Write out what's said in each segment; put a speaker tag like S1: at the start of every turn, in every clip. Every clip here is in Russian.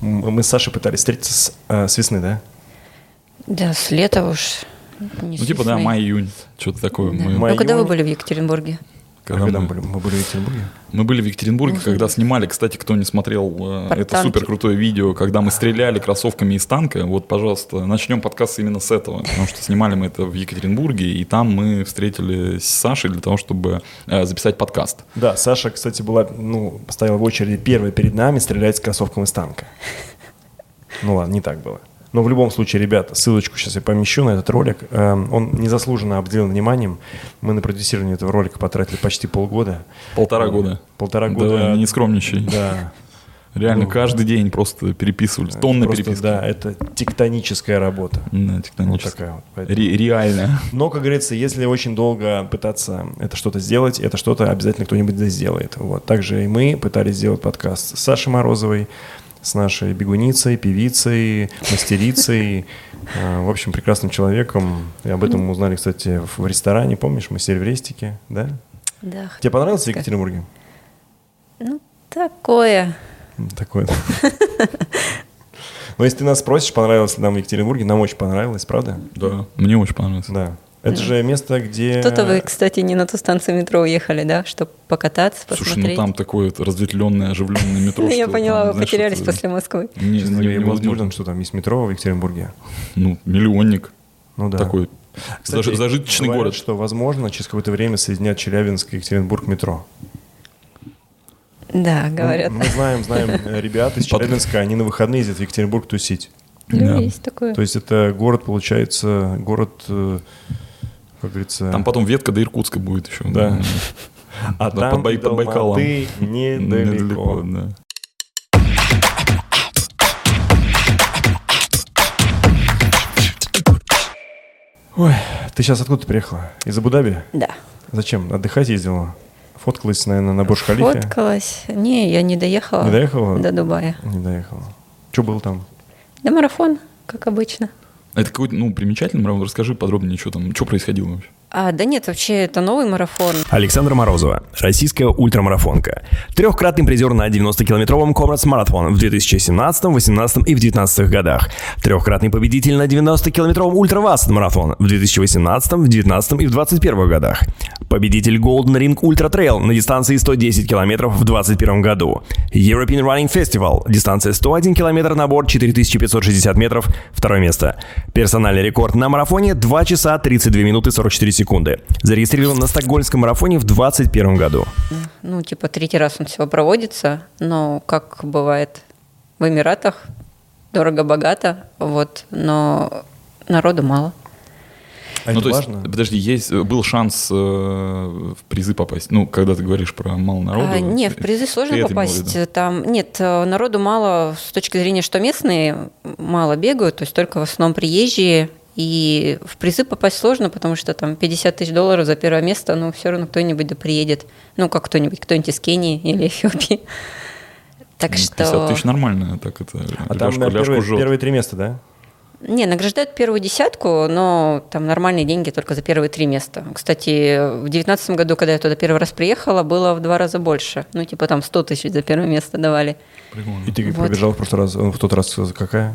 S1: Мы с Сашей пытались встретиться с, э, с весны, да?
S2: Да, с лета уж. не
S3: Ну,
S2: с
S3: типа, да,
S2: весны.
S3: май-июнь, что-то такое. Мы,
S1: Май-
S2: Ну, когда вы
S1: июнь.
S2: были в Екатеринбурге?
S3: когда
S1: Когда мы
S3: мы-
S1: были? Мы были в Екатеринбурге.
S3: мы были в Екатеринбурге, когда снимали, кстати, кто не смотрел э, это
S2: танки.
S3: супер крутое видео, когда мы стреляли кроссовками из танка. Вот, пожалуйста, начнем подкаст именно с этого, потому что снимали мы это в Екатеринбурге, и там мы встретились с Сашей для того, чтобы э, записать подкаст.
S1: Да, Саша, кстати, была, ну, стояла в очереди первая перед нами стрелять с кроссовком из танка. Ну ладно, не так было. Но в любом случае, ребята, ссылочку сейчас я помещу на этот ролик. Эм, Он незаслуженно обделен вниманием. Мы на продюсирование этого ролика потратили почти полгода.
S3: Полтора года.
S1: Полтора
S3: Да,
S1: года.
S3: не скромничай.
S1: Да.
S3: Реально,
S1: Ну.
S3: каждый день просто переписывались, тонны
S1: Просто,
S3: переписки.
S1: Да, это тектоническая работа.
S3: Да,
S1: Вот
S3: тектонически.
S1: такая вот. Поэтому-
S3: Ре- реально.
S1: Но, как говорится, если очень долго пытаться это что-то сделать, это что-то обязательно кто-нибудь да сделает. Вот. Также и мы пытались сделать подкаст с Сашей Морозовой, с нашей бегуницей, певицей, мастерицей, э, в общем, прекрасным человеком. И об этом мы узнали, кстати, в- в ресторане, помнишь, мы сели в рестике, да?
S2: Да.
S1: Тебе
S3: Типа-
S1: понравилось в Екатеринбурге?
S2: Ну, такое.
S1: М, Такое. Но если ты нас спросишь, понравилось ли нам в Екатеринбурге, нам очень понравилось, правда?
S3: Да. Мне очень понравилось.
S1: Да. Это же место, где...
S2: Что-то
S3: Э.
S2: вы, кстати, не на ту станцию метро уехали, да, чтобы покататься, посмотреть.
S3: Слушай, ну там такое вот разветвленное, оживленное метро.
S2: Ну, я
S3: что
S2: поняла,
S3: там,
S2: вы
S3: знаешь,
S2: потерялись
S3: это-
S2: после Москвы.
S3: Не-
S1: Честно говоря, я был
S3: невозможно.
S1: удивлен, что там есть метро в Екатеринбурге.
S3: Ну, миллионник
S1: Ну да.
S3: такой.
S1: Кстати,
S3: зажи- зажиточный
S1: говорят,
S3: город.
S1: что, возможно, через какое-то время соединят Челябинск и Екатеринбург метро. Ну,
S2: Да,
S3: Ну,
S2: говорят.
S1: Мы, мы знаем, знаем э, ребят из
S3: Под-
S1: Челябинска, они на выходные ездят в Екатеринбург тусить.
S2: Ну,
S3: Да.
S2: есть такое.
S1: То есть это город, получается, город, э, как говорится...
S3: Там потом ветка до Иркутска будет ну, еще.
S1: Да. а
S3: да, под Бай-
S1: и до
S3: под Байкалом.
S1: Алматы
S3: Недалеко,
S1: недалеко.
S3: да.
S1: Ой, ты сейчас откуда приехала? Из Абу-Даби?
S2: Да.
S1: Зачем? Отдыхать ездила? Фоткалась, наверное, на Бурж-Халифе?
S2: Фоткалась. Не, я не доехала.
S1: Не доехала?
S2: До Дубая.
S1: Не доехала. Что был там?
S2: Да марафон, как обычно.
S3: Это какой-то, ну, примечательный марафон. Расскажи подробнее, что там, что происходило вообще.
S2: А, да нет, вообще это новый марафон.
S4: Александра Морозова, российская ультрамарафонка. Трехкратный призер на 90-километровом Comrades Marathon в 2017, 2018 и в 2019 годах. Трехкратный победитель на 90-километровом Ультраваст Марафон в 2018, в 2019 и в 2021 годах. Победитель Golden Ring Ultra Trail на дистанции 110 километров в 2021 году. European Running Festival. Дистанция 101 километр, набор 4560 метров. Второе место. Персональный рекорд на марафоне 2 часа 32 минуты 44 секунды. Зарегистрирован на Стокгольмском марафоне в 2021 году.
S2: Ну, типа, третий раз он всего проводится, но как бывает в Эмиратах, дорого-богато, вот, но народу мало.
S1: А
S3: ну,
S1: это
S3: то
S1: важно?
S3: есть, подожди, есть, э, был шанс э, в призы попасть. Ну, когда ты говоришь про мало народу.
S2: А, не, в
S3: ты-
S2: призы
S3: ты
S2: сложно
S3: это имела в
S2: попасть. э,
S3: виду? Ну,
S2: Там нет, э, народу мало с точки зрения, что местные мало бегают, то есть только в основном приезжие. И в призы попасть сложно, потому что там 50 тысяч долларов за первое место, но все равно кто-нибудь да приедет. Ну, как кто-нибудь, кто-нибудь из Кении или Эфиопии. Так
S3: Ну,
S2: что...
S3: 50 тысяч нормально, так это.
S1: А там
S3: ляжку-
S1: на
S3: ляжку
S1: первые,
S3: жжет.
S1: первые три места, да?
S2: Не, награждают первую десятку, но там нормальные деньги только за первые три места. Кстати, в девятнадцатом году, когда я туда первый раз приехала, было в два раза больше. Ну, типа там 100 тысяч за первое место давали.
S3: Прикольно.
S1: И ты
S2: Вот.
S1: пробежал в прошлый раз, э, в тот раз э, какая?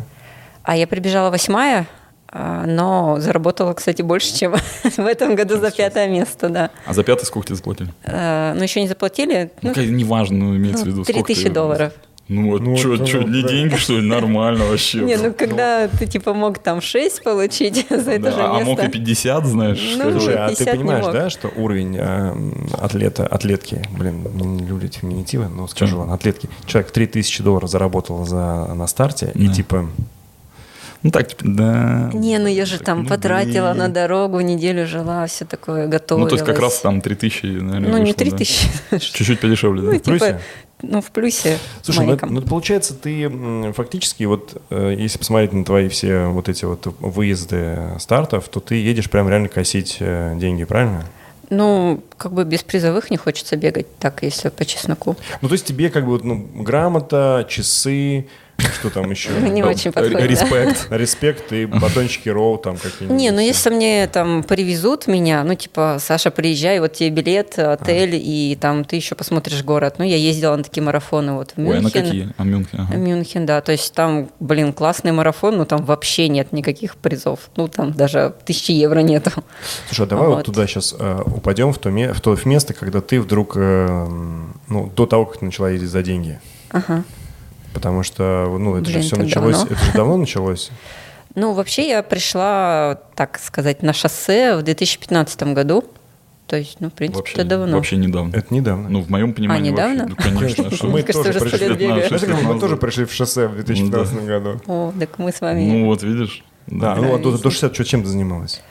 S2: А я прибежала восьмая, а, но заработала, кстати, больше, чем в этом году за пятое место, да.
S3: А за пятый сколько тебе заплатили?
S2: А, Но еще не заплатили.
S3: Ну,
S2: Ну,
S3: конечно, неважно, ну, имеется в
S2: ну,
S3: виду.
S2: 3
S3: сколько
S2: тысячи
S3: ты-
S2: долларов.
S3: Ну,
S1: Ну,
S3: ну что,
S1: это вот,
S3: не
S1: да.
S3: деньги, что ли? Нормально вообще.
S2: Не,
S3: бро.
S2: ну когда ты типа мог там 6 получить за это же
S3: Да, а мог и
S2: место.
S3: 50, знаешь.
S2: Ну,
S3: как бы.
S1: Слушай,
S2: Слушай,
S1: а ты
S2: 50 не
S1: понимаешь,
S2: мог.
S1: да, что уровень э, м, атлета, атлетки, блин, не- не люблю эти феминитивы, но скажу
S3: Чё?
S1: ладно, атлетки. Человек 3000 долларов заработал за, на старте, и
S3: Да.
S1: типа,
S3: Ну так, типа, да.
S2: Не, ну я же там
S3: ну,
S2: потратила
S3: блин.
S2: на дорогу, неделю жила, все такое готово.
S3: Ну, то есть как раз там 3000, наверное,
S2: Ну, не
S3: вышло, да.
S2: 3000.
S3: Чуть-чуть подешевле, да?
S2: Ну, типа,
S1: плюсе?
S2: ну, в плюсе.
S1: слушай, ну, это-
S2: маленьком.
S1: ну, получается, ты м, фактически вот, э, если посмотреть на твои все вот эти вот выезды стартов, то ты едешь прям реально косить э, деньги, правильно?
S2: Ну, как бы без призовых не хочется бегать, так, если по чесноку.
S1: Ну, то есть тебе как бы вот, ну, грамота, часы, Что там еще?
S2: Не очень подходит. да.
S3: Респект.
S1: Респект и батончики роу там какие-нибудь.
S2: Не, ну если мне там привезут меня, ну типа, Саша, приезжай, вот тебе билет, отель, и там ты еще посмотришь город. Ну, я ездила на такие марафоны вот в
S3: Ой, а
S2: Мюнхен.
S3: на какие? А, Мюнхен. ага.
S2: Мюнхен, да. То есть там, блин, классный марафон, но там вообще нет никаких призов. Ну, там даже тысячи евро нету.
S1: Слушай, а давай вот,
S2: Вот.
S1: туда сейчас упадем, в то, ме- в то место, когда ты вдруг, э, м, ну, до того, как ты начала ездить за деньги.
S2: Ага.
S1: Потому что, ну, это же
S2: Блин,
S1: все
S2: как
S1: началось,
S2: давно.
S1: это же давно началось.
S2: Ну, вообще я пришла, так сказать, на шоссе в 2015 году. То есть, ну, в принципе,
S3: Вообще,
S2: это давно. А,
S3: вообще недавно.
S1: Это недавно.
S3: Ну, в моем понимании
S2: недавно?
S3: вообще. Ну, конечно. что-
S1: Мы
S2: Мне кажется,
S1: тоже
S2: уже сто
S1: пришли
S2: лет
S1: от
S3: нашей.
S2: бегаю.
S1: Знаешь, как мы
S3: Шестнадцать.
S1: тоже пришли в шоссе в 2015 году.
S2: О, так мы с вами...
S3: Ну вот, видишь?
S1: Да, ну а до, до 60 чё- чем ты занималась?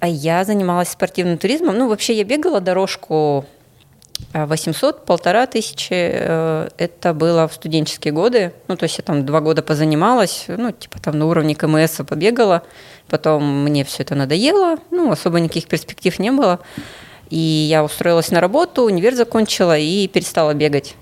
S2: А я занималась спортивным туризмом. Ну, вообще я бегала дорожку а, 800, полтора тысячи. э, Это было в студенческие годы. Ну, то есть я там два года позанималась, ну, типа там на уровне КМС -а побегала. Потом мне все это надоело. Ну, особо никаких перспектив не было. И я устроилась на работу, универ закончила и перестала бегать.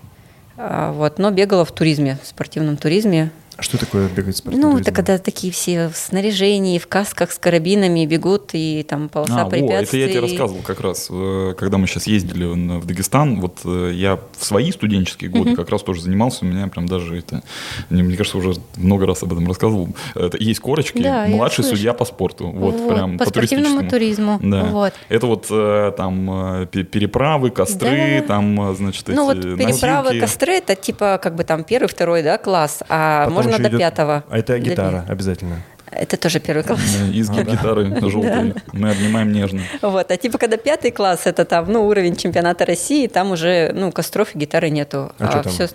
S2: А, Вот, но бегала в туризме, в спортивном туризме.
S1: Что такое бегать в спортивном
S2: Ну, это
S1: туризме?
S2: когда такие все в снаряжении, в касках с карабинами бегут, и там полоса
S3: А, во, это
S2: препятствий.
S3: я тебе рассказывал как раз, э, когда мы сейчас ездили на- в Дагестан, вот э, я в свои студенческие годы как раз тоже занимался, у меня прям даже это, мне, мне кажется, уже много раз об этом рассказывал, Это есть корочки,
S5: Да, я
S3: младший
S5: слышала.
S3: судья по спорту, вот, прям
S5: по, спортивному
S3: туристическому.
S5: туризму.
S3: Да.
S5: Вот.
S3: Это вот э, там э, пе- переправы, костры,
S5: Да-да-да.
S3: там, э, значит, эти
S2: Ну, вот переправы,
S3: носилки.
S2: костры, это типа как бы там первый, второй, да, класс, а
S1: Потом ещё
S2: можно до
S1: идёт-
S2: пятого.
S1: А это
S2: Для-
S1: гитара обязательно.
S2: Это тоже первый класс.
S3: Э, Изгиб гитары желтые. Мы обнимаем нежно.
S2: Вот, а типа когда пятый класс, это там, ну, уровень чемпионата России, там уже, ну, костров и гитары нету.
S1: А чё там?
S2: всё-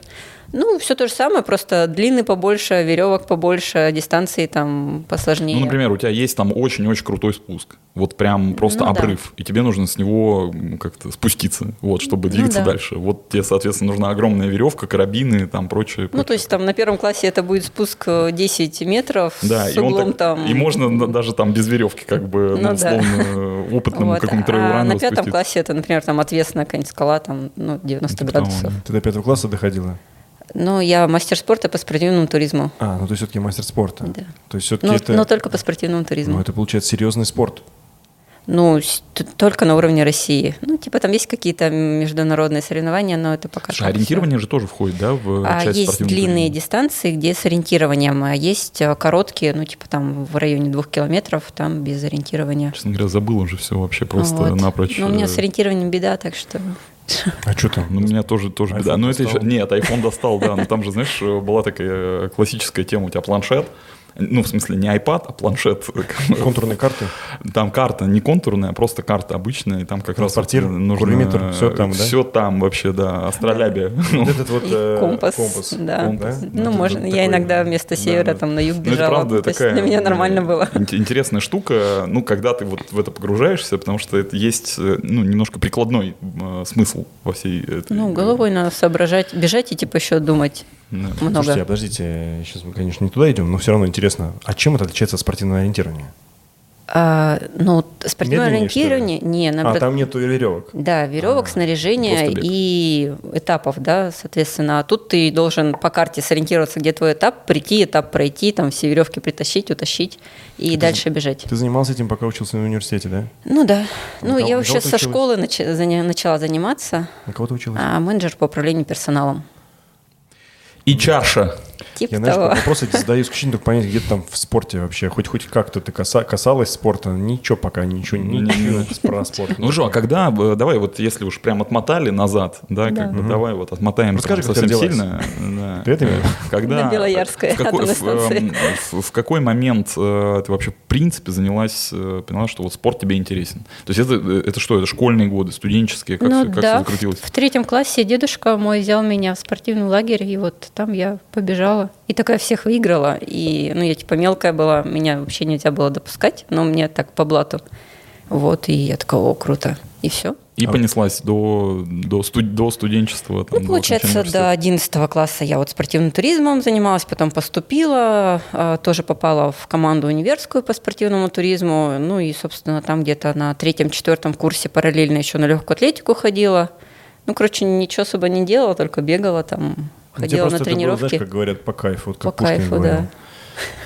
S2: ну, все то же самое, просто длины побольше, веревок побольше, дистанции там посложнее.
S3: Ну, например, у тебя есть там очень-очень крутой спуск. Вот прям просто
S2: Ну да.
S3: обрыв. И тебе нужно с него м, как-то спуститься, вот, чтобы двигаться
S2: Ну да.
S3: дальше. Вот тебе, соответственно, нужна огромная веревка, карабины и там прочее.
S2: Ну, то есть там на первом классе это будет спуск э, 10 метров
S3: да,
S2: с
S3: и, он
S2: углом
S3: так-
S2: там.
S3: и можно на- даже там без веревки, как бы, ну,
S2: Ну да.
S3: условно, э, опытному
S2: Вот,
S3: какому-то
S2: а
S3: трейлрану
S2: на пятом
S3: спуститься.
S2: классе это, например, там отвесная какая-нибудь скала, там, ну, 90
S3: Типа того,
S2: градусов.
S1: Ты до пятого класса доходила?
S2: Ну, я мастер спорта по спортивному туризму.
S1: А, ну ты все-таки мастер спорта.
S2: Да.
S1: То есть все-таки
S2: Ну,
S1: это...
S2: но только по спортивному туризму.
S1: Ну, это получается серьезный спорт.
S2: Ну, с- т- только на уровне России. Ну, типа там есть какие-то международные соревнования, но это пока
S3: Слушай,
S2: что
S3: а ориентирование же тоже входит, да, в
S2: всё. А
S3: часть
S2: есть
S3: спортивного
S2: длинные
S3: туризма?
S2: дистанции, где с ориентированием, а есть э, короткие, ну, типа там в районе двух километров, там без ориентирования.
S3: Честно говоря, забыл уже все вообще просто
S2: Вот.
S3: напрочь.
S2: Ну, у меня
S3: э,
S2: с ориентированием беда, так что...
S1: А что там?
S3: Ну, у меня тоже, тоже беда.
S1: iPhone
S3: Ну, это еще...
S1: достал?
S3: Нет, iPhone достал, да. Но там же, знаешь, была такая э, классическая тема, у тебя планшет. Ну, в смысле, не iPad, а планшет.
S1: Контурные карты?
S3: Там карта не контурная, а просто карта обычная. И там как раз вот
S1: Транспортир,
S3: нужно...
S1: курвиметр, всё там, да?
S3: Все там вообще, да. Астролябия. Ну,
S1: Вот этот вот
S2: И
S1: э,
S2: компас, да.
S1: компас, да?
S2: Ну,
S3: это
S2: можно.
S3: такой,
S2: Я иногда
S3: да,
S2: вместо севера
S3: да.
S2: там на юг
S3: Ну, это
S2: бежала.
S3: правда
S2: то есть
S3: такая
S2: для меня
S3: э,
S2: нормально было.
S3: ин- Интересная штука, ну, когда ты вот в это погружаешься, потому что это есть, э, ну, немножко прикладной э, смысл во всей этой...
S2: Ну,
S3: э,
S2: головой надо соображать, бежать и типа еще думать
S3: да.
S1: Слушайте, а
S2: много.
S1: подождите, сейчас мы, конечно, не туда идем, но все равно интересно, а чем это отличается от спортивного ориентирования?
S2: А, ну, т- спортивное
S1: Медленнее, что ли?
S2: ориентирование, не,
S1: А,
S2: наоборот.
S1: там А, нету веревок.
S2: Да, веревок, снаряжение
S3: просто бег.
S2: и этапов, да, соответственно. А тут ты должен по карте сориентироваться, где твой этап, прийти, этап пройти, там все веревки притащить, утащить и дальше бежать.
S1: Ты занимался этим, пока учился в университете, да?
S2: Ну да.
S1: На
S2: Ну,
S1: кого- на
S2: я вообще
S1: кого ты
S2: со
S1: училась?
S2: школы начи- заня- начала заниматься,
S1: На кого ты училась?
S2: а менеджер по управлению персоналом.
S3: И чаша.
S2: Типа
S1: Я, знаешь,
S2: того.
S1: как вопрос эти задаю исключительно только понять, где ты там в спорте вообще. Хоть хоть как-то ты каса- касалась спорта, ничего пока, ничего, ничего про спорт.
S3: Ну что, а когда, э, давай вот если уж прям отмотали назад, да, как бы давай вот отмотаем
S1: Расскажи,
S3: прям
S1: как ты
S3: совсем
S1: родилась.
S3: сильно. да. Э,
S1: Ты это имела?
S3: Когда,
S2: На Белоярской
S3: в какой,
S2: атомной
S3: в, эм, в- в какой момент э, ты вообще в принципе занялась, э, поняла, что вот спорт тебе интересен? То есть это, э, это что, это школьные годы, студенческие, как,
S5: ну
S3: все, как
S5: да,
S3: всё закрутилось?
S5: в третьем классе дедушка мой взял меня в спортивный лагерь, и вот там я побежала.
S2: И такая всех выиграла. И, ну, я типа мелкая была, меня вообще нельзя было допускать, но мне так по блату. Вот, и я такая, о, круто. И все.
S1: А.
S3: И понеслась до, до, студ- до студенчества. там,
S2: Ну,
S3: до
S2: получается,
S3: окончания
S2: до
S3: университета.
S2: 11 класса я вот спортивным туризмом занималась, потом поступила, а, тоже попала в команду универскую по спортивному туризму. Ну и, собственно, там где-то на третьем-четвертом курсе параллельно еще на легкую атлетику ходила. Ну, короче, ничего особо не делала, только бегала там.
S1: Ну, тебе
S2: ходила
S1: просто
S2: на
S1: это было, знаешь,
S2: тренировки.
S1: как говорят, по кайфу, вот как
S2: По
S1: Пушкин
S2: кайфу,
S1: говорил.
S2: да.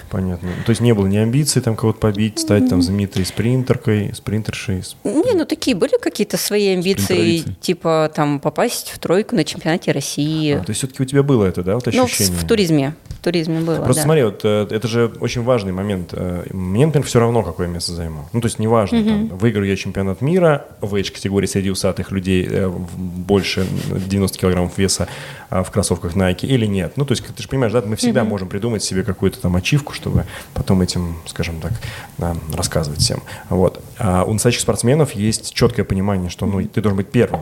S1: Понятно. То есть не было ни амбиций там кого-то побить, стать там знаменитой спринтеркой, спринтершей. с-
S2: Не, ну такие были какие-то свои амбиции,
S3: Спринтер-амбиции.
S2: типа там попасть в тройку на чемпионате России.
S1: А, то есть все-таки у тебя было это, да, вот
S2: ну, в,
S1: ощущение?
S2: в туризме. В туризме было,
S1: Просто
S2: да.
S1: смотри, вот э, это же очень важный момент. Э, Мне, например, все равно, какое место займу. Ну, то есть неважно, там, выиграю я чемпионат мира в H-категории среди усатых людей э, в- больше 90 килограммов веса а, в кроссовках Nike или нет. Ну, то есть ты же понимаешь, да, мы всегда можем придумать себе какую-то там ачивку, чтобы потом этим, скажем так, а, рассказывать всем. Вот. А у настоящих спортсменов есть четкое понимание, что ну, ты должен быть первым.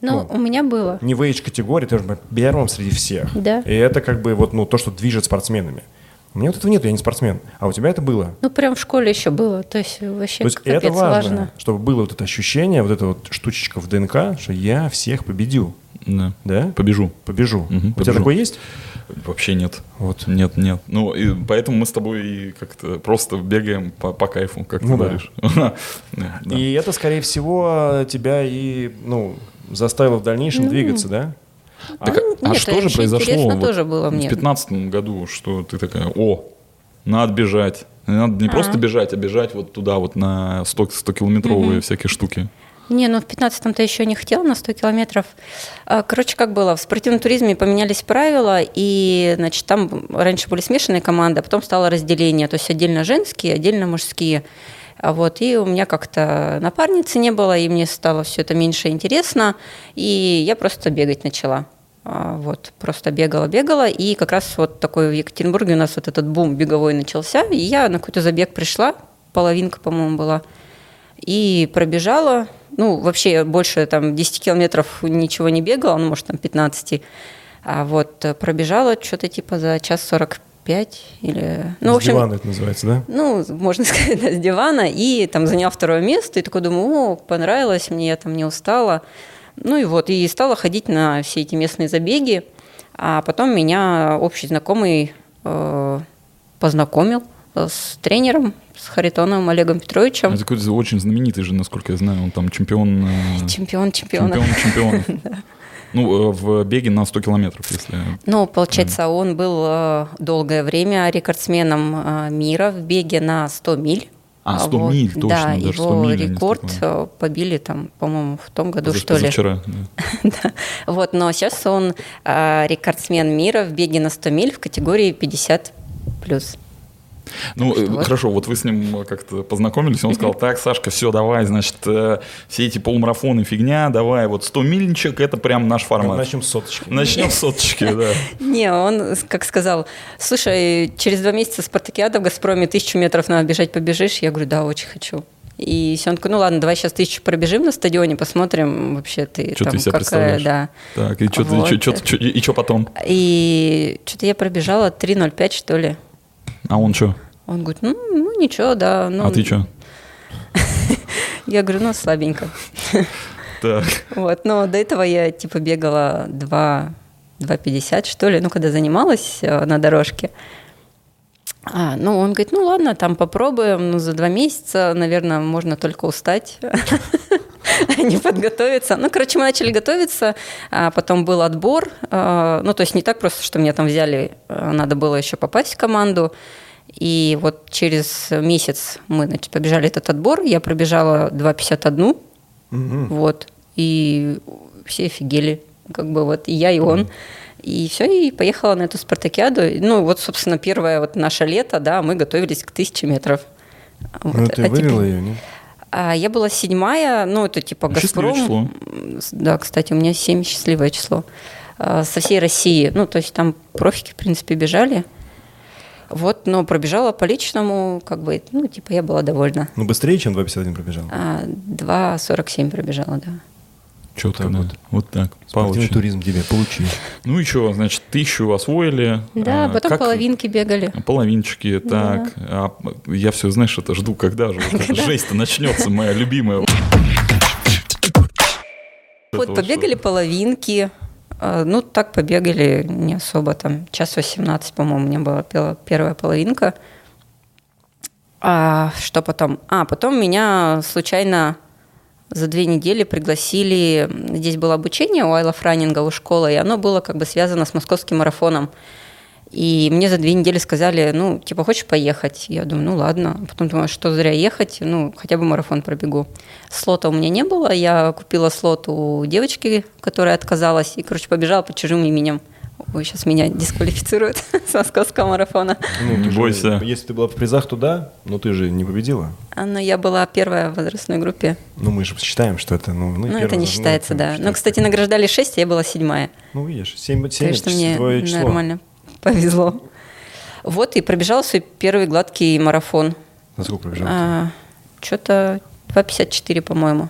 S5: Ну,
S1: Ну,
S5: у меня было.
S1: не в H-категории, ты должен быть первым среди всех.
S5: Да.
S1: И это как бы вот ну, то, что движет спортсменами. У меня вот этого нет, я не спортсмен. А у тебя это было.
S5: Ну, прям в школе еще было. То есть вообще
S1: То есть
S5: капец
S1: это важно,
S5: важно.
S1: чтобы было вот это ощущение, вот эта вот штучечка в ДНК, что я всех победил,
S3: Да.
S1: да?
S3: Побежу.
S1: Побежу.
S3: Мгм,
S1: у тебя
S3: побежу.
S1: такое есть?
S3: Вообще нет.
S1: Вот.
S3: Нет, нет. Ну, и поэтому мы с тобой и как-то просто бегаем по, по кайфу, как
S1: Ну
S3: ты
S1: да.
S3: говоришь. Да, да.
S1: И это, скорее всего, тебя и, ну, заставило в дальнейшем
S2: Ну,
S1: двигаться, да?
S3: Так, а- а
S2: Нет,
S3: что же
S2: вообще
S3: произошло
S2: интересно
S3: вот
S2: тоже было
S3: в
S2: мне.
S3: 2015 году, что ты такая, о, надо бежать. Надо не просто бежать, а бежать вот туда, вот на 100, 100-километровые всякие штуки.
S5: Не, ну в 15-м-то еще не хотела на 100 километров.
S2: А, Короче, как было, в спортивном туризме поменялись правила, и, значит, там раньше были смешанные команды, а потом стало разделение, то есть отдельно женские, отдельно мужские. А Вот, и у меня как-то напарницы не было, и мне стало все это меньше интересно, и я просто бегать начала. А, Вот, просто бегала, бегала, и как раз вот такой в Екатеринбурге у нас вот этот бум беговой начался, и я на какой-то забег пришла, половинка, по-моему, была, и пробежала. Ну, вообще я больше там 10 километров ничего не бегала, ну, может, там 15. А вот э, пробежала что-то типа за час 45 или... Ну, в
S1: С
S2: общем,
S1: дивана это называется, да?
S2: ну, можно сказать, да, с дивана, и там заняла второе место, и такой думаю, о, понравилось мне, я там не устала. Ну и вот, и стала ходить на все эти местные забеги, а потом меня общий знакомый э, познакомил э, с тренером, с Харитоновым Олегом Петровичем.
S3: Это какой-то очень знаменитый же, насколько я знаю, он там чемпион... э,
S2: Чемпион чемпиона.
S3: Чемпион чемпионов. Ну, э, в беге на 100 километров, если...
S2: Ну, получается, он был э, долгое время рекордсменом э, мира в беге на 100 миль.
S3: А, 100 миль, точно,
S2: Да,
S3: даже 100
S2: его
S3: миль, а не
S2: рекорд
S3: 100
S2: э, побили там, по-моему, в том году,
S3: позав-
S2: что ли.
S3: позавчера, да.
S2: Да. Вот, но сейчас он э, рекордсмен мира в беге на 100 миль в категории 50 плюс.
S3: Ну,
S2: что
S3: э,
S2: вот.
S3: хорошо, вот вы с ним э, как-то познакомились, он сказал, так, Сашка, все, давай, значит, э, все эти полумарафоны, фигня, давай, вот 100 мильничек, это прям наш формат.
S1: Начнем Ну, с соточки.
S3: Начнем с соточки, да.
S2: Не, он как сказал, слушай, через два месяца спартакиада в «Газпроме» тысячу метров надо бежать, побежишь? Я говорю, да, очень хочу. И все, он такой, ну ладно, давай сейчас тысячу пробежим на стадионе, посмотрим вообще ты
S3: Что
S2: там
S3: ты из себя
S2: какая,
S3: представляешь?
S2: да.
S3: Так, и что
S2: Вот.
S3: и что потом?
S2: И что-то я пробежала 3.05, что ли.
S3: А он что?
S2: Он говорит, ну, ну, ничего, да. Ну,
S3: А ты что?
S2: Я говорю, ну слабенько.
S3: Так,
S2: Вот, но до этого я типа бегала 2, 2,50, что ли, ну, когда занималась э, на дорожке. А, ну, он говорит, ну, ладно, там попробуем, ну, за два месяца, наверное, можно только устать, не подготовиться. Ну, короче, мы начали готовиться, а потом был отбор, э, ну, то есть не так просто, что меня там взяли, э, надо было еще попасть в команду, и вот через месяц мы, значит, побежали этот отбор, я пробежала 2,51, вот. И все офигели. Как бы вот и я, и он. И все, и поехала на эту спартакиаду. Ну, вот, собственно, первое вот наше лето, да, мы готовились к тысяче метров.
S1: Ну,
S2: Вот.
S1: ты
S2: А теперь-
S1: выиграла ее, нет?
S2: а, я была седьмая, ну, это типа
S3: Счастливое
S2: «Газпром». С- Да, кстати, у меня семь счастливое число. А, Со всей России. Ну, то есть там профики, в принципе, бежали. Вот, но пробежала по личному, как бы, ну, типа я была довольна.
S1: Ну, быстрее, чем 2,51 пробежал.
S2: А, 2.47 пробежала, да.
S3: четко,
S1: Так
S3: да.
S1: вот.
S3: ну, Вот так.
S1: Спортивный
S3: получше.
S1: туризм тебе, получи.
S3: Ну и что, значит, тысячу освоили.
S5: Да,
S3: а,
S5: потом
S3: как-
S5: половинки бегали.
S3: Половинчики, так. А, я все, знаешь, это жду, когда же. вот эта жесть-то начнется, моя любимая.
S2: Вот побегали половинки, а, ну так побегали не особо, там час 18, по-моему, у меня была пела- первая половинка. А что потом? А, потом меня случайно за две недели пригласили, здесь было обучение у Айла Франинга, у школы, и оно было как бы связано с московским марафоном. И мне за две недели сказали, ну, типа, хочешь поехать? Я думаю, ну, ладно. Потом думаю, что зря ехать, ну, хотя бы марафон пробегу. Слота у меня не было, я купила слот у девочки, которая отказалась, и, короче, побежала под чужим именем. Ой, сейчас меня дисквалифицируют с московского марафона.
S1: Ну,
S3: Не
S1: ты же-
S3: бойся.
S1: если ты была в призах, то да, но ты же не победила.
S2: А, Но я была первая в возрастной группе.
S1: Ну, мы же считаем, что это... Ну,
S2: Ну,
S1: первое,
S2: это не
S1: ну,
S2: считается,
S1: это
S2: да.
S1: считается.
S2: Ну, кстати, награждали 6, а я была седьмая.
S1: Ну, видишь, 7,
S2: Так что мне
S1: твое число.
S2: нормально повезло. Вот и пробежала свой первый гладкий марафон.
S1: На сколько
S2: А.
S1: пробежала?
S2: Что-то 2,54, по-моему.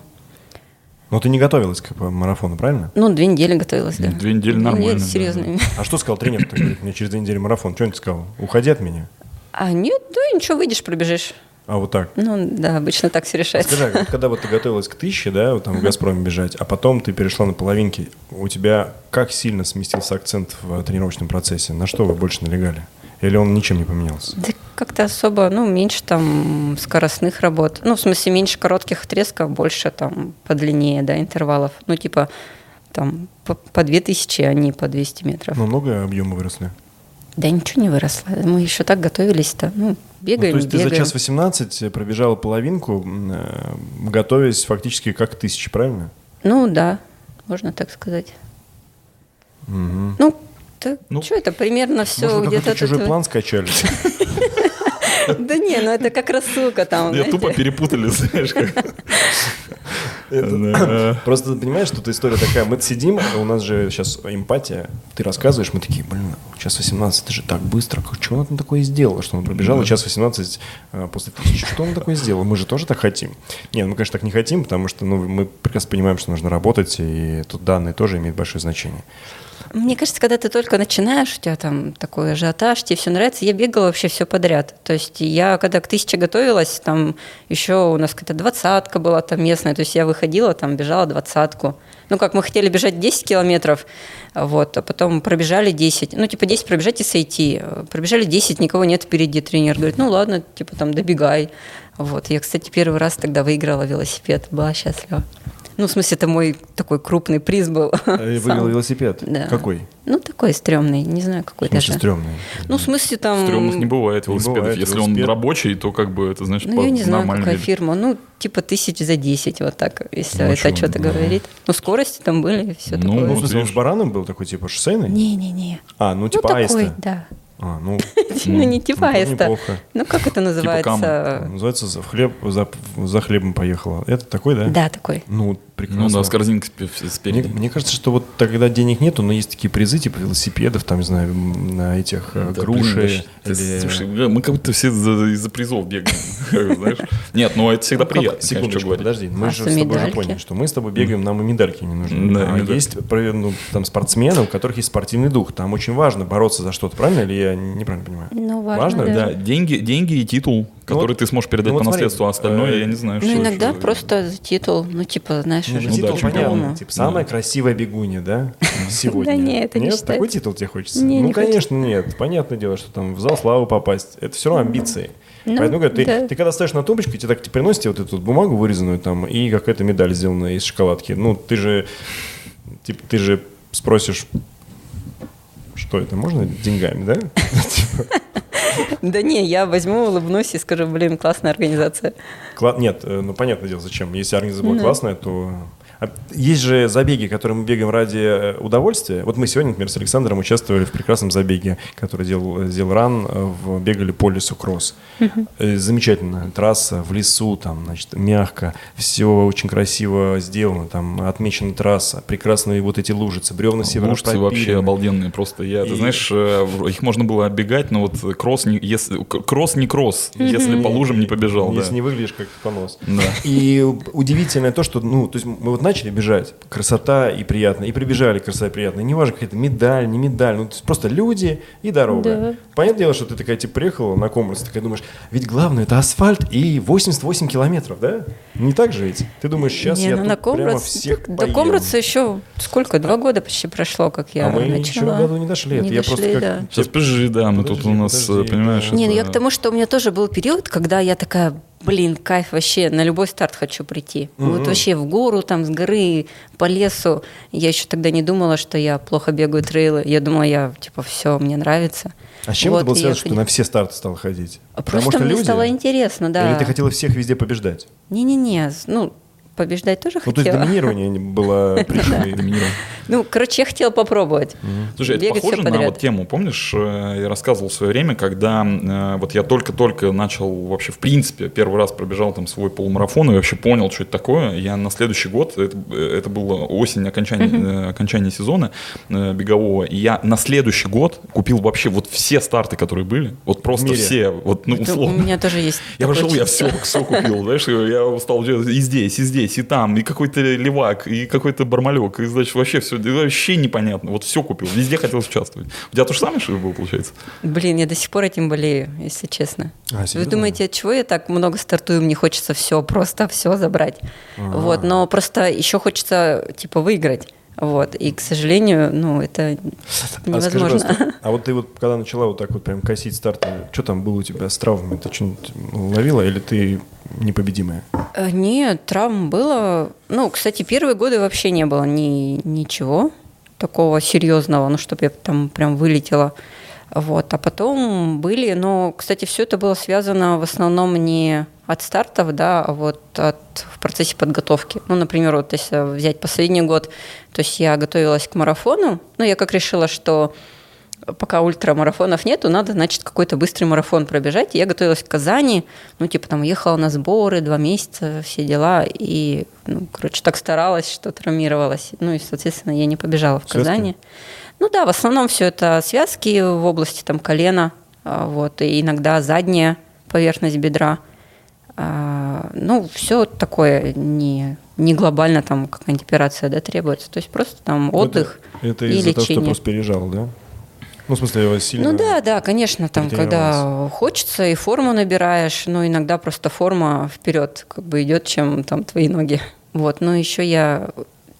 S1: Ну, ты не готовилась к марафону, правильно?
S2: Ну, две недели готовилась, да.
S3: Две недели нормально, да.
S2: серьезно.
S1: А что сказал тренер? Ты говоришь, мне через две недели марафон. Что он тебе сказал? Уходи от меня.
S2: А нет, ну ничего, выйдешь, пробежишь.
S1: А вот так.
S2: Ну, да, обычно так все решается.
S1: Скажи, а вот когда вот ты готовилась к тысяче, да, вот там в «Газпроме» бежать, а потом ты перешла на половинки, у тебя как сильно сместился акцент в э, тренировочном процессе? На что вы больше налегали? Или он ничем не поменялся?
S2: Да как-то особо, ну, меньше там скоростных работ. Ну, в смысле, меньше коротких отрезков, больше там подлиннее, да, интервалов. Ну, типа, там, по, по 2000, а не по 200 метров.
S1: Ну, много объема выросли?
S2: Да ничего не выросло. Мы еще так готовились-то. Ну,
S1: Ну, то
S2: бегаем,
S1: есть ты
S2: бегаем.
S1: за час 18 пробежала половинку, м, э, готовясь фактически как к тысяче, правильно?
S2: Ну, да, можно так сказать.
S1: Мгм.
S2: Ну, так,
S3: Ну,
S2: что это, примерно все
S1: Может, вы
S2: где-то...
S1: какой-то
S2: от
S1: чужой
S2: этого-
S1: план скачали?
S2: Да не, ну это как рассылка там,
S3: Я
S2: знаете.
S3: тупо перепутали, знаешь, как.
S1: Ну,
S3: Да.
S1: Просто ты понимаешь, тут история такая, мы сидим, а у нас же сейчас эмпатия, ты рассказываешь, мы такие, блин, час 18, это же так быстро, как- чего она там такое сделала, что она пробежала
S3: Да.
S1: час 18 э, после тысячи, что она такое сделала, мы же тоже так хотим. Нет, мы, конечно, так не хотим, потому что ну, мы прекрасно понимаем, что нужно работать, и тут данные тоже имеют большое значение.
S2: Мне кажется, когда ты только начинаешь, у тебя там такой ажиотаж, тебе все нравится. Я бегала вообще все подряд. То есть я, когда к тысяче готовилась, там еще у нас какая-то двадцатка была там местная. То есть я выходила, там бежала двадцатку. Ну, как мы хотели бежать 10 километров, вот, а потом пробежали 10. Ну, типа 10 пробежать и сойти. Пробежали 10, никого нет впереди. Тренер говорит, ну, ладно, типа там добегай. Вот, я, кстати, первый раз тогда выиграла велосипед. Была счастлива. Ну, в смысле, это мой такой крупный приз был. Сам.
S1: А Выиграл велосипед.
S2: Да.
S1: Какой?
S2: Ну, такой стрёмный, не знаю, какой
S1: В смысле,
S2: даже.
S1: стрёмный.
S2: Ну, в смысле, там...
S3: Стрёмных не бывает
S1: Не типа,
S3: велосипедов.
S1: бывает
S3: Если он
S1: велосипед.
S3: рабочий, то как бы это значит
S2: Ну, я не знаю,
S3: нормально
S2: какая
S3: выглядит.
S2: фирма. Ну, типа тысяч за 10, вот так, если
S1: Ну, а
S2: это
S1: чё,
S2: о чем-то
S1: ну.
S2: говорит. Ну, скорости там были, все
S1: Ну,
S2: такое.
S3: Ну,
S1: в
S3: вот
S1: смысле, он
S3: видишь.
S1: с бараном был такой, типа, шоссейный?
S2: Не-не-не.
S1: А, ну, типа
S2: ну, такой,
S1: аиста.
S2: да.
S1: А, ну,
S2: Ну, не типа
S1: ну,
S2: аиста.
S1: неплохо. Типа
S2: Ну, как это называется?
S1: называется «За хлеб, за, за хлебом поехала». Это такой, да?
S2: Да, такой.
S1: Ну, прекрасно.
S3: Ну да, с корзинкой спе-
S1: мне,
S3: спереди.
S1: мне кажется, что вот тогда денег нету, но есть такие призы, типа велосипедов, там, не знаю, м, на этих э,
S3: Да,
S1: груши.
S3: блин, да щ-
S1: или-
S3: слушай, бля, мы как будто все за- из-за призов бегаем. как знаешь. Нет, ну это всегда
S1: Ну, как-
S3: приятно, конечно, что
S1: секундочку,
S3: говорить.
S1: подожди, мы
S2: А
S1: же
S2: за
S1: с тобой уже
S2: медальки?
S1: поняли, что мы с тобой бегаем, нам и медальки не нужны.
S3: Да,
S1: а
S3: медальки.
S1: есть про- ну, там спортсмены, у которых есть спортивный дух, там очень важно бороться за что-то, правильно? Или я неправильно понимаю?
S5: Ну, важно,
S1: Важно,
S5: да.
S3: Да, деньги, деньги и титул, который
S1: вот-
S3: ты сможешь передать
S1: ну вот
S3: по
S1: смотри,
S3: наследству, а остальное
S1: э,
S3: я не знаю,
S2: Ну,
S3: что
S2: иногда
S3: что-
S2: просто за титул, ну, типа, знаешь,
S1: Ну,
S2: уже
S3: да,
S1: титул
S3: чемпион.
S1: понятно.
S2: по-другому.
S1: Типа, самая красивая бегунья, да? Сегодня.
S5: Да не, это не
S1: Нет,
S5: считается.
S1: такой титул тебе хочется?
S5: Не,
S1: ну,
S5: не
S1: конечно, нет. Понятное дело, что там в зал славы попасть. Это все равно амбиции.
S5: Ну,
S1: Поэтому говорю, ты,
S5: да.
S1: ты когда ставишь на тумбочку, тебе так тебе приносите вот эту вот бумагу вырезанную там и какая-то медаль сделанная из шоколадки. Ну, ты же, типа, ты же спросишь, что это, можно деньгами, да? Типа,
S2: Да не, я возьму, улыбнусь и скажу, блин, классная организация.
S1: кла- Нет, э, ну, понятное дело, зачем. Если организация была классная, то... А Есть же забеги, которые мы бегаем ради э, удовольствия. Вот мы сегодня, например, с Александром участвовали в прекрасном забеге, который делал, сделал ран, э, в, бегали по лесу кросс. Э, Замечательная трасса в лесу, там, значит, мягко, все очень красиво сделано, там отмечена трасса, прекрасные вот эти лужицы, бревна
S3: Лужцы вообще
S1: северо
S3: обалденные просто. Я,
S1: И-
S3: ты знаешь, э, в- их можно было оббегать, но вот кросс не, если, к- кросс, не кросс, если по лужам не побежал, да. Ну,
S1: Если не выглядишь как понос.
S3: Да.
S1: И удивительно то, что, ну, то есть мы вот начали бежать, красота и приятно, и прибежали, красота и приятно, и неважно, какая-то медаль, не медаль, ну, то есть просто люди и дорога.
S5: Да.
S1: Понятное дело, что ты такая, типа, приехала на комплекс, такая думаешь, ведь главное, это асфальт и 88 километров, да? Не так же ведь? Ты думаешь, сейчас
S2: Не,
S1: я
S2: ну,
S1: тут
S2: на
S1: прямо
S2: Комрадс-
S1: всех
S2: До
S1: поем».
S2: Комрадса еще сколько? Два года почти прошло, как я
S1: А мы еще
S2: начала.
S1: году не дошли, это
S2: Не
S1: я
S2: дошли,
S1: просто как-
S2: да.
S3: Сейчас подожди, да, мы
S1: Подожди,
S3: тут у нас,
S1: подожди,
S3: э, понимаешь...
S1: да.
S2: Не, ну я
S3: это-
S2: к тому, что у меня тоже был период, когда я такая, блин, кайф вообще, на любой старт хочу прийти. Вот вообще в гору, там, с горы, по лесу. Я еще тогда не думала, что я плохо бегаю трейлы. Я думала, я, типа, все, мне нравится.
S1: А с чем
S2: Вот,
S1: это было
S2: и я
S1: связано, что ты
S2: пони-
S1: на все старты стала ходить?
S2: А Просто мне стало интересно, да.
S1: Или ты хотела всех везде побеждать?
S2: Не-не-не, с- ну, побеждать тоже
S1: Ну, то есть
S2: хотела.
S1: доминирование не было причиной.
S3: Доминирование.
S2: Ну, короче, я хотела попробовать.
S3: Слушай, это
S2: Бегать всё
S3: похоже на
S2: подряд.
S3: вот тему, помнишь, э, я рассказывал в свое время, когда э, вот я только-только начал вообще, в принципе, первый раз пробежал там свой полумарафон и вообще понял, что это такое. Я на следующий год, это, э, это было осень, окончание, э, окончание сезона э, бегового, и я на следующий год купил вообще вот все старты, которые были, вот просто
S1: мире?
S3: все, вот, ну,
S2: Это У
S3: условно.
S2: меня тоже есть
S3: Я
S2: такое
S3: пошел, я
S2: чувство.
S3: все, все купил, знаешь, я устал делать и здесь, и здесь, и там, и какой-то левак, и какой-то бармалек, и, значит, вообще все, вообще непонятно, вот все купил, везде хотелось участвовать. У тебя то же самое, что ли, было, получается?
S2: Блин, я до сих пор этим болею, если честно.
S1: А,
S2: Вы
S1: серьезно?
S2: думаете, от чего я так много стартую? Мне хочется все, просто все забрать.
S3: А.
S2: Вот, но просто еще хочется, типа, выиграть. Вот, и, к сожалению, ну,
S1: А
S2: это
S1: скажи,
S2: невозможно.
S1: пожалуйста, а вот ты вот когда начала вот так вот прям косить старты, что там было у тебя с травмами? Ты что-нибудь ловила или ты непобедимая?
S2: Э, Нет, травм было. Ну, кстати, первые годы вообще не было ни, ничего такого серьезного, ну, чтобы я там прям вылетела. Вот. А потом были, но, кстати, все это было связано в основном не от стартов, да, а вот от, в процессе подготовки. Ну, например, вот если взять последний год, то есть я готовилась к марафону, ну, я как решила, что пока ультрамарафонов нету, надо, значит, какой-то быстрый марафон пробежать. И я готовилась к Казани, ну, типа, там, ехала на сборы два месяца, все дела, и, ну, короче, так старалась, что травмировалась. Ну, и, соответственно, я не побежала в
S1: Связки?
S2: Казани. Ну, да, в основном все это связки в области, там, колена, а, вот, и иногда задняя поверхность бедра. А, ну, все такое не, не глобально, там, какая-нибудь операция, да, требуется. То есть просто там отдых
S1: Это, это
S2: и
S1: из-за того, что ты
S2: лечение.
S1: просто пережал, да? Ну, в смысле, я вас сильно...
S2: Ну да, да, конечно, там, когда
S1: Перетренировалась.
S2: хочется, и форму набираешь, но иногда просто форма вперед как бы идет, чем там твои ноги. Вот, но еще я,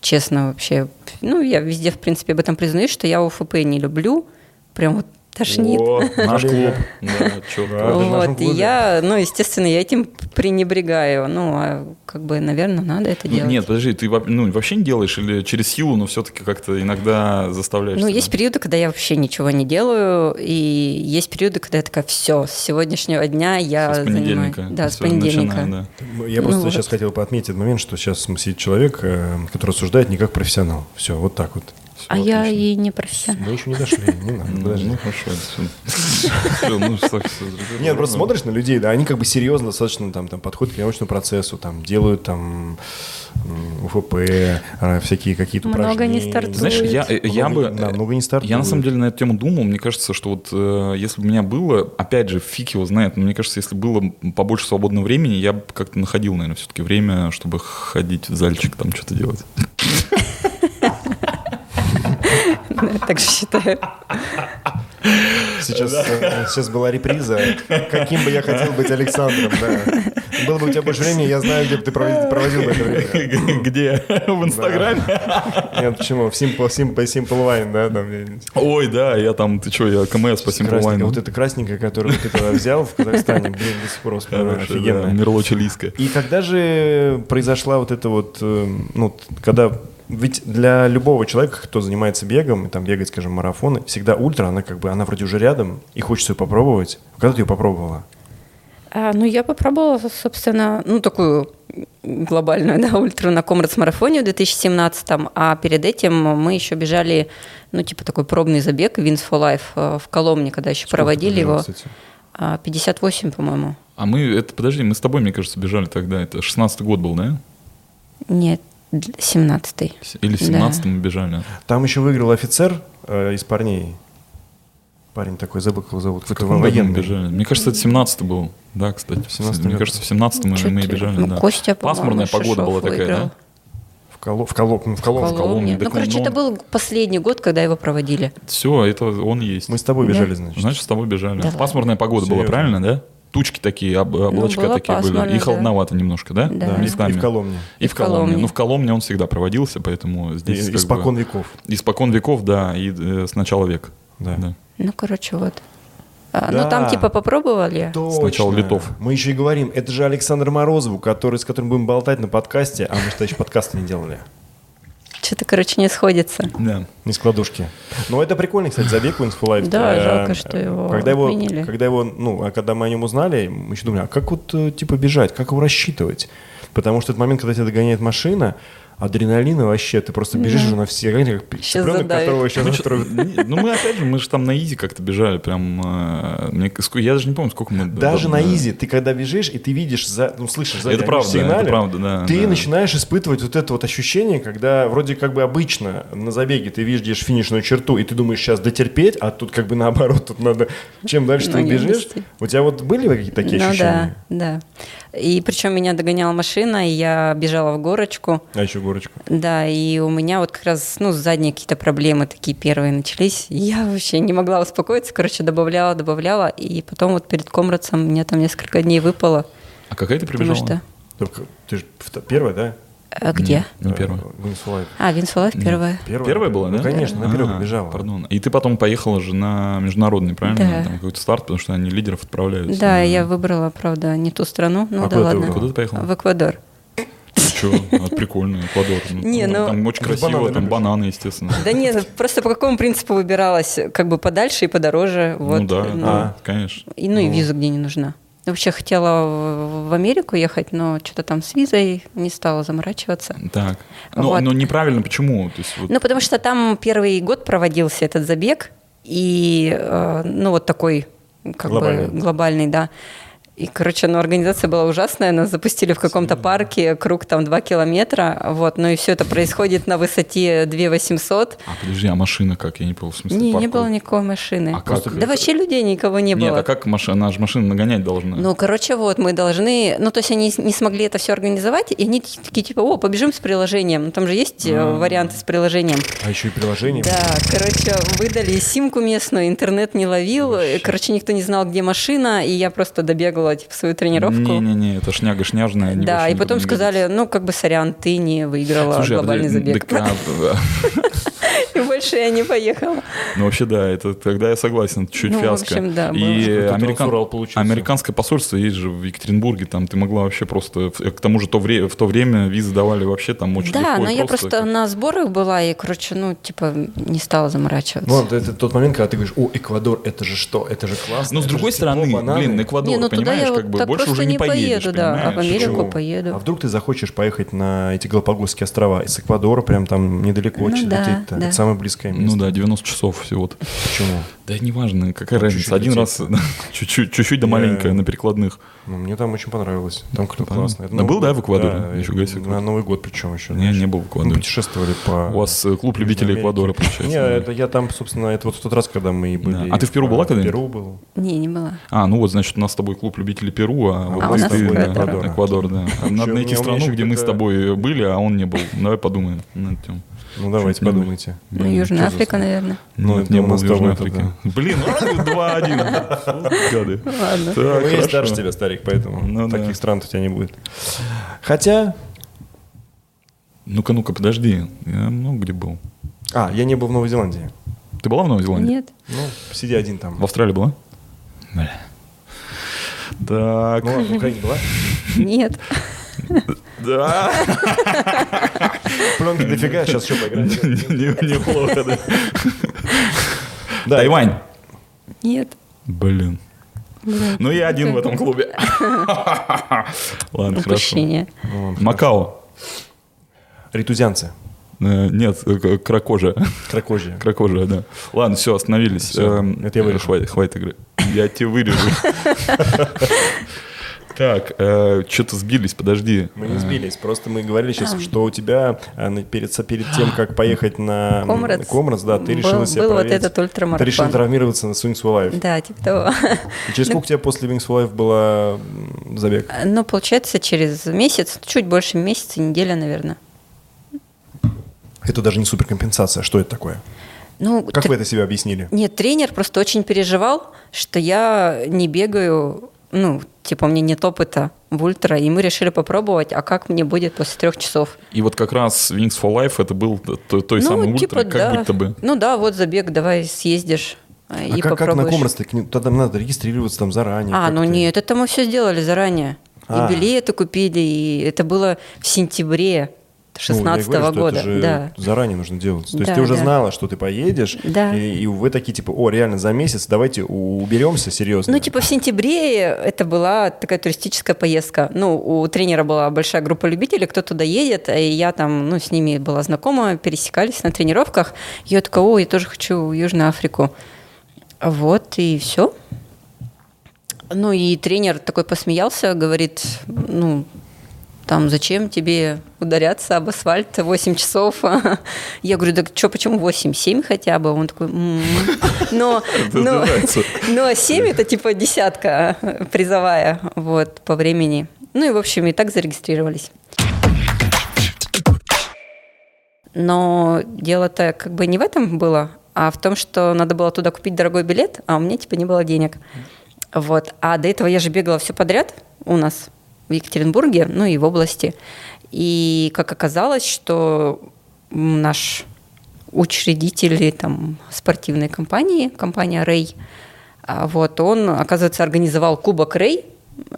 S2: честно, вообще, ну, я везде, в принципе, об этом признаюсь, что я УФП не люблю, прям вот тошнит.
S1: О,
S3: Наш клуб.
S1: блин.
S3: Да,
S1: Да, даже
S3: чё ты.
S1: в нашем
S2: Вот, и
S1: клубе.
S2: я, ну, естественно, я этим пренебрегаю. Ну, а как бы, наверное, надо это
S3: Ну,
S2: делать.
S3: Нет, подожди, ты во- ну, вообще не делаешь или через силу, но все-таки как-то иногда заставляешь
S2: Ну,
S3: себя?
S2: есть периоды, когда я вообще ничего не делаю, и есть периоды, когда я такая, все, с сегодняшнего дня я
S3: С
S2: занимаюсь-
S3: понедельника.
S2: Да, с
S3: Всё, начинаю,
S2: понедельника.
S3: да.
S1: Я
S2: Ну
S1: просто
S2: вот.
S1: сейчас хотел бы отметить этот момент, что сейчас сидит человек, э, который рассуждает не как профессионал. Все, вот так вот.
S3: Всё,
S5: А я
S3: отлично.
S5: и не профессионал.
S1: Мы еще не дошли, не надо,
S3: Ну,
S1: подожди.
S3: ну, хорошо, всё. Всё, ну, всё, всё. ну,
S1: Нет, просто смотришь на людей, да, они как бы серьезно достаточно там, там подходят к научному процессу, там делают там м, УФП, а, всякие какие-то
S5: Много
S1: упражнения.
S5: не стартует.
S3: Знаешь, я, э,
S1: Много
S3: я
S1: не-
S3: бы... э,
S1: да, много не стартует.
S3: Я на самом деле на эту тему думал. Мне кажется, что вот э, если бы у меня было, опять же, фиг его знает, но мне кажется, если было побольше свободного времени, я бы как-то находил, наверное, все-таки время, чтобы ходить в зальчик, там что-то делать.
S2: Я так же считаю.
S1: Сейчас, э, сейчас была реприза. Каким бы я хотел быть Александром, да. Было бы у тебя больше времени, я знаю, где бы ты проводил, проводил бы это время.
S3: Где? В Инстаграме?
S1: Нет, почему? В Simple, Simple, Simple Wine, да, там где-нибудь.
S3: Ой, да, я там, ты что, я КМС по
S1: Красненькая,
S3: симпулайну.
S1: Вот это красненькая, которую ты тогда взял в Казахстане, блин, до сих пор вспоминаю. Офигенно.
S3: Мерло чилийское.
S1: И когда же произошла вот эта вот, э, ну, т- когда... Ведь для любого человека, кто занимается бегом, и там бегать, скажем, марафоны, всегда ультра, она как бы, она вроде уже рядом, и хочется ее попробовать. Когда ты ее попробовала?
S2: А, ну, я попробовала, собственно, ну, такую глобальную, да, ультра на Комрадс-марафоне в 2017-м, а перед этим мы еще бежали, ну, типа такой пробный забег Wins for Life э, в Коломне, когда еще проводили его. А, 58, по-моему.
S3: А мы, это, подожди, мы с тобой, мне кажется, бежали тогда. Это 16-й год был, да?
S2: Нет, 17-й.
S3: Или в
S2: Да.
S3: 17-м мы бежали.
S1: Там еще выиграл офицер э, из парней. Парень такой, забыл, как его зовут.
S3: За
S1: какой-то
S3: каком году мы
S1: военный.
S3: бежали? Мне кажется, это 17 был. Да, кстати.
S1: 17-й
S3: Мне
S1: год.
S3: кажется, в 17 мы,
S2: Чё
S3: мы и
S2: ты?
S3: бежали.
S2: Ну,
S3: да.
S2: Костя, по-моему,
S3: Пасмурная погода
S2: Шишов
S3: была такая,
S2: выиграл.
S3: да?
S1: В Коло- в Коло- ну, в Колом-
S2: В Коломне. Ну,
S3: так
S2: короче,
S3: он-
S2: это был последний год, когда его проводили.
S3: Все, это он есть.
S1: Мы с тобой
S2: Да.
S1: бежали, значит.
S3: Значит, с тобой бежали.
S2: Да.
S3: Пасмурная погода была,
S1: Серьезно?
S3: правильно, да? Тучки такие, об- облачка
S2: было
S3: такие были.
S2: пасмурно,
S3: И
S2: Ну, да.
S3: холодновато немножко, да?
S2: Да.
S1: Да, и в-
S3: Местами.
S1: и в Коломне.
S3: И в Коломне.
S2: Коломне.
S3: Ну, в Коломне он всегда проводился, поэтому
S1: И-
S3: здесь... как бы-
S1: Испокон веков.
S3: Испокон веков, да, и э, с начала века.
S1: Да.
S2: Ну, короче, вот. А,
S1: Да.
S2: Ну, там типа попробовали.
S3: Сначала Литов.
S1: Мы еще и говорим, это же Александр Морозову, который, с которым будем болтать на подкасте, а мы что еще подкасты не делали.
S2: Что-то, короче, не сходится.
S3: Да.
S1: Из кладушки. Но Ну, это прикольный, кстати, забег Wings for Life.
S2: Да,
S1: Э,
S2: жалко, что его
S1: когда его,
S2: отменили.
S1: когда его, ну, а когда мы о нем узнали, мы еще думали, а как вот, э, типа, бежать, как его рассчитывать? Потому что этот момент, когда тебя догоняет машина, адреналина вообще, ты просто бежишь уже на все, как как
S2: Щас
S1: цыпленок,
S2: задавит.
S1: которого сейчас
S3: Ну, чё- не, ну, мы опять же, мы же там на изи как-то бежали, прям, э, мне к- ск- я даже не помню, сколько мы...
S1: Даже
S3: да,
S1: на
S3: да.
S1: изи, ты когда бежишь, и ты видишь, за, ну, слышишь, сзади
S3: Это
S1: они
S3: правда,
S1: сигналят,
S3: это правда, да,
S1: Ты
S3: да.
S1: начинаешь испытывать вот это вот ощущение, когда вроде как бы обычно на забеге ты видишь финишную черту, и ты думаешь, сейчас дотерпеть, а тут как бы наоборот, тут надо... Чем дальше
S2: Ну,
S1: ты
S2: не
S1: бежишь...
S2: быстрее.
S1: У тебя вот были какие-то такие
S2: ну
S1: ощущения?
S2: да, да. И причем меня догоняла машина, и я бежала в горочку.
S1: А еще горочку.
S2: Да, и у меня вот как раз, ну, задние какие-то проблемы такие первые начались. Я вообще не могла успокоиться, короче, добавляла, добавляла. И потом вот перед комрадцем у меня там несколько дней выпало.
S3: А какая ты
S2: Потому
S3: прибежала?
S2: что...
S1: Только ты же вто- первая, да?
S2: А, где?
S3: Не Ну, первая.
S1: Э, Wings for Life.
S2: А, Винсула первая.
S1: Первая,
S3: Первая была,
S1: ну,
S3: да?
S1: конечно, на первую
S3: А,
S1: побежала.
S3: Пардон. И ты потом поехала же на международный, правильно?
S2: Да.
S3: Там какой-то старт, потому что они лидеров Ну, отправляют.
S2: Да, я выбрала, правда, не ту страну. Ну
S1: А куда
S2: да
S1: ты
S2: ладно.
S1: выбрала?
S3: Э, Куда ты поехала?
S2: В Эквадор.
S3: Че, ну, прикольно, Эквадор.
S2: Не, ну-
S3: Там очень
S1: Ты
S3: красиво,
S1: бананы
S3: там
S1: любишь?
S3: бананы, естественно.
S2: Да нет, ну, просто по какому принципу выбиралась? Как бы подальше и подороже. Вот,
S3: Ну да,
S2: ну,
S1: А.
S3: да, конечно.
S2: И, ну и виза где не нужна. Я Вообще хотела в- в Америку ехать, но что-то там с визой не стала заморачиваться.
S3: Так. Но
S2: Вот.
S3: но неправильно почему? То есть вот-
S2: Ну, потому что там первый год проводился этот забег, и, э, ну, вот такой, как
S1: Глобальный.
S2: бы, глобальный, да. И, короче, ну, организация была ужасная, нас запустили в каком-то парке, круг там 2 километра, вот, ну, и все это происходит на высоте 2 800.
S3: А, подожди, а машина как? Я не понял, в смысле
S2: Не, не
S3: парковка?
S2: было никакой машины.
S3: А как?
S2: Да вообще людей никого не
S3: Нет,
S2: было.
S3: а как машина? Она же машина нагонять должна.
S2: Ну, короче, вот мы должны, ну, то есть они не смогли это все организовать, и они такие типа, о, побежим с приложением, ну, там же есть э, варианты с приложением.
S1: А еще и приложение.
S2: Да, короче, выдали симку местную, интернет не ловил, и, короче, никто не знал, где машина, и я просто добегала типа свою тренировку.
S3: Не-не-не, это шняга шняжная. они
S2: да,
S3: вообще
S2: и потом
S3: не
S2: сказали,
S3: годятся.
S2: ну, как бы, сорян, ты не выиграла
S3: Слушай, а
S2: глобальный
S3: подожди,
S2: забег.
S3: так, а,
S2: И больше я не поехала.
S3: Ну, вообще, да, это тогда я согласен, это чуть
S2: Ну, в
S3: фиаско.
S2: общем, да, было.
S3: и
S1: Какой-то
S3: американ-
S1: трансурал получился.
S3: американское посольство есть же в Екатеринбурге, там ты могла вообще просто... э, К тому же то вре- в то время визы давали вообще там очень легко
S2: Да,
S3: и
S2: но я просто
S3: как-
S2: на сборах была, и, короче, ну, типа, не стала заморачиваться.
S1: Ну, ладно, это тот момент, когда ты говоришь, о, Эквадор, это же что, это же классно.
S3: Но Ну, с
S1: это же
S3: другой
S1: тепло,
S3: стороны,
S1: бананы».
S3: блин, Эквадор,
S2: Не, ну, туда
S3: понимаешь,
S2: я
S3: как
S2: вот
S3: бы
S2: так
S3: больше уже
S2: просто
S3: не
S2: не
S3: поедешь,
S2: поеду, да, а в
S3: понимаешь?
S2: Америку
S3: Чего?
S2: Далеко поеду.
S1: А вдруг ты захочешь поехать на эти Галапагосские острова из Эквадора, прям там недалеко
S2: Ну
S1: лететь
S2: да, да.
S1: Это самое близкое
S3: Ну
S1: место.
S3: да, 90 часов всего-то.
S1: Почему?
S3: Да неважно, какая разница,
S1: чуть-чуть
S3: один
S1: летит.
S3: раз, да, чуть-чуть, чуть-чуть да
S1: Я-
S3: маленькое на перекладных.
S1: Ну, мне там очень понравилось. Там круто,
S3: Понятно.
S1: классно. Это
S3: Да,
S1: Новый
S3: был, да,
S1: год.
S3: в Эквадоре?
S1: Да,
S3: Нифига себе,
S1: На
S3: круто.
S1: Новый год причем еще.
S3: Не, не был в
S1: Мы
S3: Эквадоре.
S1: путешествовали по...
S3: У вас э, клуб любителей
S1: Америке.
S3: Эквадора,
S1: Не,
S3: получается.
S1: это я там, собственно, это вот в тот раз, когда мы и были.
S3: Да. А ты в Перу была
S1: В
S3: когда-нибудь?
S1: Перу был.
S2: Не, не была.
S3: А, ну вот, значит, у нас с тобой клуб любителей Перу, а, вот
S2: у
S3: ты-
S2: нас
S3: ты, да,
S2: Эквадор.
S3: Эквадор. да.
S1: ну, у
S3: Надо
S1: меня- у
S3: найти
S1: меня
S3: страну,
S1: еще
S3: где мы с
S1: какая-то-
S3: тобой были, а он не был. Давай подумаем над тем.
S1: Ну, давайте
S3: Чуть не
S1: подумайте.
S2: Ну, Южная Африка, наверное.
S1: Ну,
S3: Нет,
S1: это
S3: не
S1: мы
S3: был
S1: с
S3: в Южной
S1: тобой
S3: Африке. Блин, ну, два один. Гады.
S2: Ладно.
S3: Так,
S1: Ну, я и
S3: хорошо.
S1: старше тебя, старик, поэтому
S3: Ну, да.
S1: таких стран у тебя не будет. Хотя...
S3: Ну-ка, ну-ка, подожди. Я много где был.
S1: А, я не был в Новой Зеландии.
S3: Ты была в Новой Зеландии?
S5: Нет.
S1: Ну, сиди один там.
S3: В Австралии была? Бля. Так.
S1: Ну, ладно, Украина была.
S5: Нет.
S3: Да.
S1: Пленки дофига, сейчас еще поиграем.
S3: Не- Неплохо, да.
S1: Да,
S3: Тайвань.
S5: Нет.
S3: Блин. Ну, я один в этом клубе.
S1: Ну,
S3: Ладно, хорошо.
S2: Упущение.
S3: Макао.
S1: Ритузянцы.
S3: Э, Нет, э, к- кракожа.
S1: Кракожья.
S3: Кракожа, да. Ладно, все, остановились.
S1: Всё,
S3: Эм,
S1: это я вырежу.
S3: Хватит, хватит игры. Я тебе вырежу. Так, что-то сбились, подожди. Э,
S1: Мы не сбились, просто мы говорили сейчас, что у тебя а, на- перед, со- перед тем, как поехать на м,
S2: Комрадс.
S1: Комрадс, да, ты
S2: Был-
S1: решила себя
S2: был вот
S1: проверить.
S2: этот
S1: Ты
S2: ультрамарафон.
S1: решила травмироваться на Swings for Life.
S2: Да, типа того.
S1: И через сколько у тебя после Wings for Life было м, забег?
S2: Ну, получается, через месяц, ну, чуть больше месяца, неделя, наверное.
S1: Это даже не суперкомпенсация. Что это такое?
S2: Ну,
S1: Как
S2: тр-
S1: вы это себе объяснили?
S2: Нет, тренер просто очень переживал, что я не бегаю, ну, типа, у меня нет опыта в ультра, и мы решили попробовать, а как мне будет после трех часов.
S3: И вот как раз Wings for Life это был т- той
S2: ну,
S3: самой
S2: типа,
S3: ультра,
S2: да.
S3: как будто бы.
S2: Ну да, вот забег, давай съездишь.
S1: А
S2: и
S1: как, как на
S2: попробуешь.
S1: Комрас? Тогда надо регистрироваться там заранее.
S2: А,
S1: как
S2: ну
S1: ты?
S2: нет, это мы все сделали заранее.
S1: А.
S2: И билеты купили, и это было в сентябре
S1: Ну, я
S2: 16
S1: говорю, что
S2: года.
S1: Это же
S2: Да. Ну,
S1: заранее нужно делать. То есть
S2: Да,
S1: ты уже
S2: да.
S1: знала, что ты поедешь,
S2: Да.
S1: и, и вы такие типа, о, реально за месяц, давайте у- уберемся серьезно.
S2: Ну, типа в сентябре это была такая туристическая поездка. Ну, у тренера была большая группа любителей, кто туда едет, и я там, ну, с ними была знакома, пересекались на тренировках. Я такая, о, я тоже хочу в Южную Африку. Вот, и все. Ну, и тренер такой посмеялся, говорит, ну, там, зачем тебе ударяться об асфальт 8 часов? Я говорю, да что, почему 8? 7 хотя бы. Он такой, «М». но, но,
S3: нравится.
S2: но 7 это типа десятка э, призовая вот, по времени. Ну и, в общем, и так зарегистрировались. Но дело-то как бы не в этом было, а в том, что надо было туда купить дорогой билет, а у меня типа не было денег. Вот. А до этого я же бегала все подряд у нас в Екатеринбурге, ну и в области. И как оказалось, что м, наш учредитель там, спортивной компании, компания «Рэй», а, вот, он, оказывается, организовал Кубок Рей,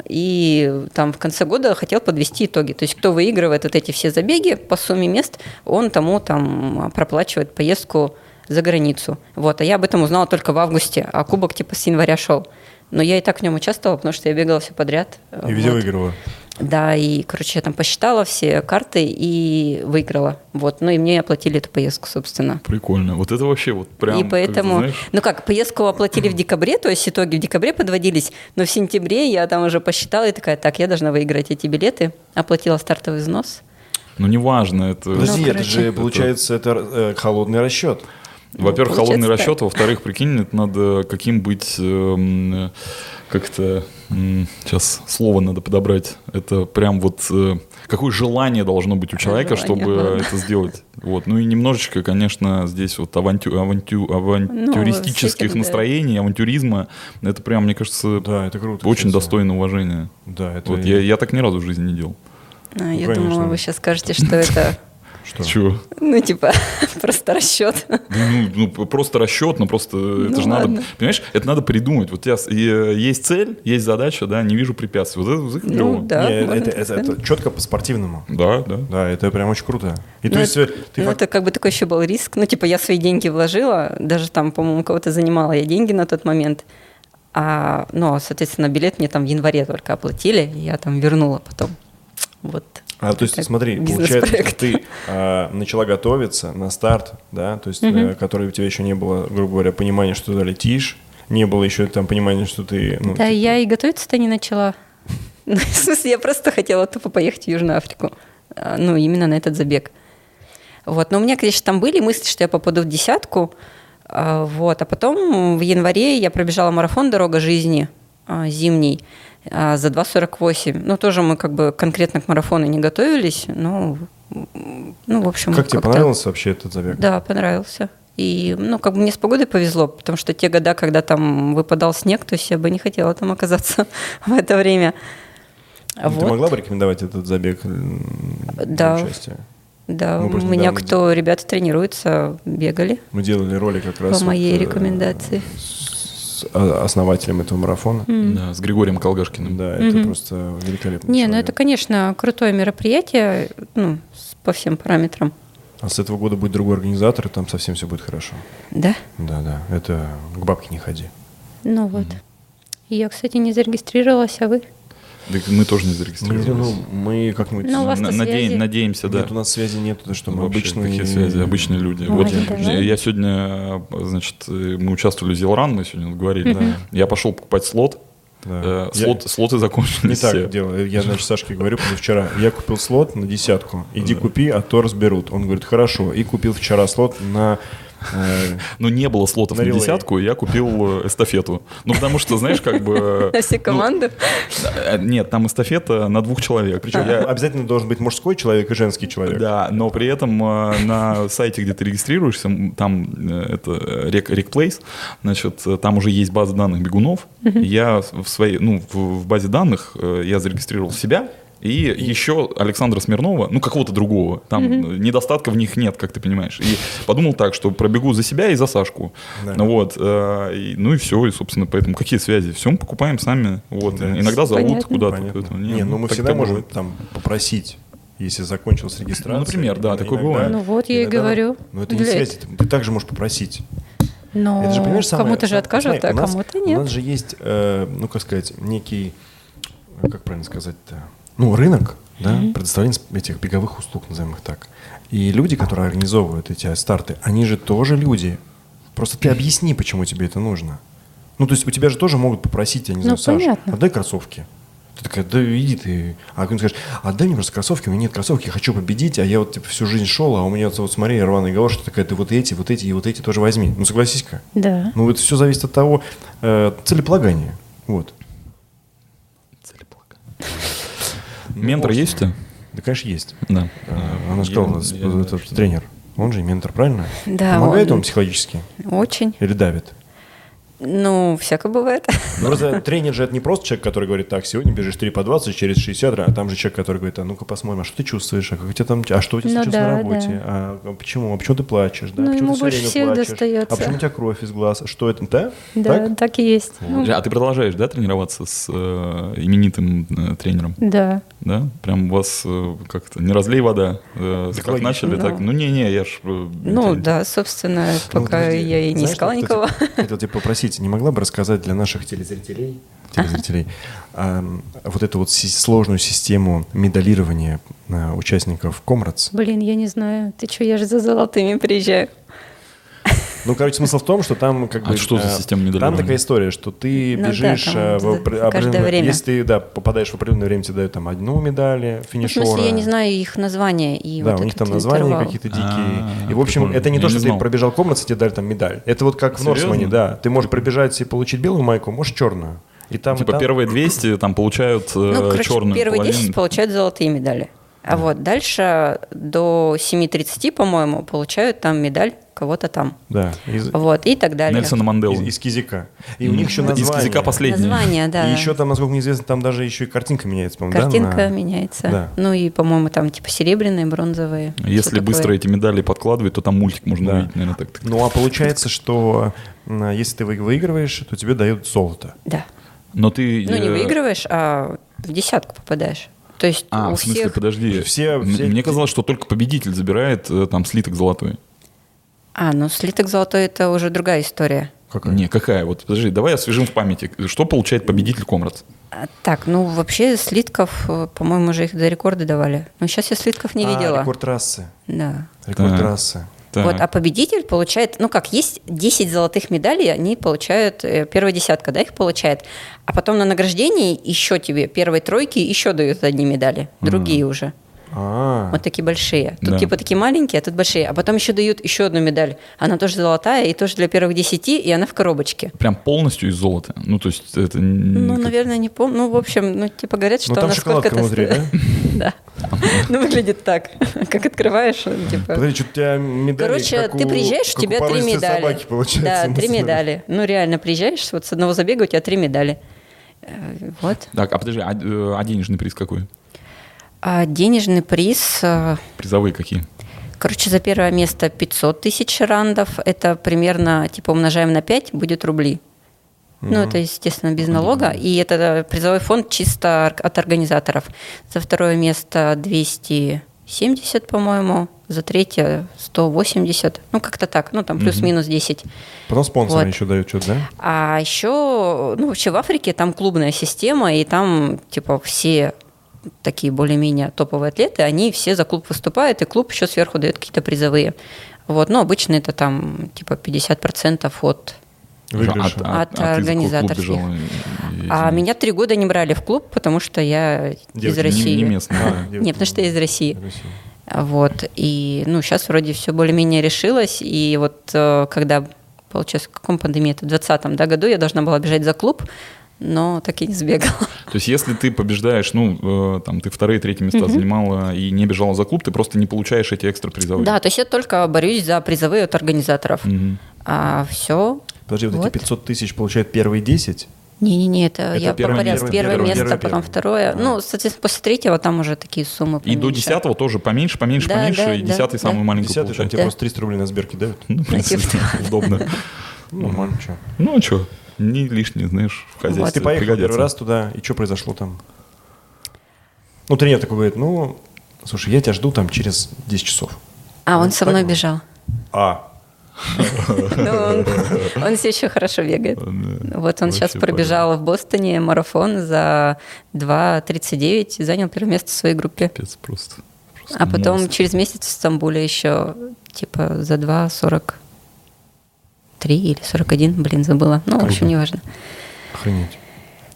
S2: и там в конце года хотел подвести итоги. То есть кто выигрывает вот эти все забеги по сумме мест, он тому там проплачивает поездку за границу. Вот, а я об этом узнала только в августе, а кубок типа с января шел. Но я и так в нем участвовала, потому что я бегала все подряд.
S1: И везде
S2: Вот.
S1: выиграла.
S2: Да, и, короче, я там посчитала все карты и выиграла. Вот, ну и мне оплатили эту поездку, собственно.
S3: Прикольно. Вот это вообще вот прям...
S2: И
S3: как
S2: поэтому,
S3: ты знаешь,
S2: ну как, поездку оплатили в декабре, то есть итоги в декабре подводились, но в сентябре я там уже посчитала и такая, так, я должна выиграть эти билеты, оплатила стартовый взнос.
S3: Ну, неважно, это...
S1: Подожди,
S2: Ну,
S1: это же
S3: Это-
S1: получается это э, холодный расчет.
S3: Во-первых,
S2: Ну, Получается
S3: холодный
S2: так.
S3: расчет, во-вторых, прикинь, это надо каким быть эм, э, как-то м, сейчас слово надо подобрать. Это прям вот э, какое желание должно быть у человека,
S2: Желание,
S3: чтобы
S2: ага.
S3: это сделать. Вот, ну и немножечко, конечно, здесь вот авантю, авантю,
S2: с
S3: авантюристических
S2: этим, да.
S3: настроений, авантюризма. Это прям, мне кажется,
S1: Да, это круто.
S3: очень
S1: кстати.
S3: достойно уважения.
S1: Да, это...
S3: Вот я, я так ни разу в жизни не делал.
S2: А, я
S1: Конечно.
S2: думала, вы сейчас скажете, что это,
S1: Что?
S3: Чего?
S2: ну типа, просто расчет.
S3: Ну, ну, просто расчет, ну просто это же надо,
S2: ладно.
S3: понимаешь, это надо придумать. Вот у тебя с- и, э, есть цель, есть задача, да, не вижу препятствий. Вот это, вот это клево.
S2: Ну да,
S1: Не, это-
S2: можно
S1: это,
S2: так
S1: это-
S2: сказать.
S1: это четко по-спортивному.
S3: Да, да.
S1: Да, это прям очень круто. И то
S2: Ну,
S1: есть э, ты
S2: ну,
S1: фак-
S2: это как бы такой еще был риск. Ну, типа, я свои деньги вложила, даже там, по-моему, у кого-то занимала я деньги на тот момент. А, ну, а, соответственно, билет мне там в январе только оплатили, и я там вернула потом. Вот.
S1: А, то есть,
S2: Как
S1: смотри,
S2: бизнес-проект.
S1: получается, что ты а, начала готовиться на старт, да, то есть, э, который у тебя еще не было, грубо говоря, понимания, что ты туда летишь, не было еще там понимания, что ты... ну,
S5: Да,
S1: типа,
S5: я и готовиться-то не начала.
S2: Ну, в смысле, я просто хотела тупо поехать в Южную Африку. А, Ну, именно на этот забег. Вот. Но у меня, конечно, там были мысли, что я попаду в десятку. А, Вот. А потом в январе я пробежала марафон «Дорога жизни» а, зимний а, за 2.48. Ну, тоже мы как бы конкретно к марафону не готовились. Ну, м, ну в общем...
S1: Как тебе
S2: как-то-
S1: понравился вообще этот забег?
S2: Да, понравился. И, ну, как бы мне с погодой повезло, потому что те года, когда там выпадал снег, то есть я бы не хотела там оказаться в это время.
S1: Ну, Ты
S2: Вот.
S1: могла бы рекомендовать этот забег м,
S2: Да.
S1: для участия?
S2: Да,
S1: Мы
S2: у
S1: просто
S2: меня
S1: недавно
S2: кто, ребята тренируются, бегали
S1: Мы делали ролик как раз...
S2: по моей
S1: э,
S2: рекомендации.
S1: С а, основателем этого марафона.
S3: Да, с Григорием Колгашкиным.
S1: Да, это просто великолепно.
S5: Не, ну это, конечно, крутое мероприятие, ну,
S2: С- По всем параметрам.
S1: А с этого года будет другой организатор, и там совсем все будет хорошо.
S2: Да?
S1: Да, да, это к бабке не ходи.
S5: ну вот. Я, кстати, не зарегистрировалась, а вы?
S3: Да и мы тоже не
S1: Мы, ну,
S3: зарегистрировались.
S1: мы как-нибудь...
S5: Ну, у вас-то
S3: На- надеем-
S5: связи.
S3: надеемся, да.
S1: Нет, у нас связи нету, то что мы
S3: Вообще
S1: обычные...
S3: Какие связи? Обычные люди.
S5: Ну,
S3: Вот
S5: они
S3: я-
S5: давно.
S3: я сегодня, э, значит, э, мы участвовали в Зелран, мы сегодня говорили. Я пошел покупать слот.
S1: Да.
S3: Э, Слот, слоты
S1: Не
S3: закончились Э, все.
S1: так делаю. Я, значит, Сашке говорю, потому что вчера я купил слот на десятку. Иди купи, а то разберут. Он говорит, хорошо. И купил вчера слот на... э,
S3: Но ну, не было слотов
S1: На
S3: на,
S1: релей.
S3: десятку, и я купил э, эстафету. Ну, потому что, знаешь, как бы...
S2: На все
S3: ну,
S2: команды.
S3: э, Нет, там эстафета на двух человек. Причем я-
S1: Обязательно должен быть мужской человек и женский человек.
S3: Да, но при этом э, на сайте, где ты регистрируешься, м, там э, это э, рек, рекплейс, значит, э, там уже есть база данных бегунов. Я в своей, ну, в, в базе данных э, я зарегистрировал себя, И еще Александра Смирнова, ну какого-то другого. Там э, недостатка в них нет, как ты понимаешь. И подумал так, что пробегу за себя и за Сашку.
S1: Да.
S3: Ну Вот. э, и- ну и все, и, собственно, поэтому какие связи? Все мы покупаем сами. Вот.
S1: Да.
S3: Иногда зовут
S5: Понятно.
S3: куда-то.
S1: Понятно.
S3: поэтому не,
S1: не, ну мы
S3: так-
S1: всегда
S3: так
S1: можем
S3: бывает. Ну,
S1: там попросить, если закончилась регистрация.
S3: например, да, такое бывает.
S5: Ну вот я и говорю.
S1: Но это не
S5: Для-
S1: связи, ты- ты также можешь попросить.
S5: Но
S1: Это же, понимаешь, самое-
S5: Ну, кому-то же
S1: сам-
S5: откажут,
S1: смотри,
S5: а
S1: у нас-
S5: кому-то нет.
S1: У нас же есть, э, ну, как сказать, некий, э, как правильно сказать-то, ну, рынок, да, предоставление сп- этих беговых услуг, назовем их так. И люди, которые организовывают эти старты, они же тоже люди. Просто ты объясни, почему тебе это нужно. Ну, то есть у тебя же тоже могут попросить, я не
S5: Ну,
S1: знаю, Саш,
S5: понятно.
S1: отдай кроссовки. Ты такая, да иди ты. А кто-нибудь скажешь, отдай мне просто кроссовки, у меня нет кроссовки, я хочу победить, а я вот типа всю жизнь шел, а у меня вот, вот смотри, рваный голова, что такая, ты вот эти, вот эти и вот эти тоже возьми. Ну согласись-ка.
S5: Да.
S1: Ну, это все зависит от того э, целеполагания. Вот.
S3: Ментор есть у тебя?
S1: Да, конечно, есть.
S3: Да.
S1: Э, Она же сказала,
S3: Я-
S1: э,
S3: я-
S1: этот тренер. Он же и ментор, правильно?
S2: Да,
S1: Помогает
S2: он-
S1: он психологически
S2: Очень.
S1: или давит?
S2: Ну, всяко бывает.
S1: Ну, Просто тренер же это не просто человек, который говорит, так, сегодня бежишь 3 по 20, через 60, а там же человек, который говорит, а ну-ка посмотрим, а что ты чувствуешь, а, как у тебя там, а что у тебя
S5: Ну
S1: случилось на
S5: да,
S1: работе,
S5: да.
S1: а а почему, а почему ты плачешь, да,
S5: Ну,
S1: почему ты
S5: ему
S1: всё
S5: больше
S1: время
S5: всех
S1: плачешь?
S5: достается.
S1: а почему у тебя кровь из глаз, А что это, да?
S5: Да,
S1: Так?
S5: так, и есть. Ну,
S3: А ты продолжаешь, да, тренироваться с э, именитым э, тренером?
S5: да.
S3: Да? Прям у вас э, как-то не разлей вода. э, как
S1: логично,
S3: начали,
S2: да.
S3: так. Ну не-не, я ж. э,
S2: Ну,
S3: это-
S2: да, собственно,
S1: Ну,
S2: пока
S1: подожди,
S2: я и не
S1: знаешь,
S2: искала
S1: вот,
S2: никого.
S1: кстати, Хотел тебя попросить, не могла бы рассказать для наших телезрителей, телезрителей ам, вот эту вот си- сложную систему медалирования а, участников Комрадс?
S5: Блин, я не знаю. Ты что, я же за золото.
S2: Золотыми приезжаю.
S1: Ну, короче, смысл в том, что там как
S3: А
S1: бы...
S3: что за
S1: э,
S3: система
S1: Там
S3: медалирования?
S1: такая история, что ты
S2: Ну да,
S1: бежишь
S2: там
S1: э, в
S2: за-
S1: опре-
S2: каждое
S1: определенное-
S2: время.
S1: Если ты, да, попадаешь в определенное время, тебе дают там одну медаль
S2: Ну, В
S1: финишера.
S2: смысле, я не знаю их названия. И
S1: Да,
S2: вот
S1: у них
S2: этот
S1: там названия
S2: интервал.
S1: какие-то дикие.
S3: А,
S1: и, в общем,
S3: прикольно.
S1: это не
S3: Я
S1: то,
S3: не
S1: что ты
S3: знал.
S1: пробежал комнату, тебе дали там медаль. Это вот как в
S3: Серьезно?
S1: Норсмане, да. Ты можешь пробежать и получить белую майку, а можешь черную. И там, и
S3: Типа
S1: там-
S3: первые 200 там получают э,
S2: Ну,
S1: э,
S2: короче,
S3: черную
S2: первые 10 получают золотые медали. А вот дальше до 7.30, по-моему, получают там медаль кого-то там.
S1: Да, из,
S2: Вот, и так далее.
S3: Нельсона Манделы.
S1: из- из кизяка. И у них еще название.
S3: Из кизяка последний.
S2: Название, да.
S1: И еще там, насколько мне известно, там даже еще и картинка меняется, по-моему, да,
S2: Картинка
S1: на-
S2: меняется.
S1: Да.
S2: Ну и, по-моему, там типа серебряные, бронзовые.
S3: Если
S2: всё такое.
S3: быстро эти медали подкладывать, то там мультик можно
S1: Да.
S3: увидеть, наверное, так.
S1: Ну, а получается, что м, если ты вы- выигрываешь, то тебе дают золото.
S2: Да.
S3: Но ты...
S2: Ну не
S3: э,
S2: выигрываешь, а в десятку попадаешь. То есть
S3: А,
S2: у
S3: в смысле,
S2: всех...
S3: подожди.
S1: Все-
S3: М-
S1: все-
S3: Мне казалось, что только победитель забирает э, там слиток золотой.
S2: А, ну слиток золотой это уже другая история.
S1: Какая?
S3: Не, какая? Вот, подожди, давай освежим в памяти. Что получает победитель Комрадс?
S2: А, Так, ну вообще слитков, э, по-моему, уже их за рекорды давали. Но сейчас я слитков не
S1: А,
S2: видела.
S1: рекорд трассы.
S2: Да.
S1: Рекорд
S3: Так.
S1: трассы.
S3: Так.
S2: Вот, а победитель получает, ну как, есть 10 золотых медалей, они получают, э, первая десятка, да, их получает, а потом на награждении еще тебе первой тройки еще дают одни медали, другие уже,
S1: А,
S2: вот такие большие. Тут
S3: Да.
S2: типа такие маленькие, а тут большие, а потом еще дают еще одну медаль, она тоже золотая и тоже для первых 10, и она в коробочке.
S3: Прям полностью из золота. Ну, то есть это... н-
S2: Ну,
S3: как-
S2: наверное, не помню. Ну, в общем, ну, типа говорят, что
S1: ну там
S2: она
S1: шоколадка
S2: сколько-то...
S1: внутри, да?
S2: Да. Ну, выглядит так. Как открываешь, типа...
S1: Подожди, что у тебя медали,
S2: Короче,
S1: как
S2: ты
S1: у-
S2: приезжаешь,
S1: как
S2: у тебя
S1: у
S2: три
S1: породистой
S2: медали.
S1: собаки, получается.
S2: да, три медали. Ну, реально, приезжаешь, вот с одного забега у тебя три медали. Э, Вот.
S3: Так, а подожди, а, э, а денежный приз какой?
S2: А денежный приз, э,
S3: Призовые какие?
S2: короче, за первое место 500 тысяч рандов. Это примерно, типа, умножаем на 5, будет рубли. Ну, это, естественно, без налога. И это призовой фонд чисто ор- от организаторов. За второе место 270, по-моему. За третье 180. Ну, как-то так. Ну, там плюс-минус 10.
S1: Потом спонсоры
S2: Вот.
S1: еще дают что-то, да?
S2: А еще, ну, вообще в Африке там клубная система, и там, типа, все такие более-менее топовые атлеты, они все за клуб выступают, и клуб еще сверху дает какие-то призовые. Вот, но обычно это там, типа, 50% от...
S1: Выигрыш.
S3: А- а-
S2: От
S3: а ты за какой клуб
S2: организаторских.
S3: бежала?
S2: А
S3: Извини.
S2: меня три года не брали в клуб, потому что я из
S1: Девочки, не-
S2: России.
S3: Не, не местный, да.
S2: Нет, потому что я из России.
S1: Россия.
S2: Вот. И, ну, сейчас вроде все более-менее решилось. И вот э, когда, получается, в каком пандемии это? В 2020 да, году я должна была бежать за клуб, но так и не сбегала.
S3: То есть, если ты побеждаешь, ну, э, там, ты вторые, третьи места занимала и не бежала за клуб, ты просто не получаешь эти экстра призовые.
S2: Да, то есть я только борюсь за призовые от организаторов.
S3: Мгм.
S2: А все.
S1: Подожди, вот,
S2: Вот.
S1: эти 500 тысяч получают первые 10,
S2: Не-не-не, это, я по
S3: первое
S2: порядку.
S3: место,
S2: Первое,
S3: первое,
S2: место,
S1: первое,
S2: потом
S1: первое.
S2: второе. Ну, соответственно, после третьего там уже такие суммы
S3: И до
S2: поменьше.
S3: десятого тоже поменьше, поменьше,
S2: Да,
S3: поменьше,
S2: да,
S3: и
S2: да,
S3: десятый
S2: да.
S3: самый маленький
S1: Десятый, там типа тебе
S3: получается.
S2: Да.
S1: просто 300 рублей на Сберке дают.
S3: Ну, в принципе, удобно.
S1: Ну, Нормально, что.
S3: Ну, а что, не лишнее, знаешь, в
S1: Если
S3: хозяйстве
S1: ты поехал
S3: пригодится.
S1: первый раз туда, и что произошло там? Ну, тренер такой говорит, ну, слушай, я тебя жду там через 10 часов.
S2: А, он
S1: Ну,
S2: со
S1: так
S2: мной
S1: вот.
S2: бежал.
S1: А,
S2: Ну, он, он все еще хорошо бегает.
S3: Да.
S2: Вот он
S3: Вообще
S2: сейчас пробежал в Бостоне марафон за 2.39 и занял первое место в своей группе.
S3: Капец просто. Просто
S2: А потом
S3: монстр.
S2: через месяц в Стамбуле еще типа за 2.43 или 41, блин, забыла. Ну, в общем, неважно.
S1: охренеть.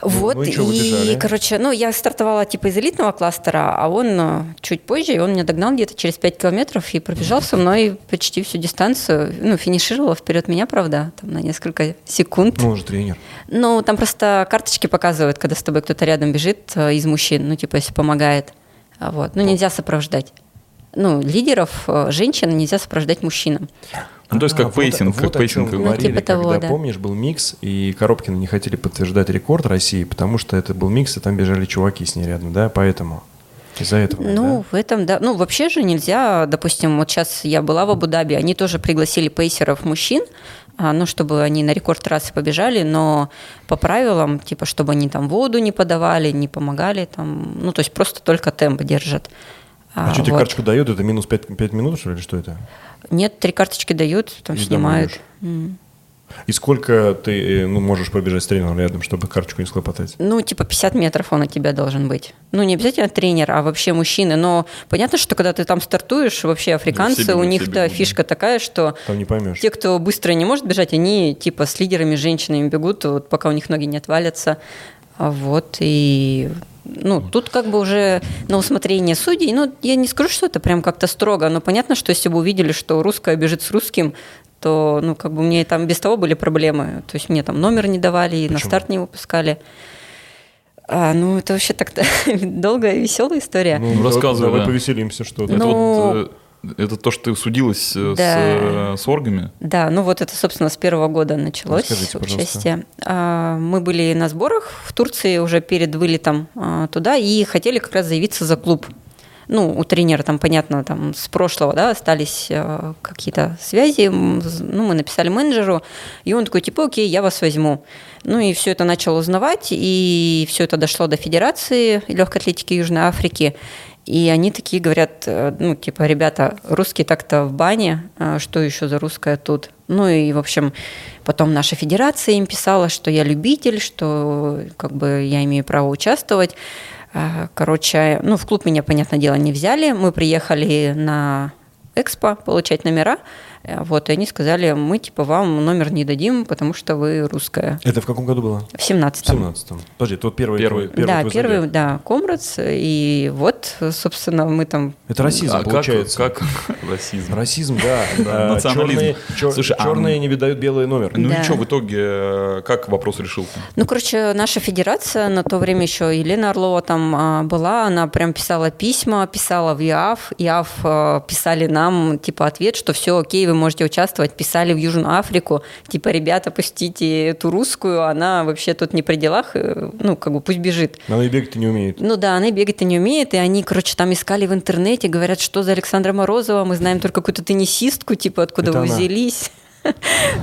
S2: Вот,
S1: ну и
S2: и,
S1: чё вы бежали?
S2: короче, ну, я стартовала типа из элитного кластера, а он э, чуть позже, и он меня догнал где-то через 5 километров и пробежал со мной почти всю дистанцию. Ну, финишировала вперед меня, правда, там на несколько секунд.
S1: Ну, он же тренер.
S2: Ну, там просто карточки показывают, когда с тобой кто-то рядом бежит э, из мужчин, ну, типа, если помогает. А Вот. Ну, нельзя сопровождать. Ну, лидеров э, женщин нельзя сопровождать мужчинам.
S3: Ну, то есть
S1: А,
S3: как
S1: вот-
S3: пейсинг,
S1: вот
S3: как
S1: о чём
S3: пейсинг.
S2: Ну,
S1: говорили,
S2: типа того,
S1: когда,
S2: да.
S1: помнишь, был микс, и Коробкина не хотели подтверждать рекорд России, потому что это был микс, и там бежали чуваки с ней рядом, да, поэтому. Из-за этого,
S2: Ну,
S1: да?
S2: в этом, да. Ну, вообще же нельзя, допустим, вот сейчас я была в Абу-Даби, они тоже пригласили пейсеров мужчин, а, ну, чтобы они на рекорд трассы побежали, но по правилам, типа, чтобы они там воду не подавали, не помогали там, ну, то есть просто только темп держат.
S1: А, что тебе
S2: вот.
S1: карточку дают? Это минус 5, минут, что ли, или что это?
S2: Нет, три карточки дают, там
S1: И домой
S2: снимают.
S1: И сколько ты э, ну, можешь пробежать с тренером рядом, чтобы карточку не схлопотать?
S2: Ну, типа 50 метров он от тебя должен быть. Ну, не обязательно тренер, а вообще мужчины. Но понятно, что когда ты там стартуешь, вообще
S1: Ну,
S2: африканцы,
S3: бегут,
S2: у
S3: все
S2: них-то
S3: бегут, да.
S2: фишка такая, что
S1: Там не поймешь.
S2: те, кто быстро не может бежать, они типа с лидерами, женщинами бегут, вот пока у них ноги не отвалятся. А Вот, и ну, тут как бы уже на усмотрение судей, ну, я не скажу, что это прям как-то строго, но понятно, что если бы увидели, что русская бежит с русским, то, ну, как бы мне и там без того были проблемы. То есть мне там номер не давали, и на
S1: Почему?
S2: старт не выпускали. А, ну, это вообще так-то долгая и веселая история.
S1: Ну,
S3: Ну,
S1: давай-
S3: рассказывай,
S1: Давай
S3: да.
S1: повеселимся что-то.
S3: Это
S2: Ну-
S3: вот, э, это то, что ты судилась э, с,
S2: Да.
S3: э, с оргами?
S2: Да, ну вот это, собственно, с первого года началось
S1: Расскажите, пожалуйста.
S2: участие. А, Мы были на сборах в Турции уже перед вылетом а, туда и хотели как раз заявиться за клуб. Ну, у тренера там, понятно, там с прошлого, да, остались э, какие-то связи. М, з- Ну, мы написали менеджеру, и он такой, типа, окей, я вас возьму. Ну, и все это начал узнавать, и все это дошло до Федерации легкой атлетики Южной Африки. И они такие говорят, э, ну, типа, ребята, русские так-то в бане, а что еще за русская тут? Ну и, в общем, потом наша федерация им писала, что я любитель, что как бы я имею право участвовать. А, Короче, ну, в клуб меня, понятное дело, не взяли. Мы приехали на экспо получать номера. Э, Вот, и они сказали, мы, типа, вам номер не дадим, потому что вы русская.
S1: Это в каком году было?
S2: В
S1: В
S2: 17-м.
S1: 17-м. Подожди, тот первый.
S3: Первый.
S1: твой-
S2: да,
S1: твой
S2: первый,
S1: забег.
S2: да, Комрадс. И вот, собственно, мы там
S1: Это расизм,
S3: А как-
S1: получается.
S3: Как, расизм?
S1: Э, Расизм, да. да.
S3: Национализм.
S1: Черные, чер-
S3: Слушай, а-
S1: черные не видают белый номер.
S3: Ну
S2: Да.
S3: и что, в итоге, э, как вопрос решил?
S2: Ну, короче, наша федерация на то время еще Елена Орлова там а, была, она прям писала письма, писала в ИАФ, ИАФ а, писали нам, типа, ответ, что все окей, вы можете участвовать, писали в Южную Африку, типа, ребята, пустите эту русскую, она вообще тут не при делах, э, ну, как бы пусть бежит.
S1: Она и бегать-то не умеет.
S2: Ну да, она и бегать-то не умеет, и они, короче, там искали в интернете, говорят, что за Александра Морозова, мы знаем только какую-то теннисистку, типа, откуда
S1: Это
S2: вы
S1: она.
S2: взялись.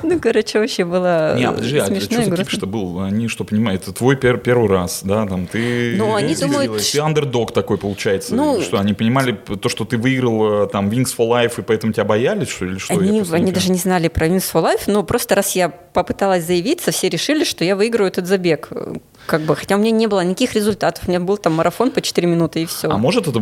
S2: Ну, короче, вообще было
S3: Не, а подожди, а
S2: смешно
S3: что
S2: и
S3: за
S2: грустно.
S3: кипиш-то был? Они что, понимают, это твой пер- первый раз, да, там ты...
S2: Ну, они
S3: ты-
S2: думают,
S3: Ты андердог такой, получается.
S2: Ну-
S3: что, они понимали п- то, что ты выиграл э, там Wings for Life, и поэтому тебя боялись, что ли, или что? Я
S2: Они,
S3: просто
S2: они
S3: понимаю.
S2: даже не знали про Wings for Life, но просто раз я попыталась заявиться, все решили, что я выиграю этот забег. Э, Как бы, хотя у меня не было никаких результатов, у меня был там марафон по 4 минуты и все.
S3: А может это э,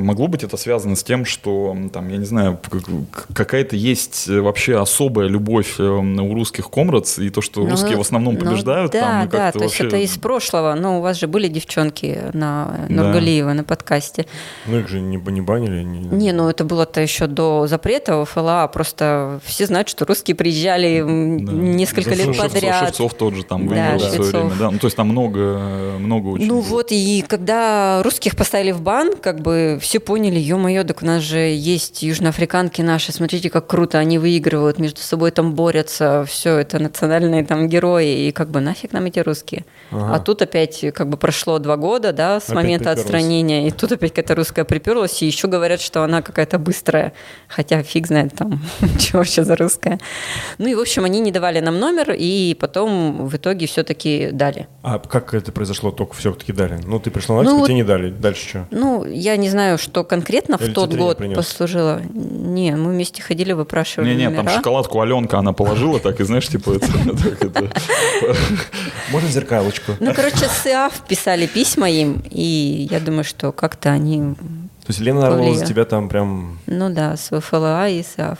S3: могло быть это связано с тем, что м, там, я не знаю, как- к- какая-то есть э, вообще особая любовь э, у русских комрадс, и то, что
S2: Ну,
S3: русские в основном
S2: ну,
S3: побеждают
S2: да,
S3: там, и
S2: да,
S3: как-то
S2: то есть
S3: вообще-
S2: это из прошлого, но у вас же были девчонки на
S3: Да.
S2: Нургалиева на подкасте.
S1: Ну их же не, не банили. Не,
S2: Не, ну это было-то еще до запрета в ФЛА, просто все знают, что русские приезжали м,
S3: Да.
S2: несколько
S3: Ну,
S2: лет
S3: Шевцов-
S2: подряд.
S3: Шевцов тот же там
S2: Да,
S3: выиграл в свое
S2: Швецов.
S3: время, да. Ну, то есть там много, э, много очень.
S2: Ну
S3: было.
S2: вот, и когда русских поставили в бан, как бы все поняли, ё-моё, так у нас же есть южноафриканки наши, смотрите, как круто они выигрывают между с собой там борются, все это национальные там герои, и как бы нафиг нам эти русские.
S1: Ага.
S2: А тут опять как бы прошло два года, да, с
S1: Опять
S2: момента
S1: припёрлась.
S2: отстранения, и тут опять какая-то русская приперлась, и еще говорят, что она какая-то быстрая, хотя фиг знает там, чего вообще за русская. Ну и, в общем, они не давали нам номер, и потом в итоге все-таки дали.
S1: А как это произошло, только все-таки дали? Ну, ты пришла на
S2: Ну
S1: экспо,
S2: вот-
S1: тебе не дали. Дальше что?
S2: Ну, я не знаю, что конкретно
S1: Или
S2: в тот
S1: тебе тренер
S2: год
S1: принес?
S2: послужило. Не, мы вместе ходили, выпрашивали
S3: Не, не,
S2: номера.
S3: там шоколадку Аленка она положила, так и знаешь, типа это. так это.
S1: Можно зеркалочку?
S2: Ну, короче, с ИАФ писали письма им, и я думаю, что как-то они,
S1: То есть Лена Орлова за
S2: Повлия.
S1: тебя там прям...
S2: ну да, с ВФЛА и с ИАФ.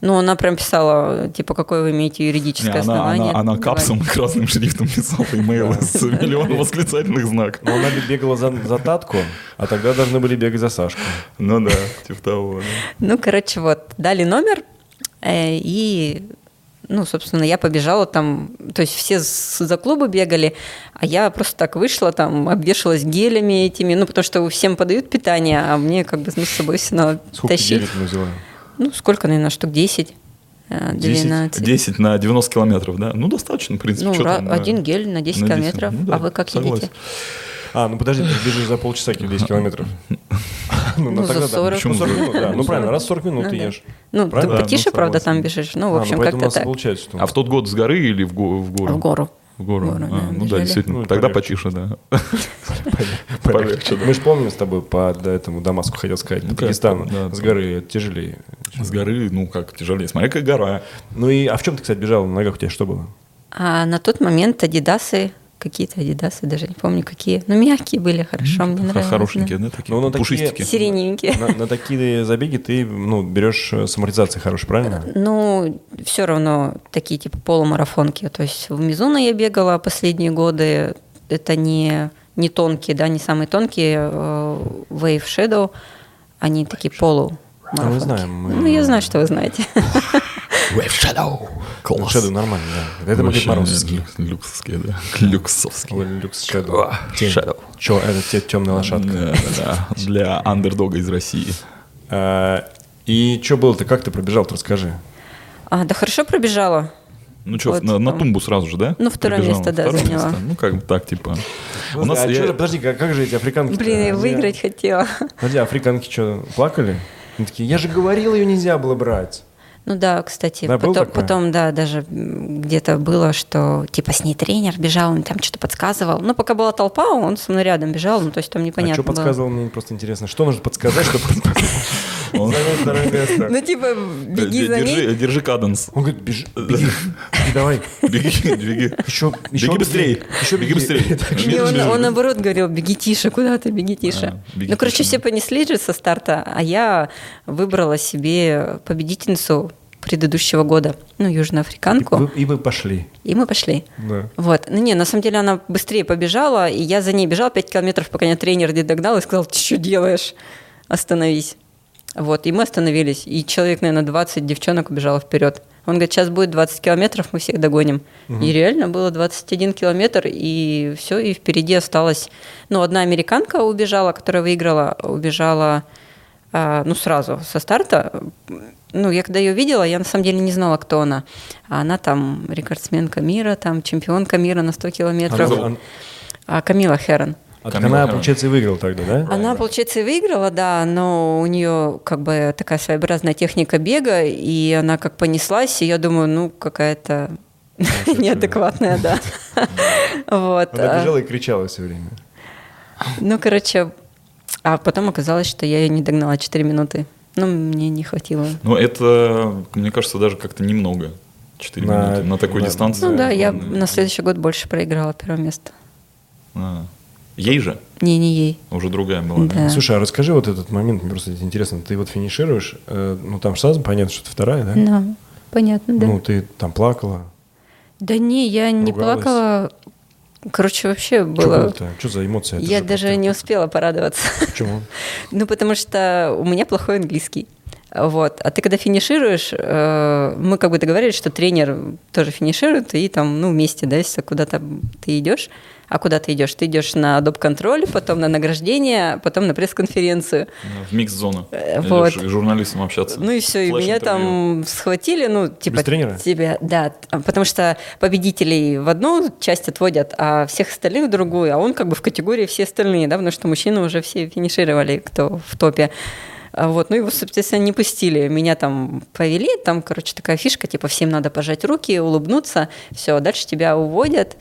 S2: Ну, она прям писала, типа, какое вы имеете
S3: Не,
S2: юридическое
S3: она,
S2: основание.
S3: она, она
S2: Давай.
S3: капсом и красным шрифтом писала имейлы с миллионом восклицательных знаков.
S1: Ну, она ли бегала за, за Татку, а тогда должны были бегать за Сашку.
S3: Ну да, типа того. да.
S2: Ну, короче, вот, дали номер, э, и, ну, собственно, я побежала там, то есть все с- за клубы бегали, а я просто так вышла там, обвешалась гелями этими, ну, потому что всем подают питание, а мне как бы ну, с собой все надо
S1: Сколько ты
S2: тащить.
S1: денег мы взяла?
S2: Ну, сколько, наверное, штук 10? э, 12.
S3: 10 на 90 километров, да? Ну, достаточно, в принципе.
S2: Ну,
S3: чё
S2: ра-
S3: там, да.
S2: один гель на 10
S3: На
S2: километров.
S3: ну да,
S2: а вы как
S3: согласен.
S2: едите?
S1: А, ну подожди, ты бежишь за полчаса или 10 километров.
S2: Ну, за
S1: тогда да.
S2: 40.
S1: Почему 40 минут, да. Ну, правильно, раз в 40 минут
S2: Ну,
S1: ты
S2: да.
S1: ешь.
S2: Ну,
S1: Правильно?
S2: ты
S3: Да,
S2: потише,
S3: ну,
S2: правда,
S3: согласен.
S2: там бежишь. Ну, в
S1: А,
S2: общем,
S1: поэтому у
S2: как-то
S1: нас и
S2: так.
S1: получается, что...
S3: А в тот год с горы или в, го- в гору?
S2: А В гору.
S3: В гору.
S2: В гору,
S3: А,
S2: да,
S3: ну да,
S2: бежали.
S3: действительно.
S1: Ну,
S3: Тогда
S1: полегче.
S3: почише, да.
S1: Полегче, да. Мы же помним с тобой по да, этому Дамаску, хотел сказать, по
S3: Ну,
S1: Дагестану.
S3: конечно, да.
S1: С горы тяжелее.
S3: С горы, ну как, тяжелее. Смотри, какая гора.
S1: Ну и, а в чем ты, кстати, бежал? На ногах у тебя что было?
S2: А на тот момент адидасы, какие-то адидасы, даже не помню какие. Ну, мягкие были, хорошо, мне
S3: Х-
S2: нравилось.
S3: Хорошенькие,
S2: да.
S3: да, такие?
S1: Ну, ну, такие-
S3: Пушистики.
S2: Сиреневенькие.
S1: На, на такие забеги ты, ну, берешь э, самортизации хорошие, правильно?
S2: Ну, все равно такие типа полумарафонки. То есть в Мизуно я бегала последние годы. Это не, не тонкие, да, не самые тонкие. э, Wave Shadow, они такие полу.
S1: А мы знаем, мы-
S2: Ну, я знаю, что вы знаете.
S3: Wave Shadow.
S1: Ну,
S3: Класс.
S1: Shadow нормально, да. Это Магнит
S3: Вообще,
S1: Морозовский.
S3: люк- Люксовские, да. Люксовские.
S1: Ой, Люкс Shadow.
S3: А,
S1: Тень.
S3: Shadow.
S1: Чё, это те темная лошадка.
S3: Да, да, да. Для андердога из России.
S1: А, И что было-то? Как ты пробежал-то? Расскажи.
S2: А, да хорошо пробежала.
S3: Ну что,
S2: Вот
S3: на, на
S2: там.
S3: тумбу сразу же, да?
S2: Ну, второе
S3: Прибежала?
S2: место, да,
S3: Второе
S2: заняла.
S3: место. Ну, как бы так, типа. У
S1: А
S3: нас
S1: чё
S3: я-
S1: же- подожди, как, как же эти африканки?
S2: Блин, я выиграть хотела.
S1: Подожди, африканки что, плакали? Они такие, я же говорил, ее нельзя было брать.
S2: Ну да, кстати,
S1: Да, было
S2: потом,
S1: такое?
S2: потом, да, даже м, где-то было, что типа с ней тренер бежал, он там что-то подсказывал. Но пока была толпа, он со мной рядом бежал, ну то есть там
S1: а что
S2: непонятно было.
S1: подсказывал, мне просто интересно. Что нужно подсказать, чтобы занять второе место?
S2: Ну типа беги за ней.
S3: Э, Держи, держи каденс.
S1: Он говорит, бежи,
S2: Ну,
S1: беги, беги, давай,
S3: Беги, беги.
S1: еще, еще
S3: Беги быстрее.
S1: еще
S3: Беги быстрее.
S2: Не, он, он наоборот говорил, беги тише, куда ты, беги тише.
S3: А, беги
S2: ну, короче,
S3: тише,
S2: все понесли же со старта, а я выбрала себе победительницу предыдущего года, ну, южноафриканку,
S1: И вы пошли.
S2: и мы пошли.
S1: Да.
S2: Вот. Ну, не, на самом деле она быстрее побежала, и я за ней бежала 5 километров, пока меня тренер не догнал и сказал, ты что делаешь? Остановись. Вот, и мы остановились, и человек, наверное, 20 девчонок убежало вперед. Он говорит, сейчас будет 20 километров, мы всех догоним. И реально было 21 километр, и все, и впереди осталось... Ну, одна американка убежала, которая выиграла, убежала а, ну, сразу со старта. Ну, я когда ее видела, я на самом деле не знала, кто она. А она там рекордсменка мира, там чемпионка мира на 100 километров.
S1: Она- она-
S2: А, Камила Херон.
S1: а так
S3: Камила
S1: Она,
S3: Харон.
S1: получается, и выиграла тогда, да?
S2: Она, получается, и выиграла, да, но у нее как бы такая своеобразная техника бега, и она как понеслась, и я думаю, ну, какая-то неадекватная, да. Вот.
S1: Она
S2: а.
S1: бежала и кричала все время.
S2: Ну, короче, а потом оказалось, что я ее не догнала 4 минуты. Ну, мне не хватило.
S3: Ну, это, мне кажется, даже как-то немного. 4
S1: На-
S3: минуты на такой
S1: на-
S3: дистанции.
S2: Ну да, я
S3: Ладно.
S2: на следующий год больше проиграла первое место.
S3: А. Ей же?
S2: Не, не ей.
S3: Уже другая была, да?
S2: Да.
S1: Слушай, а расскажи вот этот момент, мне просто интересно, ты вот финишируешь, э, ну там же сразу понятно, что ты вторая, да?
S5: Да, понятно, да.
S1: Ну, ты там плакала.
S5: да не, я не
S1: ругалась.
S5: плакала.
S2: Короче, вообще
S1: Что
S2: было...
S1: было-то? Что за эмоция?
S2: Я даже не успела порадоваться.
S1: Почему?
S2: Ну, потому что у меня плохой английский. Вот. А ты когда финишируешь, э, мы как бы договорились, что тренер тоже финиширует, и там, ну, вместе, да, если куда-то ты идешь. А куда ты идешь? Ты идешь на доп. контроль, потом на награждение, потом на пресс-конференцию.
S3: В микс-зону.
S2: Э, вот.
S3: Идешь С журналистом общаться.
S2: Ну и все, и меня
S3: Флеш-интервью.
S2: там схватили, ну, типа...
S1: тренера?
S2: Тебя, да, т- потому что победителей в одну часть отводят, а всех остальных в другую, а он как бы в категории все остальные, да, потому что мужчины уже все финишировали, кто в топе. А Вот, ну его, соответственно, не пустили. Меня там повели, там, короче, такая фишка, типа, всем надо пожать руки, улыбнуться, все, дальше тебя уводят.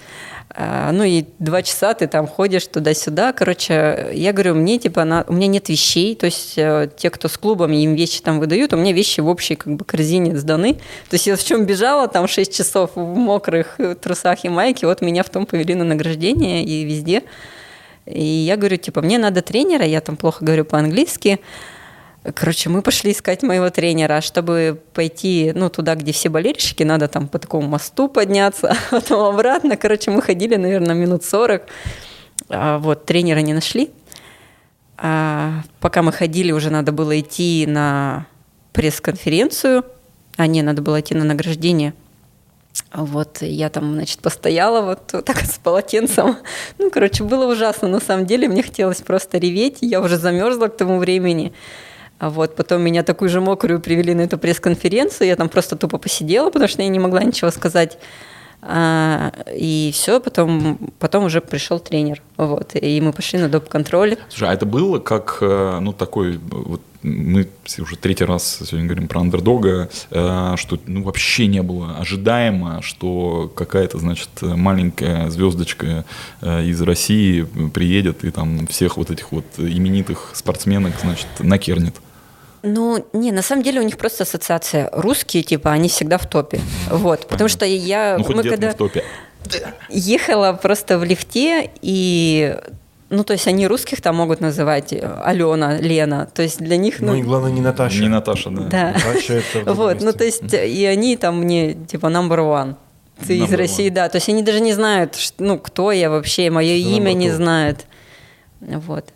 S2: А, Ну и два часа ты там ходишь туда-сюда. Короче, я говорю, мне типа, на- у меня нет вещей, то есть э, те, кто с клубом, им вещи там выдают, у меня вещи в общей как бы корзине сданы. То есть я в чем бежала там 6 часов в мокрых э, трусах и майке, вот меня в том повели на награждение и везде. И я говорю, типа, мне надо тренера, я там плохо говорю по-английски. Короче, мы пошли искать моего тренера. А чтобы пойти ну, туда, где все болельщики, надо там по такому мосту подняться, а потом обратно. Короче, мы ходили, наверное, минут 40. А вот, тренера не нашли. А пока мы ходили, уже надо было идти на пресс-конференцию. А не, надо было идти на награждение. Вот, я там, значит, постояла вот так с полотенцем. Ну, короче, было ужасно, на самом деле, мне хотелось просто реветь, я уже замерзла к тому времени. А вот потом меня такую же мокрую привели на эту пресс-конференцию, я там просто тупо посидела, потому что я не могла ничего сказать. А, и все, потом, потом уже пришел тренер, вот, и мы пошли на доп. контроль.
S3: Слушай, а это было как, э, ну, такой, э, вот мы все уже третий раз сегодня говорим про андердога, э, что ну, вообще не было ожидаемо, что какая-то, значит, э, маленькая звездочка э, из России приедет и там всех вот этих вот именитых спортсменок, значит, накернет.
S2: Ну, не, на самом деле у них просто ассоциация. Русские, типа, они всегда в топе. Вот, потому что я...
S3: Ну, хоть
S2: Э, мы
S3: где-то
S2: когда-
S3: в топе.
S2: ехала просто в лифте и ну, то есть они русских там могут называть э, Алена, Лена. То есть для них,
S1: Ну и
S2: ну,
S1: главное, не Наташа.
S3: Не Наташа, да.
S2: да.
S1: Наташа это в другом
S2: Вот, ну,
S1: месте.
S2: то есть э, и они там мне, типа, number one. Ты из
S3: Number
S2: России,
S3: one.
S2: да. То есть они даже не знают, ш- ну, кто я вообще, мое
S1: Что за
S2: имя не
S1: Бату?
S2: знают. Вот.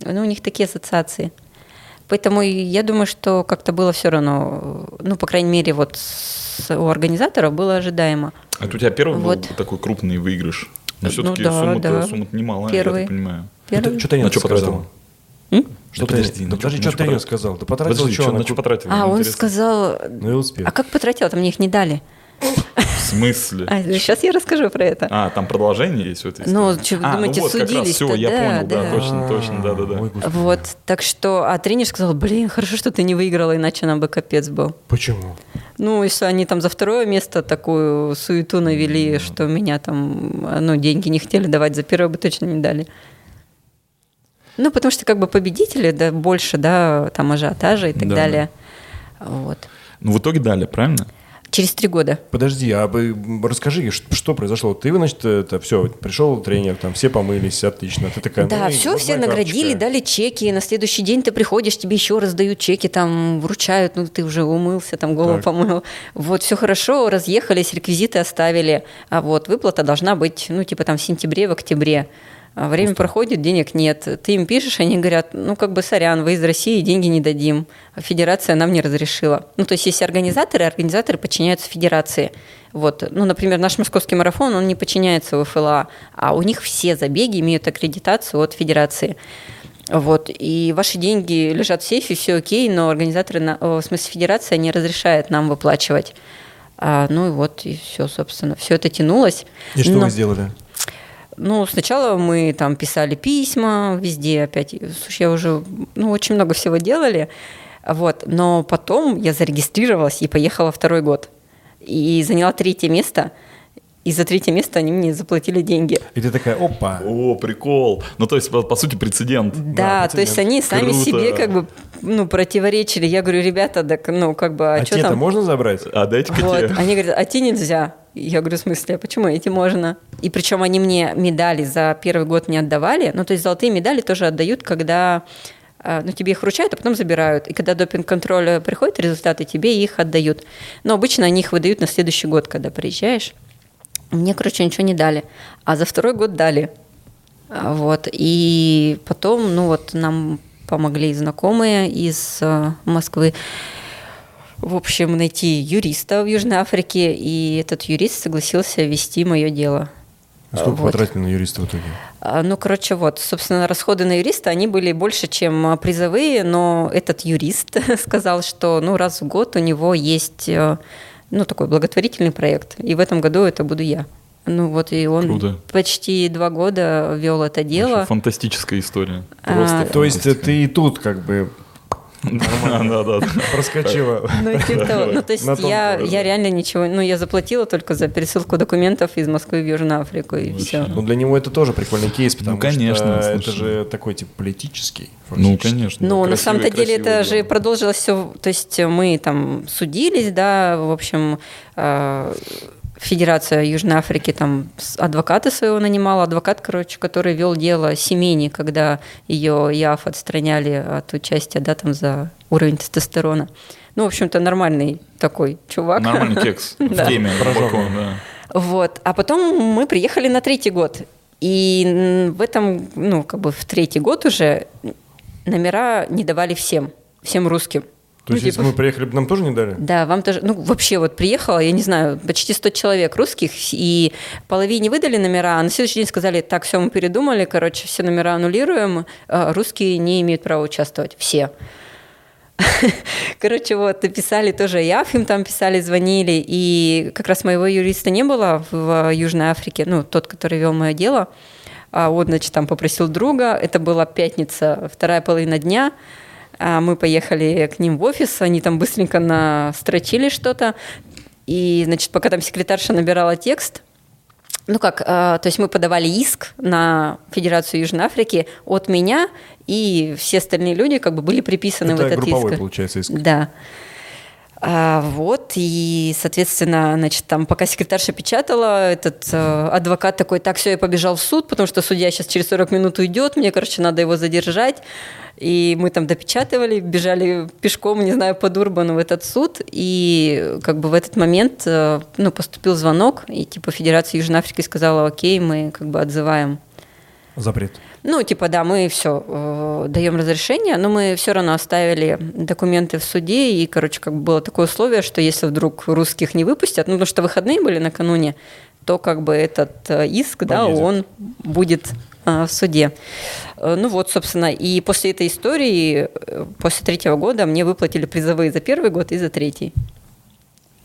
S2: Ну, у них такие ассоциации. Поэтому я думаю, что как-то было все равно, э, ну, по крайней мере, вот с- у организаторов было ожидаемо.
S3: А это у тебя первый
S2: Вот.
S3: был такой крупный выигрыш? Но
S2: Ну
S3: все-таки
S2: да,
S3: сумма-то,
S2: да.
S3: сумма-то немалая, я
S2: Первый.
S3: так понимаю.
S2: Первый-
S1: Что тренер
S3: На чё
S1: сказал?
S3: потратил?
S2: М?
S1: Что
S3: Да подожди,
S1: тренер- Ну, Да подожди,
S3: на чё-
S1: ну,
S3: на
S1: что
S3: чё
S1: тренер
S3: потратил?
S1: сказал? Да потратил
S3: Подожди,
S1: что?
S3: что,
S1: она
S3: на что
S1: куп-
S3: потратил?
S2: А,
S3: Мне
S2: он
S3: интересно.
S2: сказал...
S1: Ну и успел.
S2: А как потратила? Там мне их не дали.
S3: В смысле?
S2: А, сейчас я расскажу про это.
S3: А, там продолжение есть в этой
S2: Ну,
S3: истории?
S2: чё вы думаете, судились-то,
S3: все, я
S2: да,
S3: понял, да,
S2: да.
S3: точно, точно, да, да,
S1: А, Ой,
S3: да.
S1: господи.
S2: Вот, так что... А тренер сказал, блин, хорошо, что ты не выиграла, иначе нам бы капец был.
S1: Почему?
S2: Ну, если они там за второе место такую суету навели, что меня там, ну, деньги не хотели давать, за первое бы точно не дали. Ну, потому что как бы победители, да, больше, да, там ажиотажа и так
S3: Да,
S2: далее. Вот.
S3: Ну, в итоге дали, правильно?
S2: Через три года.
S1: Подожди, а бы- м, расскажи, ш- что произошло? Ты, значит, это все, пришел тренер, там все помылись, отлично. Ты такая,
S2: Да,
S1: ну и
S2: все,
S1: вот
S2: все
S1: моя
S2: наградили,
S1: карточка.
S2: дали чеки. На следующий день ты приходишь, тебе еще раз дают чеки, там вручают, ну ты уже умылся, там голову
S1: Так.
S2: помыл. Вот, все хорошо, разъехались, реквизиты оставили. А вот выплата должна быть, ну, типа там в сентябре, в октябре. А Время проходит, денег нет. Ты им пишешь, они говорят, ну, как бы, сорян, вы из России, деньги не дадим. А Федерация нам не разрешила. Ну, то есть есть организаторы, организаторы подчиняются федерации. Вот, ну, например, наш московский марафон, он не подчиняется ВФЛА, а у них все забеги имеют аккредитацию от федерации. Вот, и ваши деньги лежат в сейфе, все окей, но организаторы, на- о, в смысле федерация, не разрешает нам выплачивать. А, ну и вот, и все, собственно, все это тянулось.
S1: И что
S2: Но-
S1: вы сделали?
S2: ну, сначала мы там писали письма везде опять. Слушай, я уже ну, очень много всего делали. Вот. Но потом я зарегистрировалась и поехала второй год. И заняла третье место. И за третье место они мне заплатили деньги.
S1: И ты такая, опа.
S3: О, прикол. Ну, то есть, по, по сути, прецедент.
S2: Да, то есть они сами
S3: Круто.
S2: себе как бы ну, противоречили. Я говорю, ребята, так, ну, как бы, а,
S1: А
S2: что
S1: те-то
S2: там?
S1: можно забрать?
S3: А дайте-ка
S2: Вот.
S3: те.
S2: Они говорят, а те нельзя. Я говорю, в смысле, а почему эти можно? И причем они мне медали за первый год не отдавали. Ну, то есть золотые медали тоже отдают, когда а, ну, тебе их вручают, а потом забирают. И когда допинг-контроль э, приходит, результаты тебе их отдают. Но обычно они их выдают на следующий год, когда приезжаешь. Мне, короче, ничего не дали. А за второй год дали. А, Вот. И потом, ну вот, нам помогли знакомые из э, Москвы. в общем, найти юриста в Южной Африке, и этот юрист согласился вести мое дело.
S1: Сколько
S2: А, Вот.
S1: потратили на юриста в итоге?
S2: А, Ну, короче, вот, собственно, расходы на юриста, они были больше, чем а, призовые, но этот юрист сказал, что, ну, раз в год у него есть, э, ну, такой благотворительный проект, и в этом году это буду я. Ну, вот, и он
S3: Круто.
S2: почти два года вел это
S3: Вообще
S2: дело.
S3: Фантастическая история.
S2: А,
S3: Просто
S1: То есть э, ты и тут как бы
S3: Да, да, да.
S1: проскочила.
S2: Ну, типа того. Ну, то есть
S1: На том
S2: я,
S1: уровне.
S2: я реально ничего, ну, я заплатила только за пересылку документов из Москвы в Южную Африку, и
S3: Вообще.
S2: все.
S1: Ну, для него это тоже прикольный кейс, потому
S3: Ну, конечно,
S1: что это
S3: слушай.
S1: же такой, типа, политический.
S3: Ну,
S1: фактически.
S3: конечно.
S2: Ну, на
S3: красивое,
S2: самом-то деле это
S3: красивое
S2: же
S3: дело.
S2: продолжилось все, то есть мы там судились, да, в общем, э, Федерация Южной Африки там с- адвоката своего нанимала, адвокат, короче, который вел дело Семени, когда ее ЯФ отстраняли от участия, да, там за уровень тестостерона. Ну, в общем-то, нормальный такой чувак.
S3: Нормальный кекс. В
S2: Да.
S3: теме. глубоко, да.
S2: Вот. А потом мы приехали на третий год. И м, в этом, ну, как бы в третий год уже номера не давали всем, всем русским.
S1: То есть,
S2: Ну,
S1: если
S2: типа,
S1: мы приехали, бы, нам тоже не дали?
S2: Да, вам тоже, ну, вообще вот приехала, я не знаю, почти 100 человек русских, и половине выдали номера, а на следующий день сказали, так, все, мы передумали, короче, все номера аннулируем, э, русские не имеют права участвовать, все. Короче, вот, и писали тоже, я им там писали, звонили, и как раз моего юриста не было в Южной Африке, ну, тот, который вел мое дело, а он, значит, там попросил друга, это была пятница, вторая половина дня, а мы поехали к ним в офис, они там быстренько настрочили что-то, и, значит, пока там секретарша набирала текст, ну как, э, то есть мы подавали иск на Федерацию Южной Африки от меня, и все остальные люди как бы были приписаны в
S1: Это
S2: этот
S1: групповой,
S2: иск.
S1: получается, иск.
S2: Да. А, вот, и, соответственно, значит, там, пока секретарша печатала, этот э, адвокат такой, так, все, я побежал в суд, потому что судья сейчас через 40 минут уйдет, мне, короче, надо его задержать. И мы там допечатывали, бежали пешком, не знаю, по Дурбану в этот суд, и как бы в этот момент, э, ну, поступил звонок, и, типа, Федерация Южной Африки сказала, окей, мы, как бы, отзываем
S1: Запрет.
S2: ну, типа, да, мы все даем разрешение, но мы все равно оставили документы в суде, и, короче, как бы было такое условие, что если вдруг русских не выпустят, ну, потому что выходные были накануне, то как бы этот э, иск, да,
S1: Поедет.
S2: он будет э, в суде. Э, Ну вот, собственно, и после этой истории, э, после третьего года мне выплатили призовые за первый год и за третий.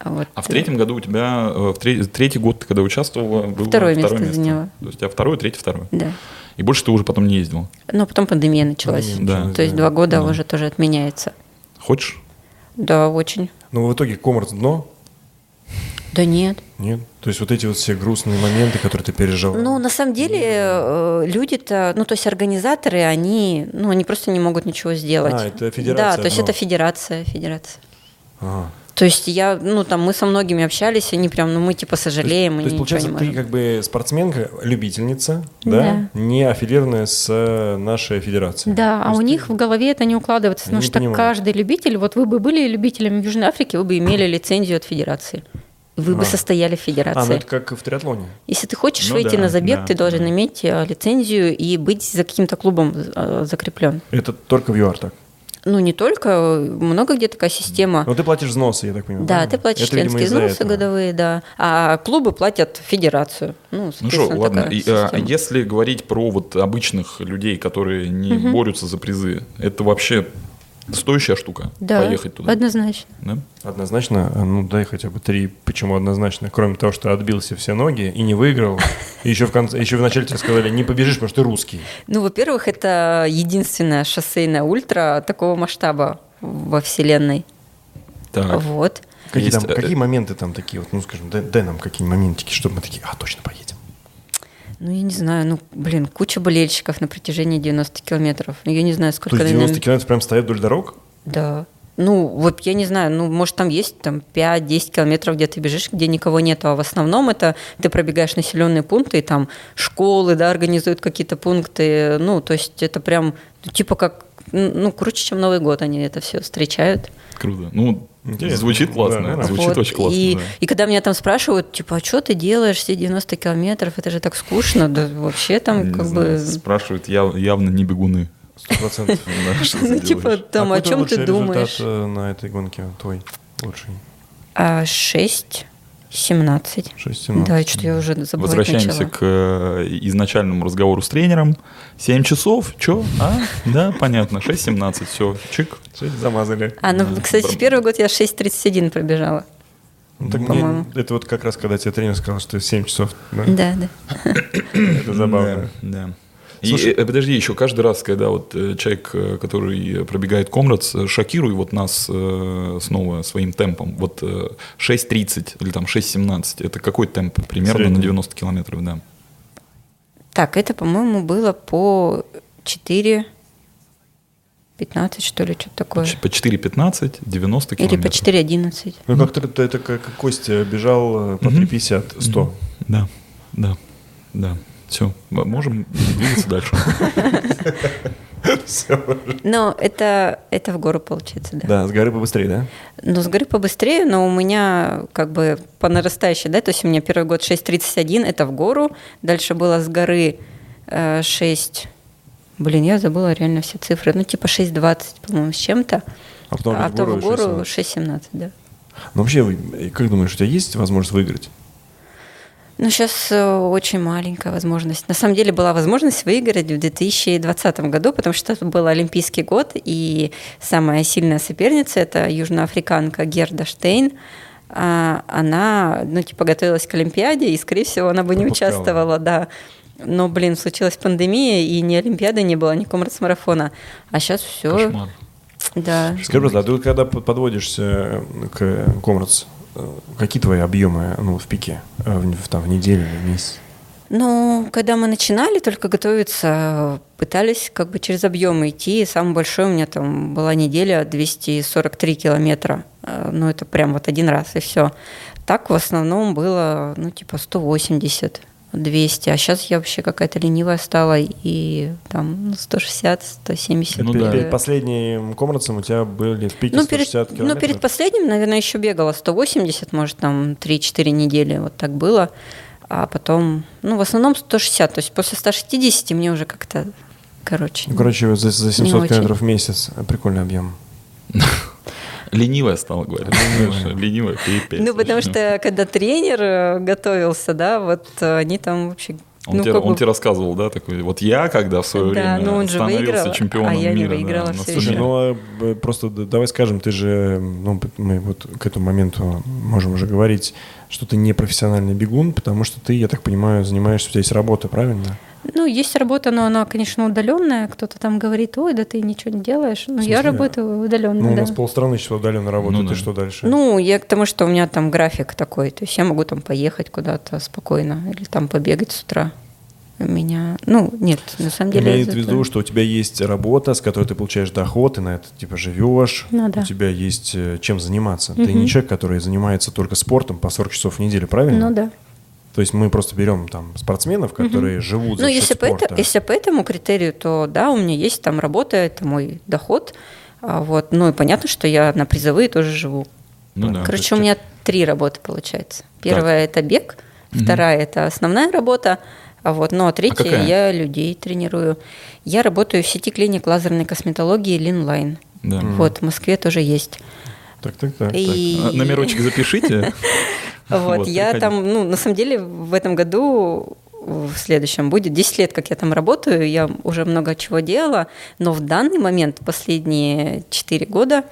S2: Вот.
S3: А в третьем году у тебя, э, в тре- третий год, ты когда участвовала, было
S2: Второе
S3: второе
S2: место заняла.
S3: То есть у тебя второе, третье, второе.
S2: Да.
S3: И больше ты уже потом не ездил.
S2: Но потом пандемия началась.
S1: Пандемия
S3: Да.
S1: началась,
S2: То есть
S1: да.
S2: два года уже тоже отменяется.
S3: Хочешь?
S2: Да, очень.
S1: Ну, в итоге коммерс дно,
S2: Да нет.
S1: нет? То есть вот эти вот все грустные моменты, которые ты пережил.
S2: Ну, на самом деле, э, люди-то, ну, то есть организаторы, они, ну, они просто не могут ничего сделать.
S1: А, это федерация,
S2: Да, то есть
S1: но-
S2: это федерация, федерация.
S1: Ага.
S2: То есть я, ну, там, мы со многими общались, они прям, ну, мы, типа,
S1: То есть,
S2: сожалеем, мы
S1: то есть,
S2: ничего
S1: получается,
S2: не
S1: ты
S2: можем.
S1: как бы спортсменка, любительница, да, не аффилированная с э, нашей федерацией.
S5: Да,
S1: То
S5: а у
S1: есть
S5: них в голове это не укладывается, потому
S1: Не
S5: что
S1: понимаю.
S5: каждый любитель, вот вы бы были любителем в Южной Африке,
S2: Вы бы имели лицензию от федерации. Вы бы
S1: А.
S2: состояли в
S1: А, ну
S2: федерации.
S1: это как в триатлоне.
S2: Если ты хочешь
S3: Ну
S2: выйти
S3: да,
S2: на забег,
S3: да,
S2: ты должен
S3: да.
S2: иметь э, лицензию и быть за каким-то клубом э, закреплен.
S1: Это только в ЮАР так.
S2: Ну, не только, э, много где такая система.
S1: Но ты платишь взносы, я так понимаю.
S2: Да,
S1: правильно?
S2: ты платишь
S1: Это, видимо,
S2: членские
S1: из-за
S2: взносы
S1: этого.
S2: годовые, да. А клубы платят в федерацию. Ну,
S3: Ну что,
S2: соответственно,
S3: ладно.
S2: такая
S3: И, а,
S2: система.
S3: если говорить про вот обычных людей, которые не борются за призы, это вообще стоящая штука
S5: да,
S3: поехать туда.
S5: однозначно.
S3: Да?
S1: Однозначно, а, ну дай хотя бы три. Почему однозначно? Кроме того, что отбился все ноги и не выиграл. И еще в конце, еще в начале тебе сказали, не побежишь, потому что ты русский.
S2: Ну, во-первых, это единственная шоссейная ультра такого масштаба во вселенной.
S3: Так.
S2: Вот.
S1: Какие,
S3: Есть,
S1: там,
S3: э,
S1: какие моменты там такие, вот, ну скажем, дай, дай нам какие моментики, чтобы мы такие, а точно поедем.
S2: Ну, я не знаю, ну, блин, куча болельщиков на протяжении 90 километров. Ну, я не знаю,
S1: То
S2: сколько...
S1: есть
S2: наверное,
S1: 90 километров прям стоят вдоль дорог?
S2: Да. Ну, вот я не знаю, ну, может, там есть там 5-10 километров, где ты бежишь, где никого нету, а в основном это ты пробегаешь населенные пункты, и там школы, да, организуют какие-то пункты, ну, то есть это прям, ну, типа как, ну, круче, чем Новый год они это все встречают.
S3: Круто. Ну,
S1: Интересно.
S3: звучит
S1: Да,
S3: классно.
S1: да, да.
S3: А, звучит
S2: Вот.
S3: очень классно.
S2: И,
S3: да.
S2: и когда меня там спрашивают, типа, а что ты делаешь все 90 километров, это же так скучно, да вообще там
S3: Не
S2: как
S3: знаю,
S2: бы...
S3: Спрашивают яв- явно не бегуны.
S1: 100%.
S3: Да, что
S2: Ну,
S3: ты делаешь? А
S2: типа, там, о
S1: Какой
S2: чем
S1: лучший
S2: ты думаешь?
S3: э?
S1: результат э, на этой гонке твой? лучший?
S2: А, 6, 17.
S1: 6-17.
S2: Да, что я уже забыла.
S3: Возвращаемся к э, изначальному разговору с тренером. 7 часов, чё? А, да, понятно, 6.17, все, чик.
S1: Шесть замазали.
S2: А, ну, кстати,
S3: Брам.
S2: первый год я 6.31 пробежала.
S1: Ну, так
S2: по-моему.
S1: мне- это вот как раз, когда тебе тренер сказал, что 7 часов. да?
S2: Да, да.
S1: Это забавно.
S3: Да. да.
S1: Слушай-
S3: и, э, подожди, еще каждый раз, когда вот э, человек, э, который пробегает комрадс, э, шокируй вот нас э, снова своим темпом. Вот э, 6.30 или там 6.17, это какой темп? Примерно
S1: Средний.
S3: на 90 километров, да.
S2: Так, это, по-моему, было по 4, 15, что ли, что-то
S3: По
S2: такое.
S3: ч- по 4.15, 90
S2: Или по
S3: километров.
S2: 4.11.
S1: Ну, как-то это- это как Костя бежал э, по
S3: Мгм.
S1: 3,50, 100.
S3: Да, да, да. Все, можем двигаться дальше.
S2: Но это, это в гору получается, да.
S1: Да, с горы побыстрее, да?
S2: Ну, с горы побыстрее, но у меня как бы по нарастающей, да, то есть у меня первый год 6.31, это в гору, дальше было с горы э, 6, блин, я забыла реально все цифры, ну, типа 6.20, по-моему, с чем-то,
S1: А потом
S2: а
S1: опять в гору
S2: потом в
S1: и
S2: гору
S1: 6.17.
S2: 6.17, да.
S1: Ну, вообще, вы- как думаешь, у тебя есть возможность выиграть?
S2: Ну, сейчас очень маленькая возможность. На самом деле была возможность выиграть в 2020 году, потому что это был Олимпийский год, и самая сильная соперница – это южноафриканка Герда Штейн. А, Она, ну, типа, готовилась к Олимпиаде, и, скорее всего, она бы не
S1: Попала.
S2: участвовала, да. Но, блин, случилась пандемия, и ни Олимпиады не было, ни комрадс-марафона. А сейчас все...
S3: Кошмар.
S2: Да.
S1: Скажи, просто, а ты вот когда под- подводишься э, к Комрадс, э, какие твои объемы ну, в пике? Э, В, в- там, в неделю или в месяц?
S2: Ну, когда мы начинали только готовиться, пытались как бы через объемы идти. И Самый большой у меня там была неделя 243 километра. Э, Ну, это прям вот один раз, и все. Так в основном было, ну, типа 180, 200. А сейчас я вообще какая-то ленивая стала, и там ну, 160, 170.
S3: Ну
S1: Пе-
S3: да.
S1: Перед последним Комрадсом у тебя были в пике
S2: Ну, перед,
S1: 160
S2: ну,
S1: километров.
S2: перед последним, наверное, еще бегала 180, может, там 3-4 недели, вот так было. А потом, ну, в основном 160. То есть после 160 мне уже как-то, короче.
S1: Ну, короче, вот за, за 700
S2: очень.
S1: километров в месяц э, прикольный объем.
S3: Ленивая стала, говорю. Ленивая, ленивая, пипец.
S2: ну, потому
S3: Вообще.
S2: что когда тренер э, готовился, да, вот э, они там вообще...
S3: Он,
S2: ну,
S3: тебе,
S2: как
S3: он
S2: бы-
S3: тебе рассказывал, да, такой, вот я, когда в свое
S2: Да,
S3: время
S2: ну он же
S3: становился
S2: выиграл,
S3: чемпионом
S2: а я не
S3: мира, да,
S2: выиграла
S3: на
S2: всё
S3: сцене.
S2: Слушай,
S1: Слушай,
S2: Или-
S1: ну а, б- просто д- давай скажем, ты же, ну, п- мы вот к этому моменту можем уже говорить, что ты не профессиональный бегун, потому что ты, я так понимаю, занимаешься, у тебя есть работа, правильно?
S5: Ну, есть работа, но она, конечно, удаленная. Кто-то там говорит, ой, да ты ничего не делаешь. Но
S1: смысле?
S5: я работаю удаленно,
S1: Ну, у
S5: да.
S1: нас полстраны сейчас удаленно работает,
S3: Ну
S1: ты
S3: да.
S1: что дальше?
S2: Ну, я к тому, что у меня там график такой, то есть я могу там поехать куда-то спокойно или там побегать с утра. У меня, ну, нет, на самом деле...
S1: Имеет
S2: из-за
S1: в
S2: этого-
S1: виду, что у тебя есть работа, с которой ты получаешь доход, ты на это типа живешь,
S5: Ну да.
S1: у тебя есть э, чем заниматься. Ты не человек, который занимается только спортом по 40 часов в неделю, правильно?
S5: Ну да.
S1: То есть мы просто берем там спортсменов, которые живут за
S2: Ну,
S1: счет
S2: если по, это-
S1: спорта.
S2: если по этому критерию, то да, у меня есть там работа, это мой доход. а, Вот. Ну и понятно, что я на призовые тоже живу.
S3: Ну да.
S2: Короче, у меня три работы получается. Первая это бег,
S3: Мгм.
S2: вторая это основная работа. А вот, ну а третья
S3: какая?
S2: я людей тренирую. Я работаю в сети клиник лазерной косметологии Линлайн.
S3: Да.
S2: Вот, в Москве тоже есть.
S1: Так, так, так.
S2: И-
S3: А, Номерочек запишите.
S2: Вот,
S3: Вот,
S2: я
S3: приходи.
S2: там, ну, на самом деле, в этом году, в следующем будет 10 лет, как я там работаю, я уже много чего делала, но в данный момент, последние 4 года,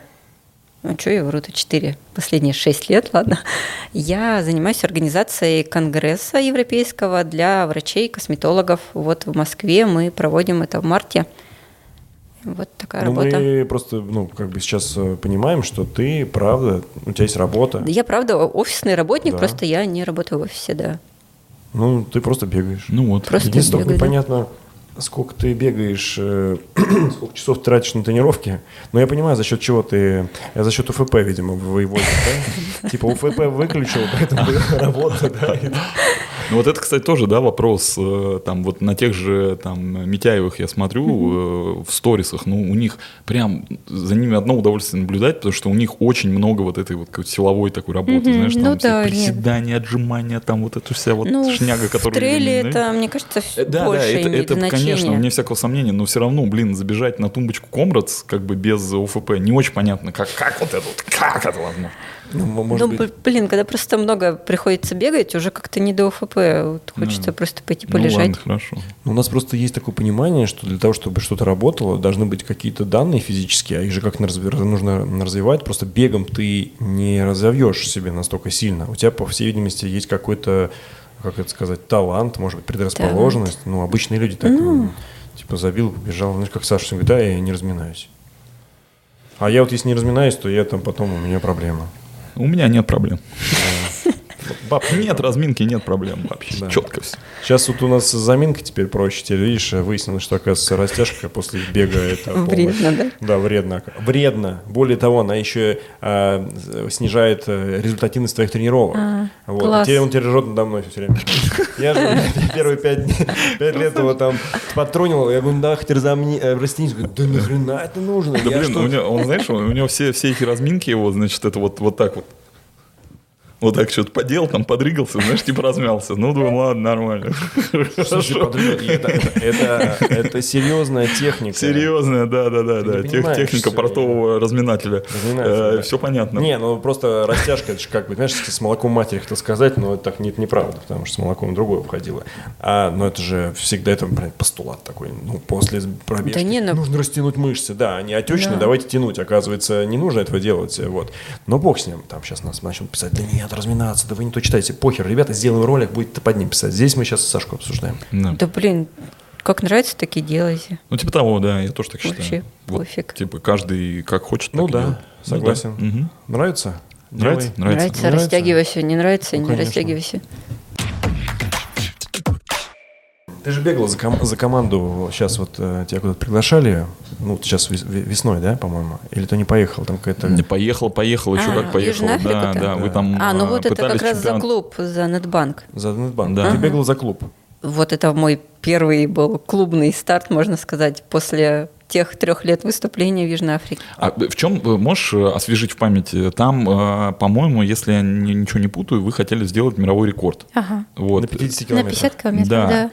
S2: ну, что я вру-то, 4, последние 6 лет, ладно, я занимаюсь организацией Конгресса Европейского для врачей, косметологов. Вот в Москве мы проводим это в марте. Вот такая
S1: Ну,
S2: работа.
S1: мы просто, ну, как бы сейчас э, понимаем, что ты, правда, у тебя есть работа.
S2: Я, правда, офисный работник,
S1: Да.
S2: просто я не работаю в офисе, да.
S1: Ну, ты просто бегаешь.
S3: Ну вот.
S2: Просто
S1: Единственное, только
S2: бегаю, да.
S1: непонятно, сколько ты бегаешь, э, сколько часов ты тратишь на тренировки. Но я понимаю, за счет чего ты... э, За счет УФП, видимо, вывозишь, да? Типа УФП выключил, поэтому была работа, да?
S3: Ну, вот это, кстати, тоже, да, вопрос. э, Там вот на тех же там Митяевых я смотрю э, в сторисах, ну, у них прям за ними одно удовольствие наблюдать, потому что у них очень много вот этой вот какой-то силовой такой работы,
S5: Мгм,
S3: знаешь, там
S5: ну
S3: все
S5: да, нет.
S3: приседания, отжимания, там вот эта вся вот
S2: Ну,
S3: шняга,
S2: в
S3: которую...
S2: трейле
S3: люди не
S2: это, мне кажется,
S3: Э,
S2: всё
S3: Да, да,
S2: больше
S3: это,
S2: имеет
S3: это,
S2: значение.
S3: конечно, вне всякого сомнения, но все равно, блин, забежать на тумбочку Комрадс как бы без ОФП не очень понятно, как, как вот это вот, как это возможно.
S1: Ну, м- может
S2: ну,
S1: быть.
S2: б- блин, когда просто много приходится бегать, уже как-то не до ОФП. Вот хочется просто пойти
S3: Ну
S2: полежать.
S3: ладно, хорошо.
S1: Ну, У нас просто есть такое понимание, что для того, чтобы что-то работало, должны быть какие-то данные физические, а их же как нужно развивать. Просто бегом ты не разовьешь себе настолько сильно. У тебя, по всей видимости, есть какой-то, как это сказать, талант, может быть, предрасположенность. Ну, обычные люди так, м, типа, забил, побежал. Знаешь, как Саша всегда говорит, да, я не разминаюсь. А я вот если не разминаюсь, то я там потом, у меня проблема.
S3: У меня нет проблем. Баб, нет разминки, нет проблем вообще.
S1: Да.
S3: Четко все.
S1: Сейчас вот у нас заминка теперь проще. Теперь, видишь, выяснилось, что, оказывается, растяжка после бега – это полная-
S2: Вредно, да?
S1: Да, вредно. Вредно. Более того, она еще а, с- снижает э, результативность твоих тренировок.
S2: А,
S1: вот.
S5: класс.
S1: Теперь он теперь жжет надо мной все время. Я же первые пять, дней- пять лет его там подтрунил. Я говорю, да, хоть разомни, э, растянись. Говорю, да ну нахрена это нужно?
S3: Да
S1: Я
S3: блин,
S1: что-
S3: у него, он, знаешь, у него все, все эти разминки его, значит, это вот, вот так вот. Вот так что-то поделал, там подрыгался, знаешь, типа размялся. Ну, думаю, ладно, нормально.
S1: Слушай,
S3: Хорошо.
S1: подруга, и это, это- это серьезная техника.
S3: Серьезная, да, да, да, да.
S1: не
S3: Тех-
S1: понимаешь,
S3: техника
S1: э,
S3: портового разминателя.
S1: Разминателя, да.
S3: Все Э, понятно.
S1: Не, ну просто растяжка, это же как бы, знаешь, с молоком матери хотел сказать, но это так не, неправда, потому что с молоком другое входило. А, но это же всегда это, блин, постулат такой, ну, после пробежки
S2: Да не, ну-
S1: нужно растянуть мышцы, да, они отечные, давайте тянуть, оказывается, не нужно этого делать, вот. Но бог с ним, там сейчас нас начнут писать, да нет, разминаться, да вы не то читаете, похер, ребята, сделаем ролик, будет под ним писать. Здесь мы сейчас с Сашкой обсуждаем.
S3: Да.
S2: Да блин, как нравится, так и делайте.
S3: Ну, типа того, да, я тоже так считаю.
S2: Вообще
S3: Вот,
S2: пофиг.
S3: Типа каждый как хочет, так
S1: Ну
S3: и
S1: да,
S3: делает.
S1: согласен.
S3: Ну да. Мгм.
S1: Нравится?
S3: Нравится?
S1: Делай.
S3: Нравится. Ну,
S2: Нравится, растягивайся, не нравится, не
S1: конечно.
S2: растягивайся.
S1: Ты же бегал за, ком- за команду, сейчас вот э, тебя куда-то приглашали, ну, сейчас вес- ве- весной, да, по-моему? Или ты не поехал, там какая-то...
S3: Не, поехал, поехал, еще
S2: А,
S3: как поехал.
S2: Южная
S3: Да,
S2: Африка-то?
S3: да, вы там
S2: А, ну
S3: э,
S2: вот это
S3: пытались
S2: как раз за
S3: чемпионат-
S2: клуб, за Нетбанк.
S1: За Нетбанк.
S3: Да.
S1: Ты бегал за клуб.
S2: Вот это мой первый был клубный старт, можно сказать, после тех трех лет выступления в Южной Африке.
S3: А в чем можешь э, освежить в памяти? Там, э, по-моему, если я ни- ничего не путаю, вы хотели сделать мировой рекорд.
S5: Ага.
S3: Вот.
S1: На 50
S5: На
S1: километров.
S5: 50 километров, да.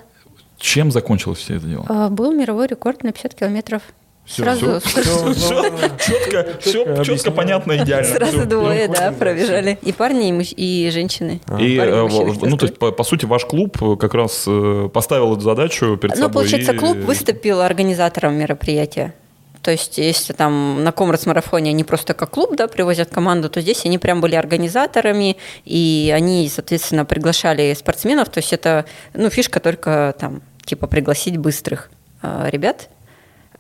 S3: Чем закончилось все это дело?
S5: А, Был мировой рекорд на 50 километров. Сразу
S1: Всё, ну,
S3: Четко,
S1: Четко
S3: все четко,
S1: объясняю.
S3: понятно, идеально.
S2: Сразу
S3: Всё.
S2: двое, да,
S1: ходим, да,
S2: пробежали. И парни, и, мужч- и женщины.
S3: И,
S2: Парни,
S3: э,
S2: мужчины,
S3: в-
S2: хотел
S3: ну, то
S2: сказать.
S3: есть, по, по сути, ваш клуб э, как раз э, поставил эту задачу перед
S2: Ну,
S3: собой.
S2: получается,
S3: и-
S2: клуб выступил организатором мероприятия. То есть, если там на Комрадс-марафоне они просто как клуб, да, привозят команду, то здесь они прям были организаторами, и они, соответственно, приглашали спортсменов. То есть, это, ну, фишка только там, типа, пригласить быстрых э, ребят.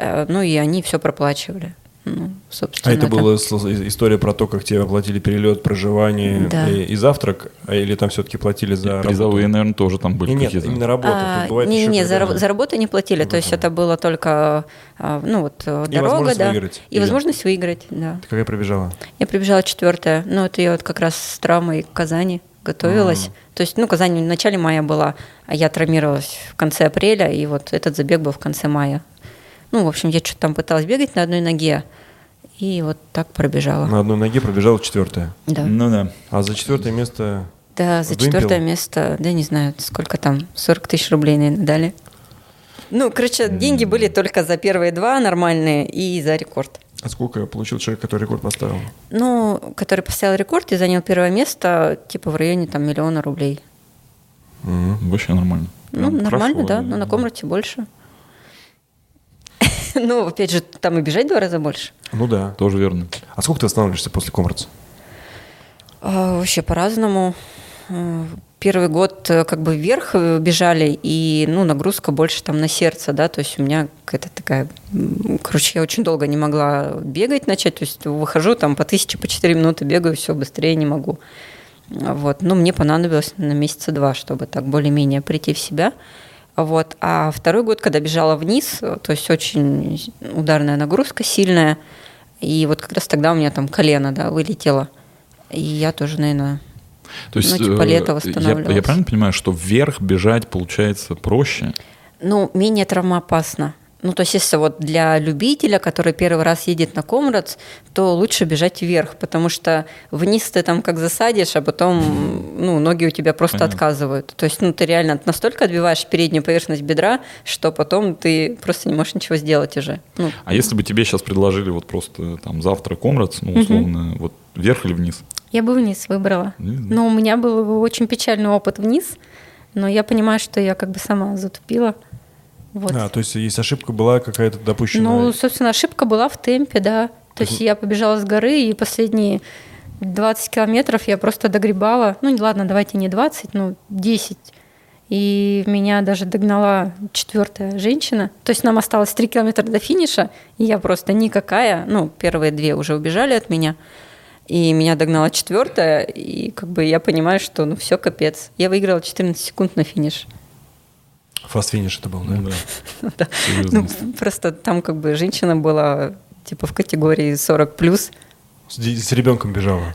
S2: Э, ну, и они все проплачивали. Ну,
S1: А
S2: собственно,
S1: это
S2: там-
S1: была с- и- история про то, как тебе оплатили перелет, проживание
S2: Да.
S1: и, и завтрак, а или там все-таки платили за
S3: Э, Призовые, наверное, тоже там были
S1: работу? Не, нет,
S3: какие-то.
S1: именно работу.
S2: А,
S1: Тут бывает
S2: не,
S1: ещё
S2: не, за,
S1: когда-
S2: раб- за работу не платили, то есть это было только а, ну вот э,
S1: И
S2: дорога,
S1: возможность
S2: да,
S1: выиграть.
S2: и возможность выиграть, да.
S1: Ты какая пробежала?
S2: Я прибежала четвертая, ну это я вот как раз с травмой к Казани готовилась, то есть ну Казань в начале мая была, а я травмировалась в конце апреля, и вот этот забег был в конце мая. Ну в общем я что-то там пыталась бегать на одной ноге и вот так пробежала.
S1: На одной ноге пробежала четвертая.
S2: Да.
S3: Ну да.
S1: А за четвертое место...
S2: Да, за
S1: Вымпел?
S2: четвертое место, да не знаю, сколько там, 40 тысяч рублей, наверное, дали. Ну, короче, деньги были только за первые два нормальные и за рекорд.
S1: А сколько получил человек, который рекорд поставил?
S2: Ну, который поставил рекорд и занял первое место, типа в районе там миллиона рублей.
S3: Вообще нормально.
S2: Ну,
S3: Прям
S2: нормально, да,
S3: хорошо,
S2: но на комрате больше. Ну, опять же, там и бежать в два раза больше.
S1: Ну да.
S3: Тоже верно.
S1: А сколько ты останавливаешься после комрадца?
S2: А, Вообще по-разному. Э, Первый год э, как бы вверх э, бежали, и ну, нагрузка больше там на сердце, да, то есть у меня какая-то такая... м, Короче, я очень долго не могла бегать начать, то есть выхожу там по тысяче, по четыре минуты бегаю, все, быстрее не могу. Вот. Но мне понадобилось на месяца два, чтобы так более-менее прийти в себя. Вот. А второй год, когда бежала вниз, э, то есть очень ударная нагрузка сильная, и вот как раз тогда у меня там колено да, вылетело. И я тоже, наверное,
S3: То есть,
S2: Ну, типа, лето
S3: э, я- я,
S2: восстанавливалось.
S3: правильно понимаю, что вверх бежать получается проще?
S2: Ну, менее травмоопасно. Ну, то есть, если вот для любителя, который первый раз едет на Комрадс, то лучше бежать вверх, потому что вниз ты там как засадишь, а потом, ну, ноги у тебя просто
S3: Понятно.
S2: отказывают. То есть, ну, ты реально настолько отбиваешь переднюю поверхность бедра, что потом ты просто не можешь ничего сделать уже. Ну,
S3: А если бы тебе сейчас предложили вот просто э, там завтра комрадс, ну, условно, вот вверх или вниз?
S5: Я бы вниз выбрала.
S3: Не знаю.
S5: Но у меня был бы очень печальный опыт вниз, но я понимаю, что я как бы сама затупила. Вот.
S1: А, то есть, если ошибка была какая-то допущенная.
S5: Ну, собственно, ошибка была в темпе, да. То есть я побежала с горы, и последние 20 километров я просто догребала. Ну, не- ладно, давайте не 20, ну, 10. И меня даже догнала четвертая женщина. То есть нам осталось 3 километра до финиша, и я просто никакая. Ну,
S2: первые две уже убежали от меня, и меня догнала четвертая, и как бы я понимаю, что ну все капец. Я выиграла 14 секунд на финиш.
S1: Фаст-финиш это был, да?
S3: Ну, да.
S2: Ну,
S3: Серьезно.
S2: просто там как бы женщина была типа в категории 40 плюс.
S1: С, ди- с ребенком бежала.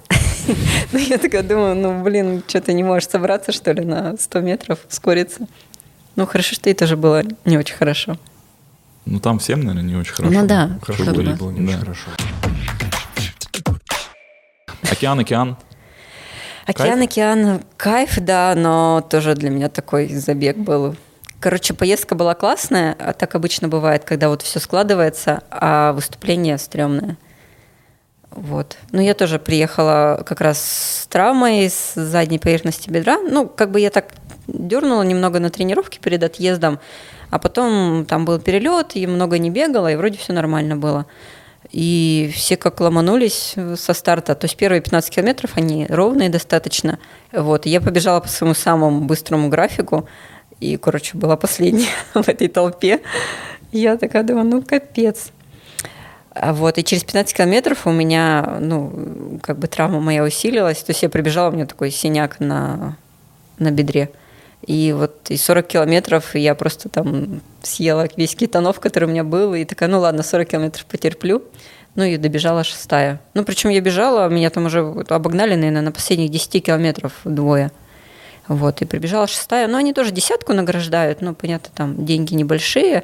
S2: Ну, я такая думаю, ну, блин, что ты не можешь собраться, что ли, на 100 метров, ускориться. Ну, хорошо, что ей тоже было не очень хорошо.
S3: Ну, там всем, наверное, не очень хорошо.
S2: Ну да,
S1: Хорошо,
S2: как
S1: что ей
S2: бы.
S1: было не очень
S3: Да.
S1: хорошо.
S3: Океан, океан.
S2: Океан,
S3: Кайф?
S2: океан, кайф, да, но тоже для меня такой забег был. Короче, поездка была классная, а так обычно бывает, когда вот все складывается, а выступление стрёмное. Вот. Ну, я тоже приехала как раз с травмой с задней поверхности бедра. Ну, как бы я так дернула немного на тренировке перед отъездом, а потом там был перелет, и много не бегала, и вроде все нормально было. И все как ломанулись э, со старта. То есть первые 15 километров, они ровные достаточно. Вот. И Я побежала по своему самому быстрому графику, и, короче, была последняя в этой толпе. Я такая думаю, ну, капец. А Вот, и через 15 километров у меня, ну, как бы травма моя усилилась. То есть я прибежала, у меня такой синяк на, на бедре. И вот и 40 километров я просто там съела весь кетонов, который у меня был, и такая, ну ладно, 40 километров потерплю. Ну и добежала шестая. Ну, причем я бежала, меня там уже вот обогнали, наверное, на последних 10 километров двое. Вот, и прибежала шестая. Но они тоже десятку награждают, ну, понятно, там деньги небольшие,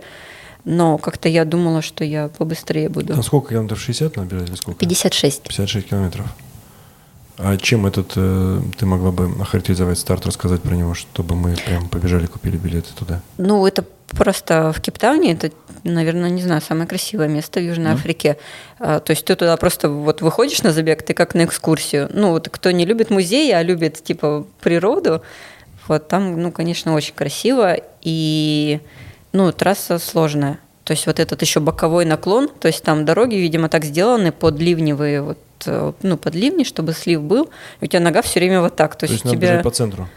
S2: но как-то я думала, что я побыстрее буду.
S1: Ну, сколько километров? 60 надо бежать или сколько?
S2: 56.
S1: 56 километров. А чем этот, э, ты могла бы охарактеризовать старт, рассказать про него, чтобы мы прям побежали, купили билеты туда?
S2: Ну, это просто в Кейптауне, это, наверное, не знаю, самое красивое место в
S1: Ну.
S2: Южной Африке. А, То есть ты туда просто вот выходишь на забег, ты как на экскурсию. Ну, вот кто не любит музеи, а любит, типа, природу, вот там, ну, конечно, очень красиво. И, ну, трасса сложная. То есть вот этот еще боковой наклон, то есть там дороги, видимо, так сделаны под ливневые, вот, э, ну, под ливни, чтобы слив был, и у тебя нога все время вот так. То,
S1: То есть,
S2: есть,
S1: надо
S2: тебе...
S1: бежать по центру.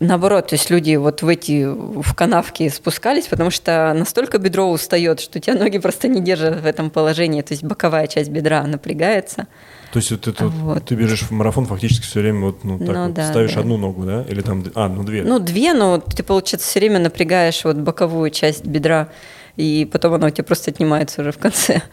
S2: Наоборот, то есть люди вот в эти в канавки спускались, потому что настолько бедро устает, что у тебя ноги просто не держат в этом положении, то есть боковая часть бедра напрягается.
S1: То есть вот это вот
S2: Вот.
S1: ты бежишь в марафон фактически все время вот ну, так
S2: Ну
S1: вот
S2: да,
S1: ставишь
S2: да.
S1: одну ногу, да? Или там, д- а, ну две.
S2: Ну, две, но ты, получается, все время напрягаешь вот боковую часть бедра, и потом она у тебя просто отнимается уже в конце.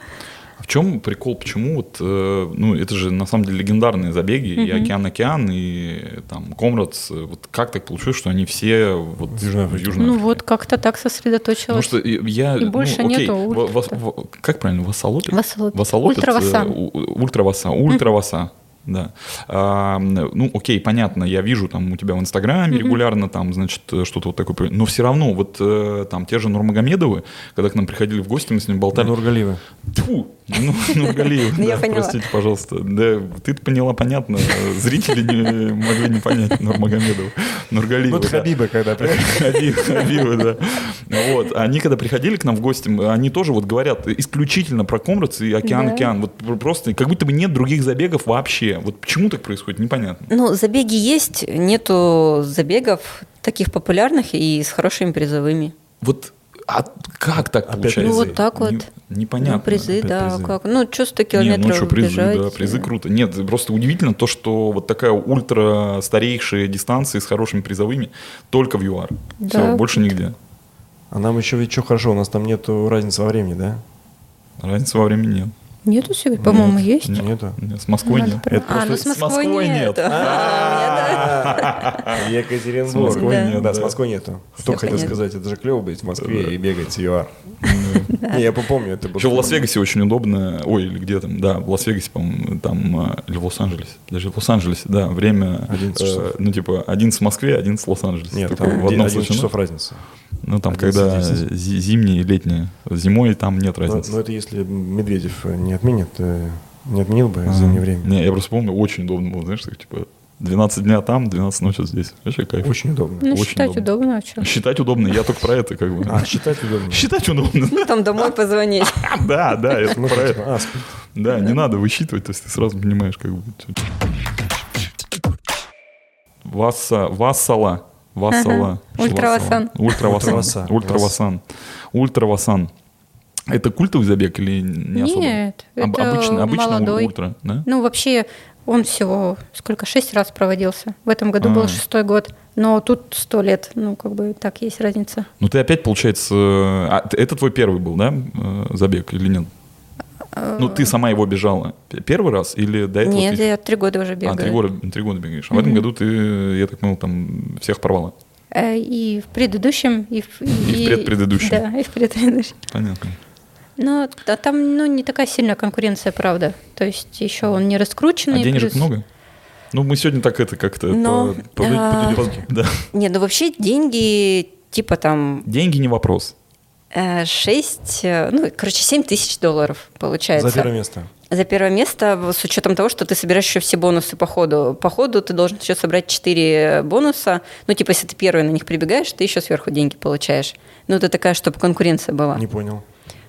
S3: А В чем прикол? Почему вот, э, ну, это же на самом деле легендарные забеги, и океан-океан, и там Комрадс. Э, Вот как так получилось, что они все вот
S1: В Южной Африке.
S3: Южной
S5: ну
S3: Африке?
S5: вот как-то так
S3: Потому
S5: сосредоточилась.
S3: что и- я...
S5: И
S3: ну,
S5: больше
S3: окей,
S5: нету
S3: во- во-
S5: ультра.
S3: во- Как правильно? Вассалотец?
S5: Вассалотец.
S3: Вассалотец,
S5: Ультравасан.
S3: э, у- Ультраваса. Ультраваса. Да. А, ну, окей, понятно, я вижу там у тебя в Инстаграме регулярно там, значит, э, что-то вот такое. Но все равно, вот э, там те же Нурмагомедовы, когда к нам приходили в гости, мы с ними болтали.
S1: Нургалиева.
S3: Тьфу! Ну, Нургалиев,
S2: Ну, я
S3: да,
S2: поняла.
S3: простите, пожалуйста. Да, ты поняла, понятно. э, Зрители не могли не понять Нурмагомедова. Нургалиева,
S1: Вот
S3: да.
S1: Ну, Хабиба, когда приходит.
S3: Хабиб, Хабибы, да. Вот. Они когда приходили к нам в гости, м, они тоже вот говорят исключительно про Комрадс и
S5: Да.
S3: океан-океан. Вот пр- просто как будто бы нет других забегов вообще. Вот почему так происходит, непонятно.
S2: Ну, забеги есть, нету забегов таких популярных и с хорошими призовыми.
S3: Вот а как так
S1: Опять
S3: получается?
S1: Ну, вот
S2: так вот.
S3: Не- непонятно.
S2: ну, призы,
S1: опять
S2: да,
S1: призы.
S2: как? Ну, что 100
S3: Не,
S2: километров
S3: ну что, призы,
S2: бежать,
S3: да, призы
S5: э.
S3: круто. Нет, просто удивительно то, что вот такая ультра старейшая дистанция с хорошими призовыми только в ЮАР.
S5: Да.
S3: Все, больше нигде.
S1: А нам еще ведь что хорошо, у нас там нету разницы во времени, да?
S3: Разницы во времени нет.
S5: Нету сигарет? По-моему, есть.
S3: Нет.
S1: Нету?
S3: Нет, с Москвой
S5: Надо
S3: нет.
S5: про-
S1: Это
S5: а, ну
S3: просто
S5: с
S3: с
S5: Москвой,
S3: Москвой
S5: нет.
S3: нет.
S1: Екатеринбург.
S3: С Москвой
S5: Да.
S3: нет,
S1: Да,
S3: да.
S1: с Москвой нету. Кто
S2: Всё
S1: хотел
S2: понятно.
S1: сказать, это же клево быть в Москве и бегать в ЮАР. Не, Я помню, это было.
S3: Еще в Лас-Вегасе очень удобно, ой, или где там, да, в Лас-Вегасе, по-моему, там, а, или в Лос-Анджелесе, даже в Лос-Анджелесе, да, время,
S1: 11
S3: э,
S1: часов.
S3: ну, типа, один в Москве, один в Лос-Анджелесе.
S1: Нет,
S3: Такой
S1: там
S3: в одном
S1: 11
S3: случае,
S1: часов разница.
S3: ну, там,
S1: 11,
S3: когда
S1: 10.
S3: зи- зимние и летние, зимой там нет
S1: Но
S3: разницы.
S1: но это если Медведев э, не отменит, э, не отменил бы зимнее
S3: А,
S1: время.
S3: Не, я просто помню, очень удобно было, знаешь, так, типа, 12 дня там, 12 ночи здесь. Вообще кайф.
S1: Очень удобно.
S5: Ну,
S3: Очень
S5: считать
S3: удобно.
S5: удобно, а что?
S3: Считать удобно, я только про это, как бы.
S1: А, считать удобно.
S3: Считать удобно.
S2: Ну, там домой позвонить.
S3: Да, да, я
S1: Ну,
S3: только про это.
S1: типа, а, спит.
S3: Да, не надо высчитывать, то есть ты сразу понимаешь, как бы. чё- Васса, вассала, вассала.
S5: Ага. Ультравасан.
S3: Ультравасан.
S1: Ультравасан.
S3: Ультравасан. Ультравасан. Это культовый забег или не особо?
S5: Нет,
S3: Об-
S5: это
S3: обычно, обычно уль-
S5: молодой.
S3: ультра, да?
S5: Ну, вообще, он всего сколько, шесть раз проводился. В этом году был
S3: А.
S5: шестой год, но тут сто лет. Ну, как бы так есть разница.
S3: Ну ты опять, получается, э, а, т- это твой первый был, да, э, забег или нет? Ну ты сама его бежала п- первый раз или до этого?
S2: Э. Нет,
S3: ты...
S2: я три года уже
S3: А, три
S2: бегаю.
S3: года, три года бегаешь. А в этом году ты, я так понял, там всех порвала.
S5: Э, И в предыдущем, и в, и,
S3: в предпредыдущем.
S5: Да, и в предпредыдущем.
S3: Понятно.
S5: Но та- там ну, не такая сильная конкуренция, правда. То есть еще он не раскрученный.
S3: А денежек
S5: плюс-
S3: много? Ну, мы сегодня так это как-то...
S2: Но,
S3: по- по-
S2: а,
S3: по- да.
S2: Не, ну вообще деньги типа там
S3: Деньги не вопрос.
S2: 6, ну, короче, 7 тысяч долларов получается.
S1: За первое место.
S2: За первое место, в- с учетом того, что ты собираешь еще все бонусы по ходу. По ходу ты должен еще собрать 4 бонуса. Ну, типа, если ты первый на них прибегаешь, ты еще сверху деньги получаешь. Ну, это такая, чтобы конкуренция была.
S1: Не понял.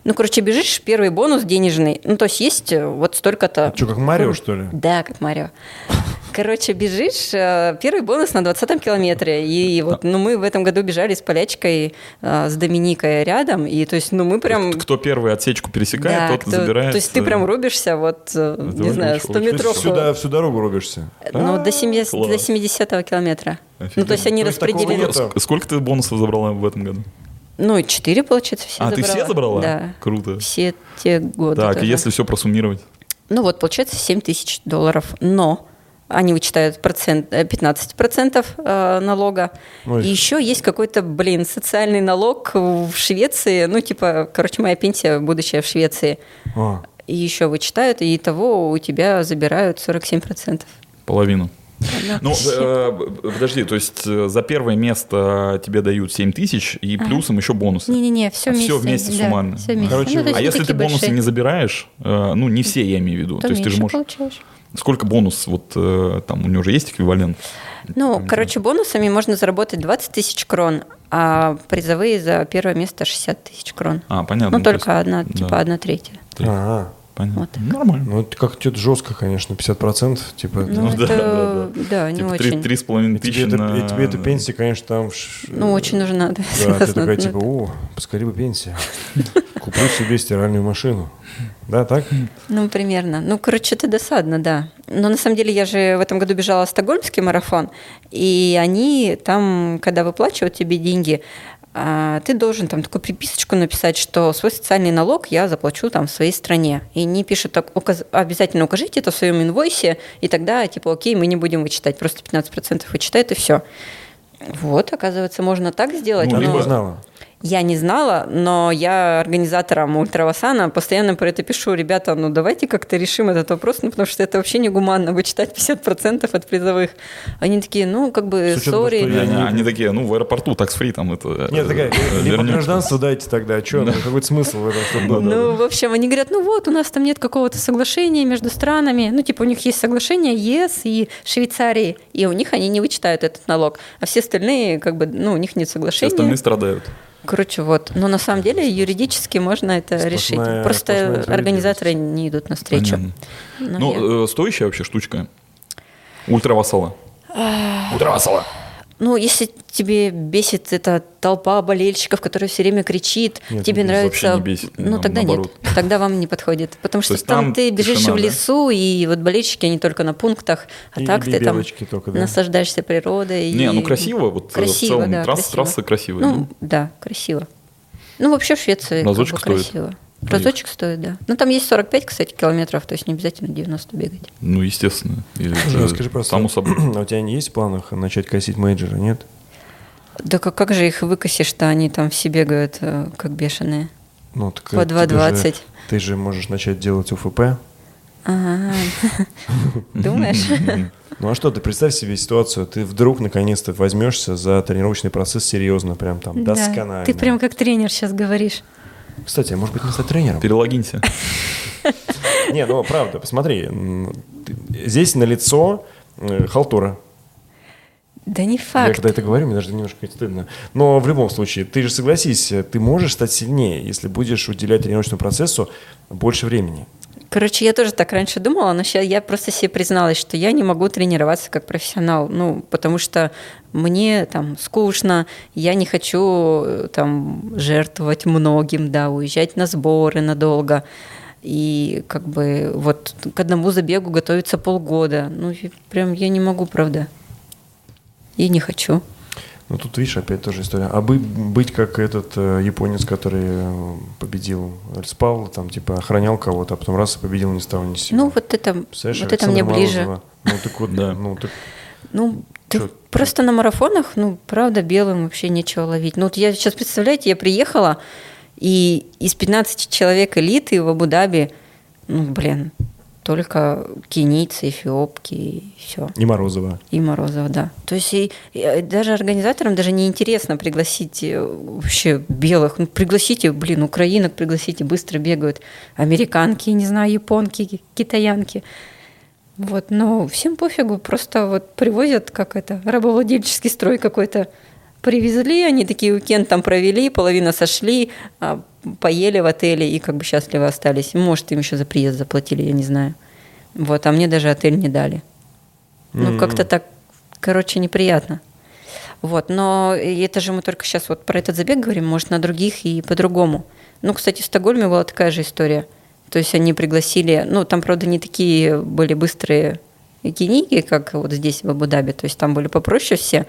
S2: Ну, короче, бежишь, первый бонус денежный. Ну, то есть есть э, вот
S3: А
S2: столько-то...
S1: Что, как Марио, что ли?
S2: Да, как Марио. Короче, бежишь, э, первый бонус на 20-м километре. И вот, ну, мы в этом году бежали с полячкой, э, с Доминикой рядом. И, то есть, ну, мы прям...
S3: Кто- Кто первый отсечку пересекает,
S2: Да,
S3: тот
S2: кто-
S3: забирает...
S2: То есть ты прям
S3: э,
S2: рубишься, вот, э, не
S3: очень
S2: знаю,
S3: очень
S2: 100
S1: То есть
S2: метров.
S1: Сюда, всю дорогу рубишься.
S2: Ну, до 70, до
S3: А, класс.
S2: 70 километра. Ну, то
S3: Офигенно.
S2: есть они
S1: То есть такого
S2: распределены.
S1: нет.
S3: Ск- Сколько ты бонусов забрала в этом году?
S2: Ну, 4, получается, все
S3: а,
S2: забрала.
S3: ты все забрала?
S2: Да.
S3: Круто.
S2: Все те годы.
S3: так,
S2: тоже.
S3: и если все просуммировать?
S2: Ну вот, получается 7 тысяч долларов. Но они вычитают процент, э, 15% э, налога.
S1: Ну,
S2: и
S1: и-
S2: еще есть какой-то, блин, социальный налог в Швеции. Ну, типа, короче, моя пенсия будущая в Швеции.
S1: А,
S2: И еще вычитают, и того у тебя забирают 47%.
S3: Половину. Ну,
S2: вообще.
S3: э, б- подожди, то есть э, за первое место тебе дают 7 тысяч и плюсом еще бонусы.
S2: ну,
S5: Не-не-не, все
S3: А
S5: вместе.
S3: всё вместе суммарно.
S5: все вместе.
S1: Короче,
S5: Ну, то есть
S3: А
S5: не
S3: если ты
S5: такие
S3: бонусы
S5: большие,
S3: не забираешь, э, ну не все я имею в виду,
S5: то,
S3: то есть ты же
S5: меньше
S3: можешь
S5: получаешь.
S3: Сколько бонус, вот э, там у него же есть эквивалент?
S2: Ну,
S3: Там,
S2: короче, бонусами можно заработать 20 тысяч крон, а призовые за первое место 60 тысяч крон.
S3: А, понятно.
S2: ну,
S3: то есть-
S2: только одна,
S3: да,
S2: типа, одна третья.
S3: Три.
S1: а,
S3: Понятно.
S2: Вот так.
S3: Нормально.
S1: ну это как-то жестко, конечно, 50%. Типа,
S2: Ну,
S3: Ну, да,
S2: это,
S3: да,
S2: да, не
S3: Типа три,
S2: очень.
S3: три с половиной
S1: и тебе,
S3: тысячи
S1: это,
S3: на...
S1: и тебе эта пенсия, конечно, там... в ш-
S2: Ну, очень нужна, да,
S1: Да, ты
S2: согласна.
S1: такая,
S2: Ну,
S1: типа, о, поскорее бы пенсия. Куплю себе стиральную машину. Да, так?
S2: Ну, примерно. Ну, короче, это досадно, да. Но на самом деле я же в этом году бежала стокгольмский марафон, и они там, когда выплачивают тебе деньги, а, ты должен там такую приписочку написать, что свой социальный налог я заплачу там в своей стране. И они пишут, так, «Указ- обязательно укажите это в своем инвойсе, и тогда, типа, окей, мы не будем вычитать, просто 15% вычитает, и все. Вот, оказывается, можно так сделать.
S1: Ну,
S3: Ну,
S2: но-
S1: либо
S3: либо-
S1: знала.
S2: я не знала, но я организаторам ультравасана постоянно про это пишу. Ребята, ну давайте как-то решим этот вопрос, ну потому что это вообще негуманно, вычитать 50% от призовых. Они такие, ну как бы,
S1: С учетом того, что
S2: сори.
S1: я
S3: Они,
S1: не-
S3: Э, они такие, ну, в аэропорту, такс-фри там это...
S1: Нет,
S3: э,
S1: такая,
S3: э,
S1: либо
S3: вернёшь.
S1: гражданство дайте тогда, а что, какой смысл в этом? чтобы было?
S2: Ну,
S1: Ну,
S2: в общем, они говорят,
S5: Ну вот, у нас там нет какого-то соглашения между странами. Ну, типа, у них есть соглашение ЕС и Швейцарии.
S2: и у них они не вычитают этот налог, а все остальные, как бы, ну, у них нет
S3: Все
S2: соглашения.
S3: остальные страдают.
S2: Короче, вот. Но на самом деле юридически можно это
S1: Сплошная-
S2: решить.
S1: сплошная
S2: Просто
S1: справедливость.
S2: организаторы не идут навстречу.
S3: Понятно.
S2: Но я-
S3: Ну, э, стоящая вообще штучка. Ультравассала. Ультравассала.
S2: Ну, если тебе бесит эта толпа болельщиков, которая все время кричит,
S1: Нет,
S2: тебе
S3: ну,
S2: нравится...
S3: вообще не бесит,
S2: ну,
S3: нам
S2: тогда
S3: наоборот.
S2: нет. Тогда вам не подходит. Потому что
S3: есть
S2: там,
S3: там
S2: ты бежишь
S3: тишина,
S2: в
S3: да?
S2: лесу, и вот болельщики, они только на пунктах, а
S1: И
S2: так ты там
S1: белочки только, да.
S2: наслаждаешься природой.
S3: Не,
S2: и-
S3: ну красиво, вот э,
S2: Красиво,
S3: в целом
S2: да,
S3: трасс-
S2: красиво.
S3: трассы красивые.
S2: Ну, да, красиво. Ну, вообще в Швеции как
S3: ну. Разочек
S2: бы
S3: стоит?
S2: красиво. Разочек стоит, да. Ну, там есть 45, кстати, километров, то есть не обязательно 90 бегать.
S3: Ну, естественно. Или
S1: Жень,
S3: это
S1: скажи просто,
S3: Само собой.
S1: а у тебя не есть в планах начать косить мейджора, нет?
S2: Да как, как же их выкосишь-то, они там все бегают э, как бешеные.
S1: Ну, так,
S2: По
S1: э, тебе
S2: 2.20.
S1: же- Ты же можешь начать делать УФП.
S2: Ага. Думаешь?
S1: Ну а что, ты представь себе ситуацию, ты вдруг наконец-то возьмешься за тренировочный процесс серьезно, прям там
S5: Да.
S1: досконально.
S5: Ты прям как тренер сейчас говоришь.
S1: Кстати, а может быть не стать тренером?
S3: Перелогинься.
S1: Не, ну правда, посмотри, м, ты- здесь налицо э, халтура.
S5: Да не
S1: Я
S5: факт.
S1: когда это говорю, мне даже немножко стыдно. Но в любом случае, ты же согласись, э, ты можешь стать сильнее, если будешь уделять тренировочному процессу больше времени.
S2: Короче, я тоже так раньше думала, но сейчас я просто себе призналась, что я не могу тренироваться как профессионал, ну, потому что мне там скучно, я не хочу э, там жертвовать многим, да, уезжать на сборы надолго. И как бы вот к одному забегу готовиться полгода. Ну, и прям я не могу, правда. И не хочу.
S1: Ну тут, видишь, опять тоже история. А бы- быть как этот э, японец, который э, победил, э, спал, там типа охранял кого-то, а потом раз и победил, не стал ни с сего.
S2: Ну, вот это,
S1: Типа. Представляешь,
S2: вот это мне
S1: Александра
S2: ближе.
S1: Морозова. Ну так вот,
S3: Да.
S1: ну так
S2: Ну, ты
S1: Чё?
S2: просто на марафонах, ну, правда, белым вообще нечего ловить. Ну, вот я сейчас, представляете, я приехала, и из 15 человек элиты в Абу-Даби, ну, блин, только кенийцы, эфиопки и все.
S1: и Морозова.
S2: И Морозов, да. То есть и, и даже организаторам даже не интересно пригласить э, вообще белых. Ну, пригласите, блин, украинок пригласите, быстро бегают. Американки, не знаю, японки, ки- китаянки.
S5: Вот, но всем пофигу, просто вот привозят, как это, рабовладельческий строй какой-то.
S2: Привезли, они такие уикенд там провели, половина сошли, а, поели в отеле и как бы счастливы остались. Может, им еще за приезд заплатили, я не знаю. Вот, а мне даже отель не дали. Ну,
S1: Мгм.
S2: как-то так, короче, неприятно. Вот, но и это же мы только сейчас вот про этот забег говорим, может, на других и по-другому. Ну, кстати, в Стокгольме была такая же история. То есть они пригласили, ну, там, правда, не такие были быстрые книги, как вот здесь, в Абу-Даби. То есть там были попроще все.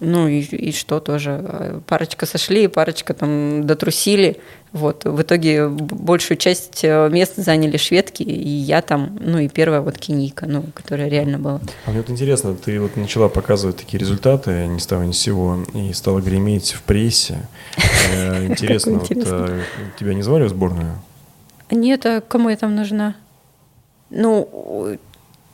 S2: Ну и, и что тоже. э, Парочка сошли, парочка там дотрусили. Вот. В итоге б- большую часть э, мест заняли шведки, и я там, ну и первая вот кинейка, ну, которая реально была.
S1: А мне вот интересно, ты вот начала показывать такие результаты, ни с того ни с сего, и стала греметь в прессе. Э, Интересно, вот,
S2: интересно.
S1: э, тебя не звали в сборную?
S5: Нет, а кому я там нужна?
S2: Ну, э,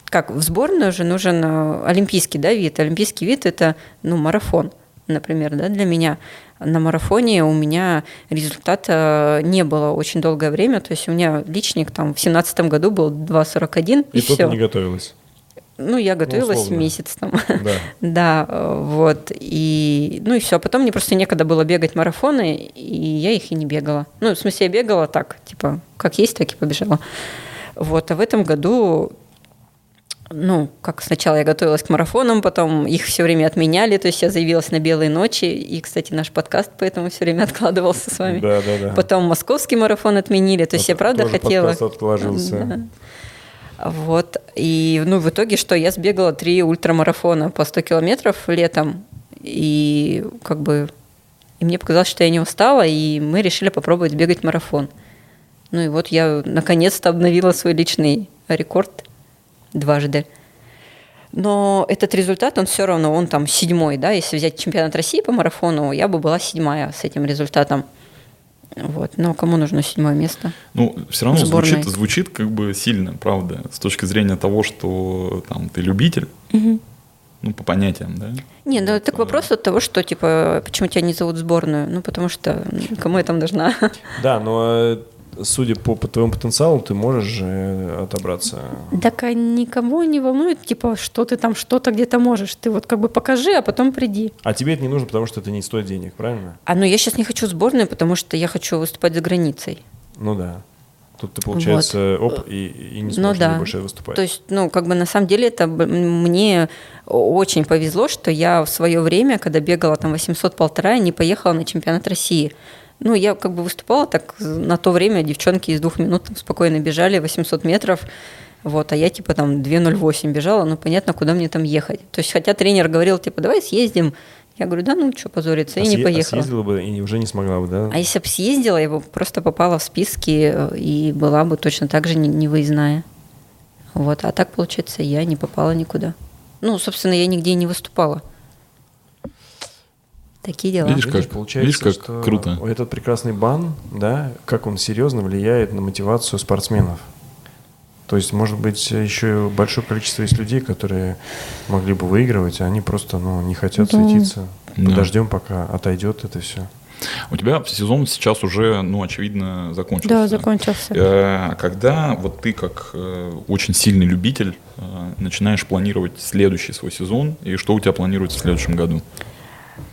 S2: как, в сборную же нужен э, олимпийский да, вид. Олимпийский вид – это, ну, марафон, например, да, для меня. На марафоне у меня результата а, не было очень долгое время. То есть у меня личник там в семнадцатом году был 2,41, и,
S1: И тут ты
S2: все.
S1: не готовилась.
S2: Ну, я готовилась
S1: условно.
S2: месяц там.
S1: Да.
S2: Да, э, вот. И, ну и все. Потом мне просто некогда было бегать марафоны, и я их и не бегала. Ну, в смысле, я бегала так, типа, как есть, так и побежала. Вот. А в этом году, ну, как сначала я готовилась к марафонам, потом их все время отменяли, то есть я заявилась на «Белые ночи», и, кстати, наш подкаст поэтому все время откладывался с вами.
S1: Да, да, да.
S2: Потом московский марафон отменили, то есть я
S1: Вот
S2: правда
S1: тоже
S2: хотела...
S1: подкаст отложился.
S2: Да. Вот. И ну, в итоге что? Я сбегала три ультрамарафона по 100 километров летом. И как бы... И мне показалось, что я не устала, и мы решили попробовать бегать марафон. Ну и вот я наконец-то обновила свой личный рекорд дважды. Но этот результат, он все равно, он там седьмой, да, если взять чемпионат России по марафону, я бы была седьмая с этим результатом. Вот. Но кому нужно седьмое место?
S3: Ну, все равно
S2: Сборной.
S3: звучит, звучит как бы сильно, правда, с точки зрения того, что там ты любитель, ну, по понятиям, да?
S2: Не, ну
S3: Вот,
S2: так
S3: э,
S2: вопрос от того, что, типа, почему тебя не зовут в сборную? Ну, потому что м, кому я там нужна?
S1: Да, но э, судя по, по твоему потенциалу, ты можешь же отобраться.
S5: Так а никого не волнует, типа, что ты там что-то где-то можешь. Ты вот как бы покажи, а потом приди.
S1: А тебе это не нужно, потому что это не стоит денег, правильно?
S2: А ну я сейчас не хочу в сборную, потому что я хочу выступать за границей.
S1: Ну да. Тут ты, получается, оп, и, и не сможешь
S2: Ну да.
S1: больше выступать.
S2: То есть, ну, как бы на самом деле это б- м, мне очень повезло, что я в свое время, когда бегала там 800 полтора, не поехала на чемпионат России. Ну, я как бы выступала так на то время, девчонки из двух минут там спокойно бежали 800 метров, вот, а я типа там 2.08 бежала, ну, понятно, куда мне там ехать. То есть, хотя тренер говорил, типа, давай съездим, Я говорю, да ну что позориться,
S1: А
S2: и не
S1: съе- а
S2: поехала.
S1: съездила бы и уже не смогла бы, да?
S2: А если бы съездила, я бы просто попала в списки э, и была бы точно так же не- невыездная. Вот, а так, получается, я не попала никуда. Ну, собственно, я нигде и не выступала. Такие дела.
S3: Видишь,
S1: Видишь,
S3: как-
S1: получается,
S3: видишь, как
S1: что
S3: круто.
S1: Этот прекрасный бан, да, как он серьезно влияет на мотивацию спортсменов. То есть, может быть, еще и большое количество есть людей, которые могли бы выигрывать, а они просто ну, не хотят
S5: Да.
S1: светиться.
S3: Да.
S1: Подождем, пока отойдет это все.
S2: Ну,
S3: У тебя сезон сейчас уже, ну, очевидно, закончился.
S5: Да, закончился.
S3: Э, Когда вот ты как э, очень сильный любитель э, начинаешь планировать следующий свой сезон и что у тебя планируется в следующем году?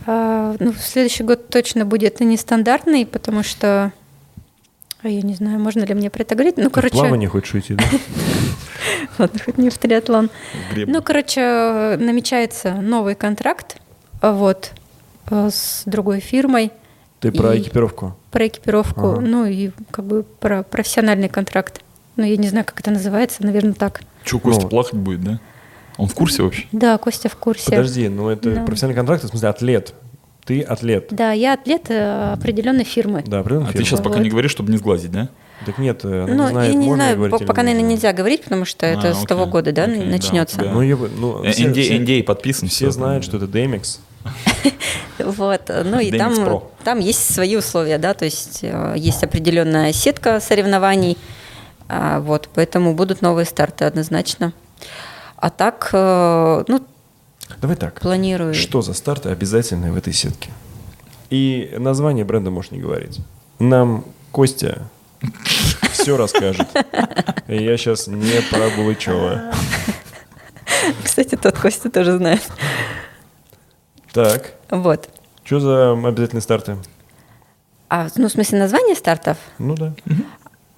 S5: А, ну, в следующий год точно будет нестандартный, потому что а я не знаю, можно ли мне про это говорить. Ну,
S1: Ты в
S5: короче,
S1: плавание хочешь уйти, да?
S5: ладно, хоть не в триатлон.
S3: Греб-
S5: Ну, короче, намечается новый контракт, а, вот, а, с другой фирмой
S1: Ты про
S5: И-
S1: экипировку.
S5: про экипировку,
S1: Ага.
S5: ну и как бы про профессиональный контракт. Ну, я не знаю, как это называется, наверное, так.
S3: Че, Костя
S1: ну.
S3: плакать будет, да? Он в курсе вообще?
S5: Да, Костя в курсе.
S1: Подожди, ну это
S5: Да.
S1: профессиональный контракт, в смысле атлет. Ты атлет.
S5: Да, я атлет э, определенной фирмы.
S1: Да, определенно
S3: А ты
S1: фирма.
S3: сейчас пока
S5: Вот.
S3: не говоришь, чтобы не сглазить, да?
S1: Так нет, она
S2: ну,
S1: не знает,
S2: я не
S1: можно
S2: знаю,
S1: говорить
S2: по-
S1: или
S2: пока, наверное, нельзя говорить, потому что это
S3: А,
S2: с того
S3: окей,
S2: года, да,
S3: окей, да,
S2: начнется.
S3: да.
S1: Ну, я бы- ну,
S3: Э,
S1: все-
S3: NDA,
S1: все-
S3: NDA подписан.
S1: Все знают, что это DMX.
S2: Вот, ну и
S3: Demix
S2: там,
S3: Pro.
S2: там есть свои условия, да, то есть э, есть определенная сетка соревнований, а, вот, поэтому будут новые старты однозначно. А так, э, ну,
S1: Давай так.
S2: планирую.
S1: Что за старты обязательные в этой сетке? И название бренда можешь не говорить. Нам Костя все расскажет. И я сейчас не про Булычева.
S2: Кстати, тот Костя тоже знает.
S1: Так,
S2: Вот.
S1: что за обязательные старты?
S2: А, ну, в смысле, название стартов?
S1: Ну да.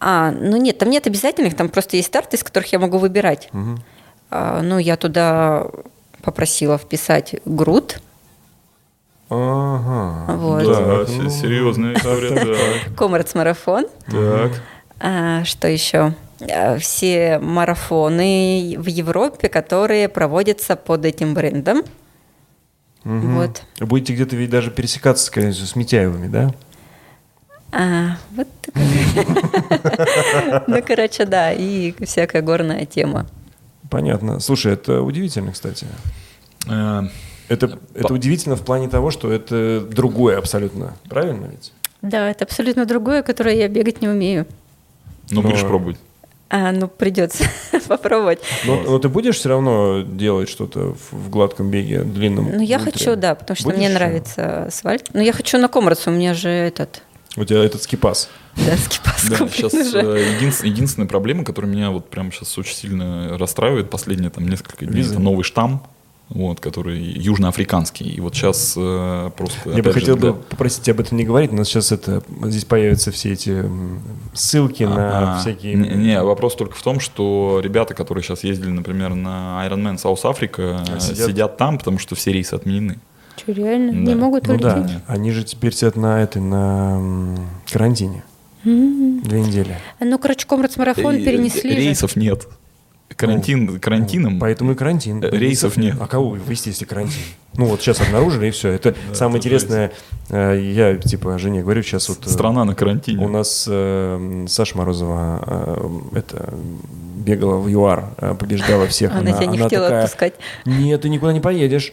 S2: А, ну нет, там нет обязательных, там просто есть старты, из которых я могу выбирать. А, ну, я туда попросила вписать груд,
S1: Ага.
S2: Вот.
S1: Да,
S3: се-
S1: ну,
S3: серьезная история, да.
S2: комрадс-марафон.
S3: Так.
S2: А, что еще? А, Все марафоны в Европе, которые проводятся под этим брендом.
S1: Мгм.
S2: Вот.
S1: Будете где-то ведь даже пересекаться, скорее всего, с Митяевыми, да?
S2: А, вот такая. Ну, короче, да, и всякая горная тема.
S1: Понятно. Слушай, это удивительно, кстати.
S3: Э,
S1: Это, это удивительно в плане того, что это другое абсолютно. Правильно ведь?
S5: Да, это абсолютно другое, которое я бегать не умею.
S3: Ну, будешь
S1: Ну,
S3: пробовать.
S2: А, ну, придется попробовать.
S1: Но, но ты будешь все равно делать что-то в, в гладком беге, длинном?
S2: Ну, я
S1: ультре?
S2: хочу, да, потому что мне
S1: Будешь?
S2: нравится асфальт. Ну, я хочу на Комрадсу, у меня же этот ну
S1: У тебя этот скипас.
S2: да, э, скипас
S3: Да,
S2: куплен
S3: сейчас
S2: уже.
S3: единственная проблема, которая меня вот прямо сейчас очень сильно расстраивает последние там несколько дней,
S1: Виза.
S3: это новый штамм, вот, который южноафриканский. И вот сейчас э, просто...
S1: я бы
S3: опять же,
S1: хотел бы
S3: для-
S1: попросить тебя об этом не говорить, но сейчас это здесь появятся все эти м, ссылки на
S3: А,
S1: всякие...
S3: Не, не, вопрос только в том, что ребята, которые сейчас ездили, например, на Ironman South Africa,
S1: А,
S3: э,
S1: сидят?
S3: сидят? там, потому что все рейсы отменены.
S5: Че, реально?
S3: Да.
S5: Не могут
S1: ну да,
S5: улететь?
S1: они же теперь сидят на этой, на м, карантине.
S2: М-м.
S5: М.
S1: Две недели.
S5: Ну, короче, комрадс-марафон
S3: Э,
S5: перенесли.
S3: э,
S5: же.
S3: Рейсов нет. Карантин, карантином.
S1: Поэтому и карантин.
S3: Э, рейсов нет.
S1: А кого вы ввести, если карантин? Ну вот сейчас обнаружили, и все. Это самое интересное. э, Я, типа, жене говорю сейчас вот... э,
S3: Страна на
S1: У
S3: карантине.
S1: нас э, Саша Морозова э, это, бегала в ЮАР, э, побеждала всех.
S2: Она тебя не хотела отпускать.
S1: Нет, ты никуда не поедешь.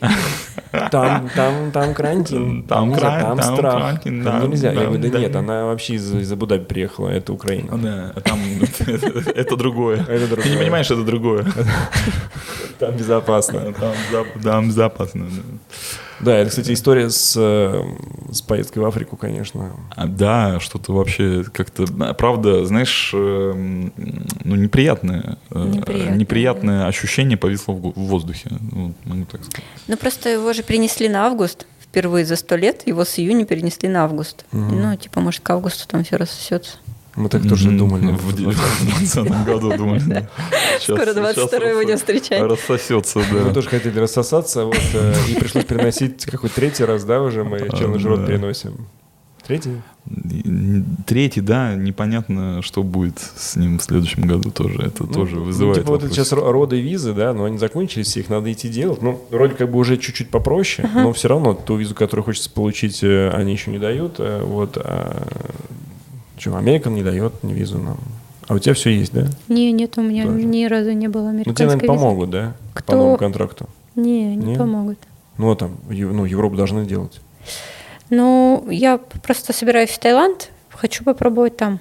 S1: Там, там, там карантин.
S3: Там
S1: нельзя,
S3: кран-
S1: там
S3: там
S1: страх.
S3: карантин,
S1: Там
S3: да,
S1: нельзя.
S3: да,
S1: Я говорю, да,
S3: да.
S1: нет, она вообще из, из Абу-Даби приехала, это Украина.
S3: Ну Да, там А это другое.
S1: Это
S3: Ты не
S1: другое.
S3: понимаешь, это другое.
S1: Там безопасно.
S3: Там зап- Там запасно.
S1: Да, это, кстати, история с, э, с поездкой в Африку, конечно.
S3: А, Да, что-то вообще как-то, да, правда, знаешь, эм, ну неприятное, э,
S5: Неприятное,
S3: неприятное ощущение повисло в гу- в воздухе, вот, могу так сказать.
S2: Ну, просто его же перенесли на август. Впервые за сто лет его с июня перенесли на август. Ну, типа, может, к августу там все рассосется.
S1: Мы так тоже
S3: Мгм.
S1: думали.
S3: В 2020 году думали, да. Сейчас-
S2: Скоро 22-й
S3: сейчас
S2: будем
S3: рас-
S2: встречать.
S3: Рассосется,
S1: Мы
S3: да.
S1: тоже хотели рассосаться, вот, э, и пришлось переносить какой-то третий раз, да, уже мы челлендж рот
S3: А, да.
S1: переносим. Третий?
S3: Третий, да, непонятно, что будет с ним в следующем году тоже. Это тоже вызывает
S1: Типа вот это
S3: вопросы.
S1: сейчас ро- роды и визы, да, но они закончились, все их надо идти делать. Ну, вроде как бы уже чуть-чуть попроще, но все равно ту визу, которую хочется получить, э, они еще не дают. э, Вот, а, что, Америка не дает ни визу нам. А у тебя все есть, да?
S5: Не, нет, у меня
S1: Даже.
S5: ни разу не было
S1: Ну, тебе,
S5: американской
S1: наверное,
S5: визы.
S1: помогут, да? По
S5: Кто?
S1: новому контракту.
S5: Не, не
S1: Не?
S5: помогут.
S1: Ну, а там, Ев- ну, Европу должны делать.
S5: Ну, я просто собираюсь в Таиланд, хочу попробовать там.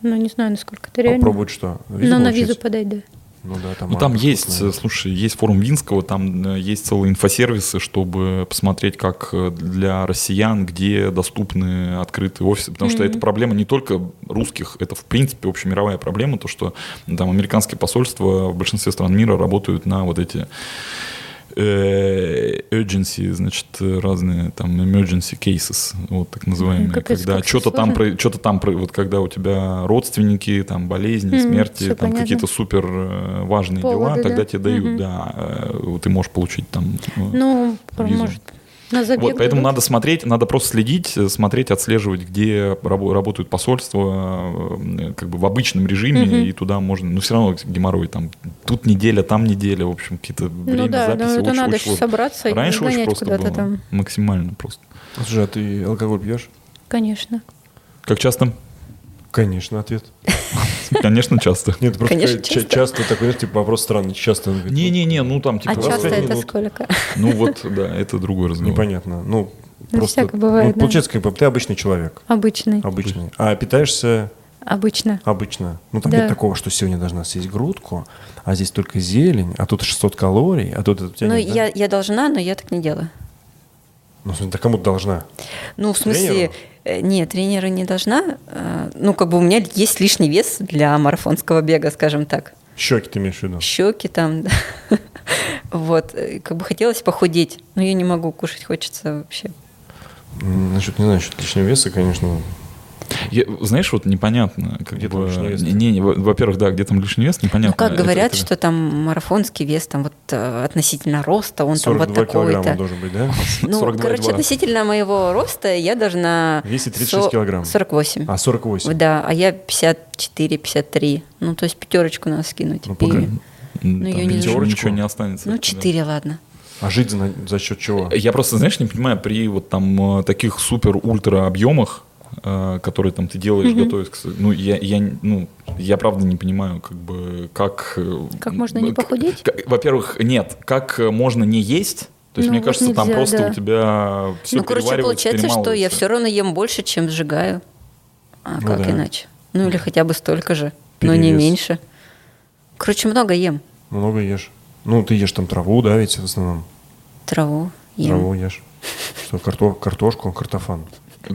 S5: Ну, не знаю, насколько это реально.
S1: Попробовать что? Визу
S5: Но на
S1: получить?
S5: визу подать, да.
S1: Ну, да, там,
S3: Ну там
S1: марка
S3: есть,
S1: вкусная.
S3: э, слушай, есть форум Винского, там э, есть целые инфосервисы, чтобы посмотреть, как э, для россиян, где доступны открытые офисы, потому что
S5: Мгм.
S3: это проблема не только русских, это в принципе общемировая проблема, то что ну, там американские посольства в большинстве стран мира работают на вот эти э, urgency, значит, э, разные там emergency cases, вот так называемые,
S5: Капец,
S3: когда
S5: как
S3: что-то там,
S5: сложно.
S3: что-то там, про- вот когда у тебя родственники, там болезни,
S5: Мгм,
S3: смерти,
S5: всё
S3: там
S5: понятно.
S3: какие-то супер э, важные дела,
S5: Поводы,
S3: тогда
S5: да?
S3: тебе дают,
S5: Мгм.
S3: да, э, вот ты можешь получить там. э,
S5: Ну,
S3: Визу.
S5: может, на забег.
S3: вот, поэтому
S5: дадут.
S3: надо смотреть, надо просто следить, э, смотреть, отслеживать, где рабо- работают посольства, э, как бы в обычном режиме,
S5: Мгм.
S3: и туда можно, ну все равно геморрой, там тут неделя, там неделя, в общем, какие-то время
S5: ну да,
S3: записи,
S5: но это
S3: очень-
S5: надо
S3: очень
S5: еще
S3: сложно.
S5: собраться
S3: Раньше
S5: и
S3: очень
S5: гонять
S3: просто
S5: куда-то
S3: было,
S5: там.
S3: максимально просто.
S1: Слушай, а ты алкоголь пьешь?
S5: Конечно.
S3: Как часто?
S1: Конечно, ответ.
S3: Конечно, часто.
S1: Нет, просто
S2: Конечно,
S1: ча- часто такой, знаешь, типа вопрос странный. Часто. он говорит,
S3: Не-не-не, ну там типа
S5: а
S3: раз в
S5: часто
S3: пять
S5: это
S3: минут.
S5: сколько?
S3: Ну вот, да, это другой разговор.
S1: Непонятно. Ну,
S5: Ну,
S1: просто...
S5: всяко бывает,
S1: ну,
S5: да.
S1: получается, как бы ты обычный человек.
S5: Обычный.
S1: Обычный. А питаешься
S5: Обычно.
S1: обычно. Ну, там
S5: Да.
S1: нет такого, что сегодня должна съесть грудку, а здесь только зелень, а тут 600 калорий, а тут это у тебя
S2: Ну,
S1: нет, да?
S2: я, я должна, но я так не делаю.
S1: Ну, в смысле, да кому-то должна.
S2: Ну, в смысле,
S1: Тренеру?
S2: э, нет, тренера не должна. э, Ну, как бы у меня есть лишний вес для марафонского бега, скажем так.
S1: Щеки ты имеешь в виду.
S2: Щеки там, да. Вот, э, как бы хотелось похудеть, но я не могу, кушать хочется вообще.
S1: М, Насчет, не знаю, насчет лишнего веса, конечно.
S3: Я- знаешь, вот непонятно. Как
S1: Где
S3: бы,
S1: там лишний вес?
S3: Не, не, во- во-первых, да, где там лишний вес, непонятно.
S2: Ну, как
S3: Это-
S2: говорят,
S3: это-
S2: что там марафонский вес, там вот э, относительно роста, он там
S1: 42
S2: вот
S1: килограмма
S2: такой-то.
S1: должен быть, да?
S2: Ну,
S3: 42,2.
S2: короче, относительно моего роста я должна...
S1: 236
S2: со-
S1: килограмм.
S2: 48.
S1: А 48.
S2: Да, а я 54-53. Ну, то есть пятерочку надо скинуть.
S1: Ну,
S2: И-
S1: пока-
S3: М,
S2: Ну,
S3: там
S2: я не
S3: ничего,
S1: знаю.
S3: ничего не останется.
S2: Ну,
S3: Да.
S2: 4, ладно.
S1: А жить за, за счет чего?
S3: Я просто, знаешь, не понимаю, при вот там э, таких супер-ультра объемах, э, которые там ты делаешь, готовясь к... с- Ну я, я, не- ну, я правда не понимаю, как бы, как... э,
S5: Как можно не
S3: к-
S5: похудеть?
S3: к- Во-первых, нет, как э, можно не есть? То есть,
S5: Ну,
S3: мне
S5: вот
S3: кажется, там
S5: нельзя,
S3: просто
S5: да.
S3: у тебя все
S2: ну, короче, получается, что я все равно ем больше, чем сжигаю. А
S1: Ну
S2: как
S1: да.
S2: иначе? Ну, или хотя бы столько же, но не
S1: Перевес.
S2: меньше. Короче, много ем.
S1: Много ешь. Ну, ты ешь там траву, да, ведь в основном.
S2: Траву ем.
S1: Траву ешь. Что, карто- картошку, картофан,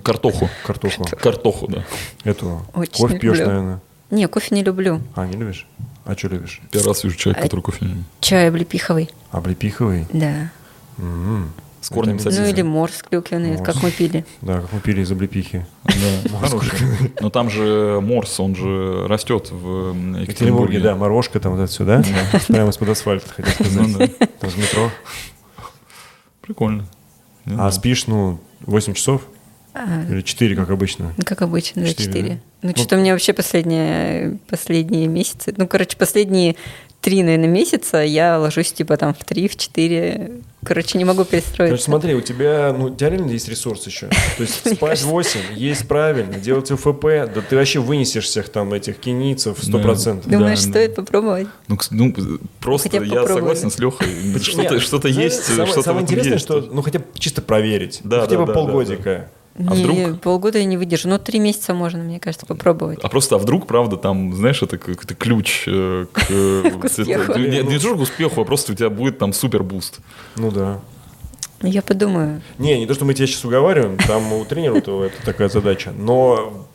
S3: Картоху.
S1: картоху,
S3: Картоху, да.
S1: эту.
S2: Очень
S1: Кофе пьешь,
S2: люблю.
S1: наверное.
S2: Не, кофе не люблю.
S1: А, не любишь? А что любишь?
S3: Первый раз вижу человека,
S2: А-
S3: который кофе не любит.
S2: Чай облепиховый,
S1: Облепиховый? М-м.
S2: да.
S1: М.
S3: С корнем
S1: Это-
S3: садится.
S2: Ну,
S3: Сосиски.
S2: или морс клюквенный,
S1: Морс.
S2: как мы пили.
S1: Да, как мы пили из облепихи.
S3: Да, хороший. Но там же морс, он же растет в м,
S1: В Екатеринбурге, да, морожка там вот это все, да? Прямо из-под асфальта, хотел
S3: Ну да.
S1: сказать. Там с метро.
S3: Прикольно. Не
S1: А
S3: знаю.
S1: спишь, ну, 8 часов?
S2: А,
S1: Или 4, как обычно?
S2: Ну, как обычно, да,
S1: Четыре,
S2: 4.
S1: да?
S2: Ну,
S1: Ну,
S2: что-то у меня вообще последние, последние месяцы, ну, короче, последние три, наверное, месяца я ложусь, типа, там, в 3, в 4. Короче, не могу перестроиться.
S1: Короче, смотри, у тебя, ну, у тебя реально есть ресурс еще. То есть спать 8, есть правильно, делать УФП, да ты вообще вынесешь всех там этих киницев 100%.
S3: Да.
S2: Думаешь, стоит попробовать?
S3: Ну, кс- ну, просто
S2: Хотя бы
S3: я
S2: попробовали.
S3: согласен с Лехой. Что-то
S1: Нет,
S3: что-то
S1: знаешь,
S3: есть,
S1: самое-
S3: что-то в
S1: Ну, Самое
S3: этом
S1: интересное,
S3: есть.
S1: что, ну, хотя бы чисто проверить. Ну,
S3: Да,
S1: Хотя
S3: да,
S1: бы
S3: да, да, да.
S1: полгодика.
S3: А
S2: Не,
S3: вдруг?
S2: полгода я не выдержу. Ну, три месяца можно, мне кажется, попробовать.
S3: А просто а вдруг, правда, там, знаешь, это какой-то ключ э, к... э,
S2: К
S3: вот это-
S2: успеху.
S3: Не не то, что к успеху, а просто у тебя будет там супер буст.
S1: Ну да.
S2: Ну, Я подумаю.
S1: Не, не то, что мы тебя сейчас уговариваем, там у тренера то это такая задача, но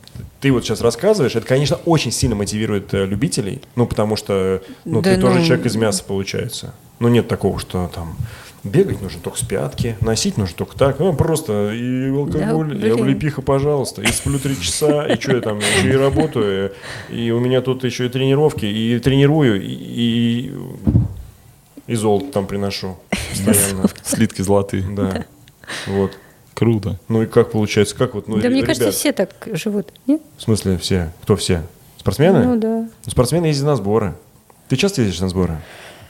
S1: ты вот сейчас рассказываешь, это, конечно, очень сильно мотивирует э, любителей, ну, потому что ну,
S2: Да
S1: ты тоже
S2: ну.
S1: человек из мяса получается. Ну, нет такого, что там бегать нужно только с пятки, носить нужно только так, ну, просто и алкоголь, и
S2: блин.
S1: облепиха, пожалуйста, и сплю три часа, и что я там, еще и работаю, и у меня тут еще и тренировки, и тренирую, и, и, и золото там приношу постоянно.
S3: Слитки золотые.
S1: Да. Вот.
S3: Круто.
S1: Ну и как получается? Как вот, ну,
S5: да
S1: ре-
S5: мне
S1: ребят,
S5: кажется, все так живут, нет?
S1: В смысле все? Кто все? Спортсмены?
S5: Ну да.
S1: Ну, Спортсмены ездят на сборы. Ты часто ездишь на сборы?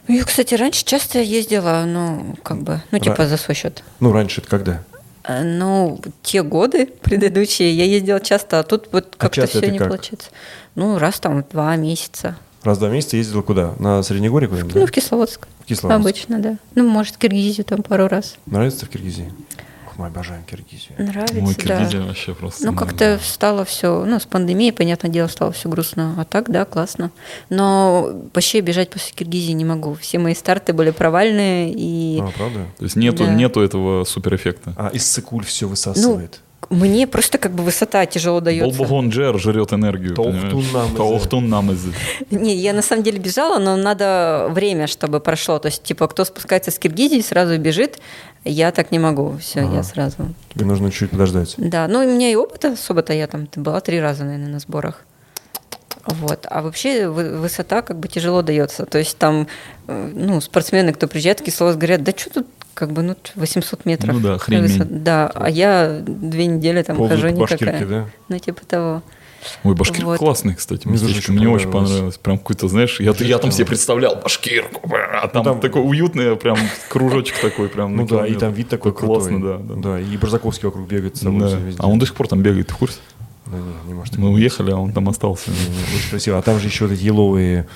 S2: Ну, Я, кстати, раньше часто ездила, ну, как бы, ну,
S1: Да.
S2: типа за свой счет.
S1: Ну, раньше это когда?
S2: А, Ну, те годы предыдущие я ездила часто, а тут вот как-то
S1: часто
S2: все
S1: это
S2: не
S1: как?
S2: получается. Ну, раз там в два месяца.
S1: Раз в два месяца ездила куда? На Среднегорье куда-нибудь? да?
S5: Ну, в Кисловодск.
S1: В Кисловодск.
S5: Обычно, да. Ну, может, в Киргизию там пару раз.
S1: Нравится в Киргизии? Ох, мы обожаем Киргизию.
S2: Нравится, да.
S3: Ой, Киргизия вообще просто.
S2: Ну,
S3: да.
S2: как-то стало все, ну, с пандемией, понятное дело, стало все грустно. А так, да, классно. Но вообще бежать после Киргизии не могу. Все мои старты были провальные,
S3: Ну,
S2: и
S1: А, правда?
S3: То есть нету,
S2: Да.
S3: нету этого суперэффекта.
S1: А из Сыкуль все высасывает.
S2: мне просто как бы высота тяжело дается.
S3: Болбогон Джер жрет энергию.
S1: Толхтун
S3: понимаешь?
S1: намазы.
S3: Толхтун намазы.
S2: Не, я на самом деле бежала, но надо время, чтобы прошло. То есть, типа, кто спускается с Киргизии, сразу бежит. Я так не могу. Все, я сразу.
S5: Ну.
S1: Тебе нужно чуть подождать.
S2: Да, ну и у меня и опыта особо-то я там была три раза, наверное, на сборах. Вот. А вообще вы- высота как бы тяжело дается. То есть там, э, ну, спортсмены, кто приезжает в Кисловодск, говорят, да что тут как бы, ну, 800 метров.
S3: Ну да, хрень
S2: высота».
S3: мень.
S2: Да, а я две недели там
S1: Ползают
S2: хожу
S1: по башкирке,
S2: никакая.
S1: да?
S2: Ну, типа того.
S3: Ой, башкир
S2: Вот.
S3: классный, кстати,
S1: Мне тоже
S3: местечко.
S1: очень
S3: Мне очень
S1: понравилось.
S3: понравилось. Прям какой-то, знаешь, я, я там себе представлял башкирку, бля, а там,
S1: там-
S3: такой уютный прям кружочек такой прям. на
S1: Ну да, и
S3: километр.
S1: там вид такой крутой.
S3: Классно, да. да.
S1: Да, и Барзаковский вокруг бегает с собой
S3: Да.
S1: всё везде.
S3: А он до сих пор там бегает, ты в курсе?
S1: Да не, не может.
S3: Мы уехали, а он там остался.
S1: Не, не, Очень красиво. А там же еще вот эти еловые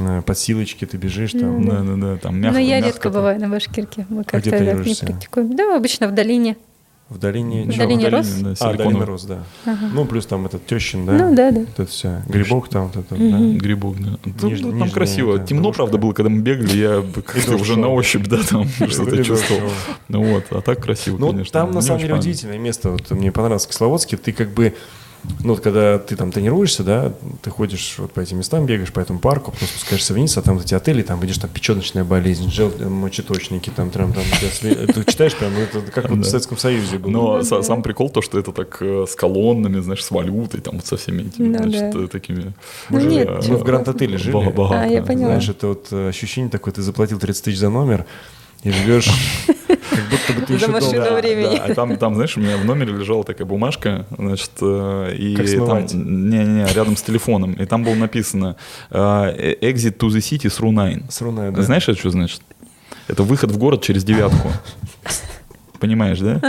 S1: э, подсилочки, ты бежишь там.
S3: Ну Да, да, да,
S2: ну,
S3: там мягко.
S5: Но Ну, я
S3: мягко А
S5: редко
S3: там.
S5: бываю на Башкирке. Мы как-то так не
S1: тренируешься?
S5: практикуем. Да, обычно в долине.
S1: В долине...
S5: В
S1: чего?
S5: долине
S3: в
S5: Рос?
S3: да,
S1: А,
S3: силиконовый.
S1: долина роз, да. Ну, плюс там этот тещин, да?
S5: Ну, да, да.
S1: Вот это все. Грибок там, вот это, да.
S3: Грибок, да. Тут-
S1: Ниж-
S3: тут
S1: Ну, нижняя,
S3: там красиво.
S1: да,
S3: Темно,
S1: дорожка.
S3: правда, было, когда мы бегали, я бы как-то
S1: дождь
S3: уже
S1: шел.
S3: на ощупь, да, там что-то
S1: дождь
S3: чувствовал.
S1: шел.
S3: Ну вот, а так красиво,
S1: Ну,
S3: конечно.
S1: там,
S3: Мне
S1: на самом
S3: очень
S1: деле,
S3: понравилось.
S1: удивительное место. Вот мне понравилось в Кисловодске. Ты как бы... Ну, вот когда ты там тренируешься, да, ты ходишь вот по этим местам, бегаешь по этому парку, потом спускаешься вниз, а там вот эти отели, там, видишь, там печеночная болезнь, жел, э, мочеточники, там, там, там, если- ты читаешь прям, ну, это как вот в
S3: Да.
S1: Советском Союзе было.
S3: Но са- сам прикол то, что это так э, с колоннами, знаешь, с валютой, там вот со всеми этими,
S5: Ну
S3: значит,
S5: да.
S3: э, такими.
S5: Ну
S3: э,
S5: нет,
S1: Мы в Гранд-отеле жили.
S3: ба- богато.
S5: А, я поняла.
S1: Знаешь, это вот э, ощущение такое, ты заплатил 30 тысяч за номер и живешь, как будто бы ты
S2: За
S1: еще дома.
S2: машину
S1: Да,
S2: времени.
S3: Да, а там, там, знаешь, у меня в номере лежала такая бумажка, значит, э, и
S1: Как
S3: там,
S1: смывать?
S3: не-не-не, рядом с телефоном, и там было написано э, «Exit to the city through nine».
S1: С Руная, да.
S3: Знаешь, это что значит? Это выход в город через девятку. Понимаешь, да?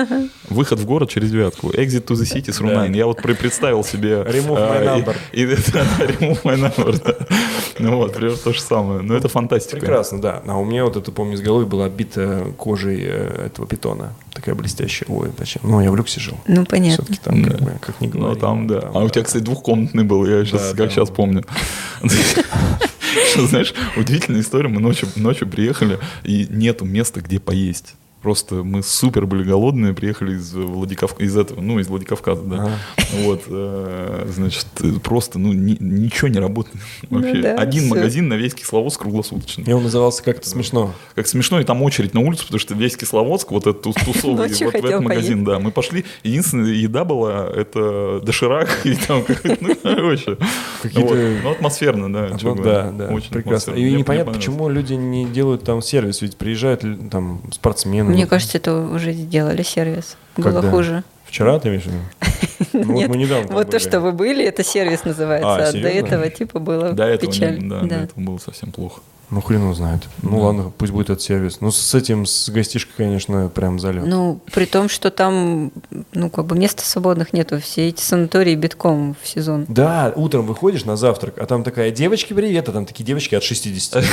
S3: Выход в город через девятку. Exit to the city с Рунайн. Я вот при- представил себе...
S1: Remove my
S3: а, и-
S1: number.
S3: и- да, да, Remove my number, да. Ну вот, примерно то же самое. Но это фантастика.
S1: Прекрасно, да. А у меня вот это, помню, из головы была оббита кожей э, этого питона. Такая блестящая. Ой, зачем? Ну, я в люксе жил.
S2: Ну, понятно.
S1: Все-таки там, как
S3: Да.
S1: бы, как ни
S3: Ну
S1: говори.
S3: там, да. А у тебя, кстати, двухкомнатный был, я сейчас,
S1: Да,
S3: как
S1: да.
S3: сейчас помню. Что, Знаешь, удивительная история. Мы ночью, ночью приехали, и нету места, где поесть. Просто мы супер были голодные, приехали из Владикавказа, из этого, ну, из Владикавказа, да. Вот, э, значит, э, просто, ну, ни- ничего не работает вообще.
S5: Ну да,
S3: Один
S5: всё.
S3: магазин на весь Кисловодск круглосуточно
S1: И он назывался как-то смешно.
S3: как смешно, и там очередь на улицу, потому что весь Кисловодск, вот этот тус- тусовый,
S2: Ночью
S3: вот в
S2: хотел
S3: этот магазин, да. Мы пошли, единственная еда была, это доширак, и там какой-то, ну, короче.
S1: Какие-то-
S3: Вот. Ну, атмосферно, да. чё
S1: Ну,
S3: говорить.
S1: да, да,
S3: Очень
S1: прекрасно.
S3: атмосферно.
S1: И
S3: Мне- мне
S1: непонятно,
S3: понравилось.
S1: почему люди не делают там сервис, ведь приезжают л- там спортсмены. Ну,
S2: Мне
S1: Вот.
S2: кажется, это уже сделали сервис.
S1: Когда?
S2: Было хуже.
S1: Вчера ты имеешь в виду? Ну, вот
S2: Нет,
S1: мы недавно там
S2: Вот
S1: были.
S2: то, что вы были, это сервис называется.
S1: А,
S2: А до
S1: серьезно?
S2: этого типа было
S3: До этого,
S2: печаль.
S3: не- да, до
S2: Да.
S3: этого было совсем плохо.
S1: Ну, хрен его знает. Ну,
S3: Да.
S1: ладно, пусть будет этот сервис. Ну, с этим, с гостишкой, конечно, прям залет.
S2: Ну, при том, что там, ну, как бы места свободных нету. Все эти санатории битком в сезон.
S1: Да, утром выходишь на завтрак, а там такая, девочки, привет, а там такие девочки от 60.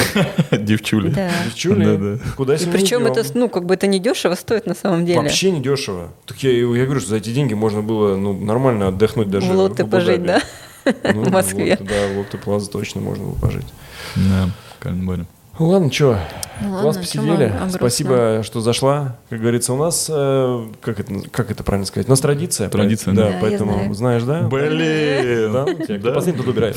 S3: Девчули.
S2: Да.
S1: Девчули,
S3: Да-да.
S1: куда
S2: И
S1: себя не
S2: причем
S1: идем?
S2: это, ну, как бы это не дешево стоит на самом деле.
S1: Вообще не дешево. Так я, я говорю, что за эти деньги можно было ну, нормально отдохнуть даже.
S2: в лоты пожить, да?
S1: Абу-Даби. Ну,
S2: В Москве.
S1: Лотте, да, в Лотте Плаза точно можно было пожить.
S3: Да, Кальмбаре.
S1: Ну, ладно, что,
S2: Ну, ладно,
S1: класс
S2: чё
S1: посидели.
S2: мы о грустном?
S1: Спасибо, что зашла. Как говорится, у нас, э, как, это, как это правильно сказать, у нас традиция.
S3: Традиция,
S1: да.
S3: да.
S2: Да, я
S1: поэтому,
S2: знаю.
S1: знаешь, да?
S3: Блин!
S1: Да, у тебя кто
S3: Да.
S1: последний, тот убирает.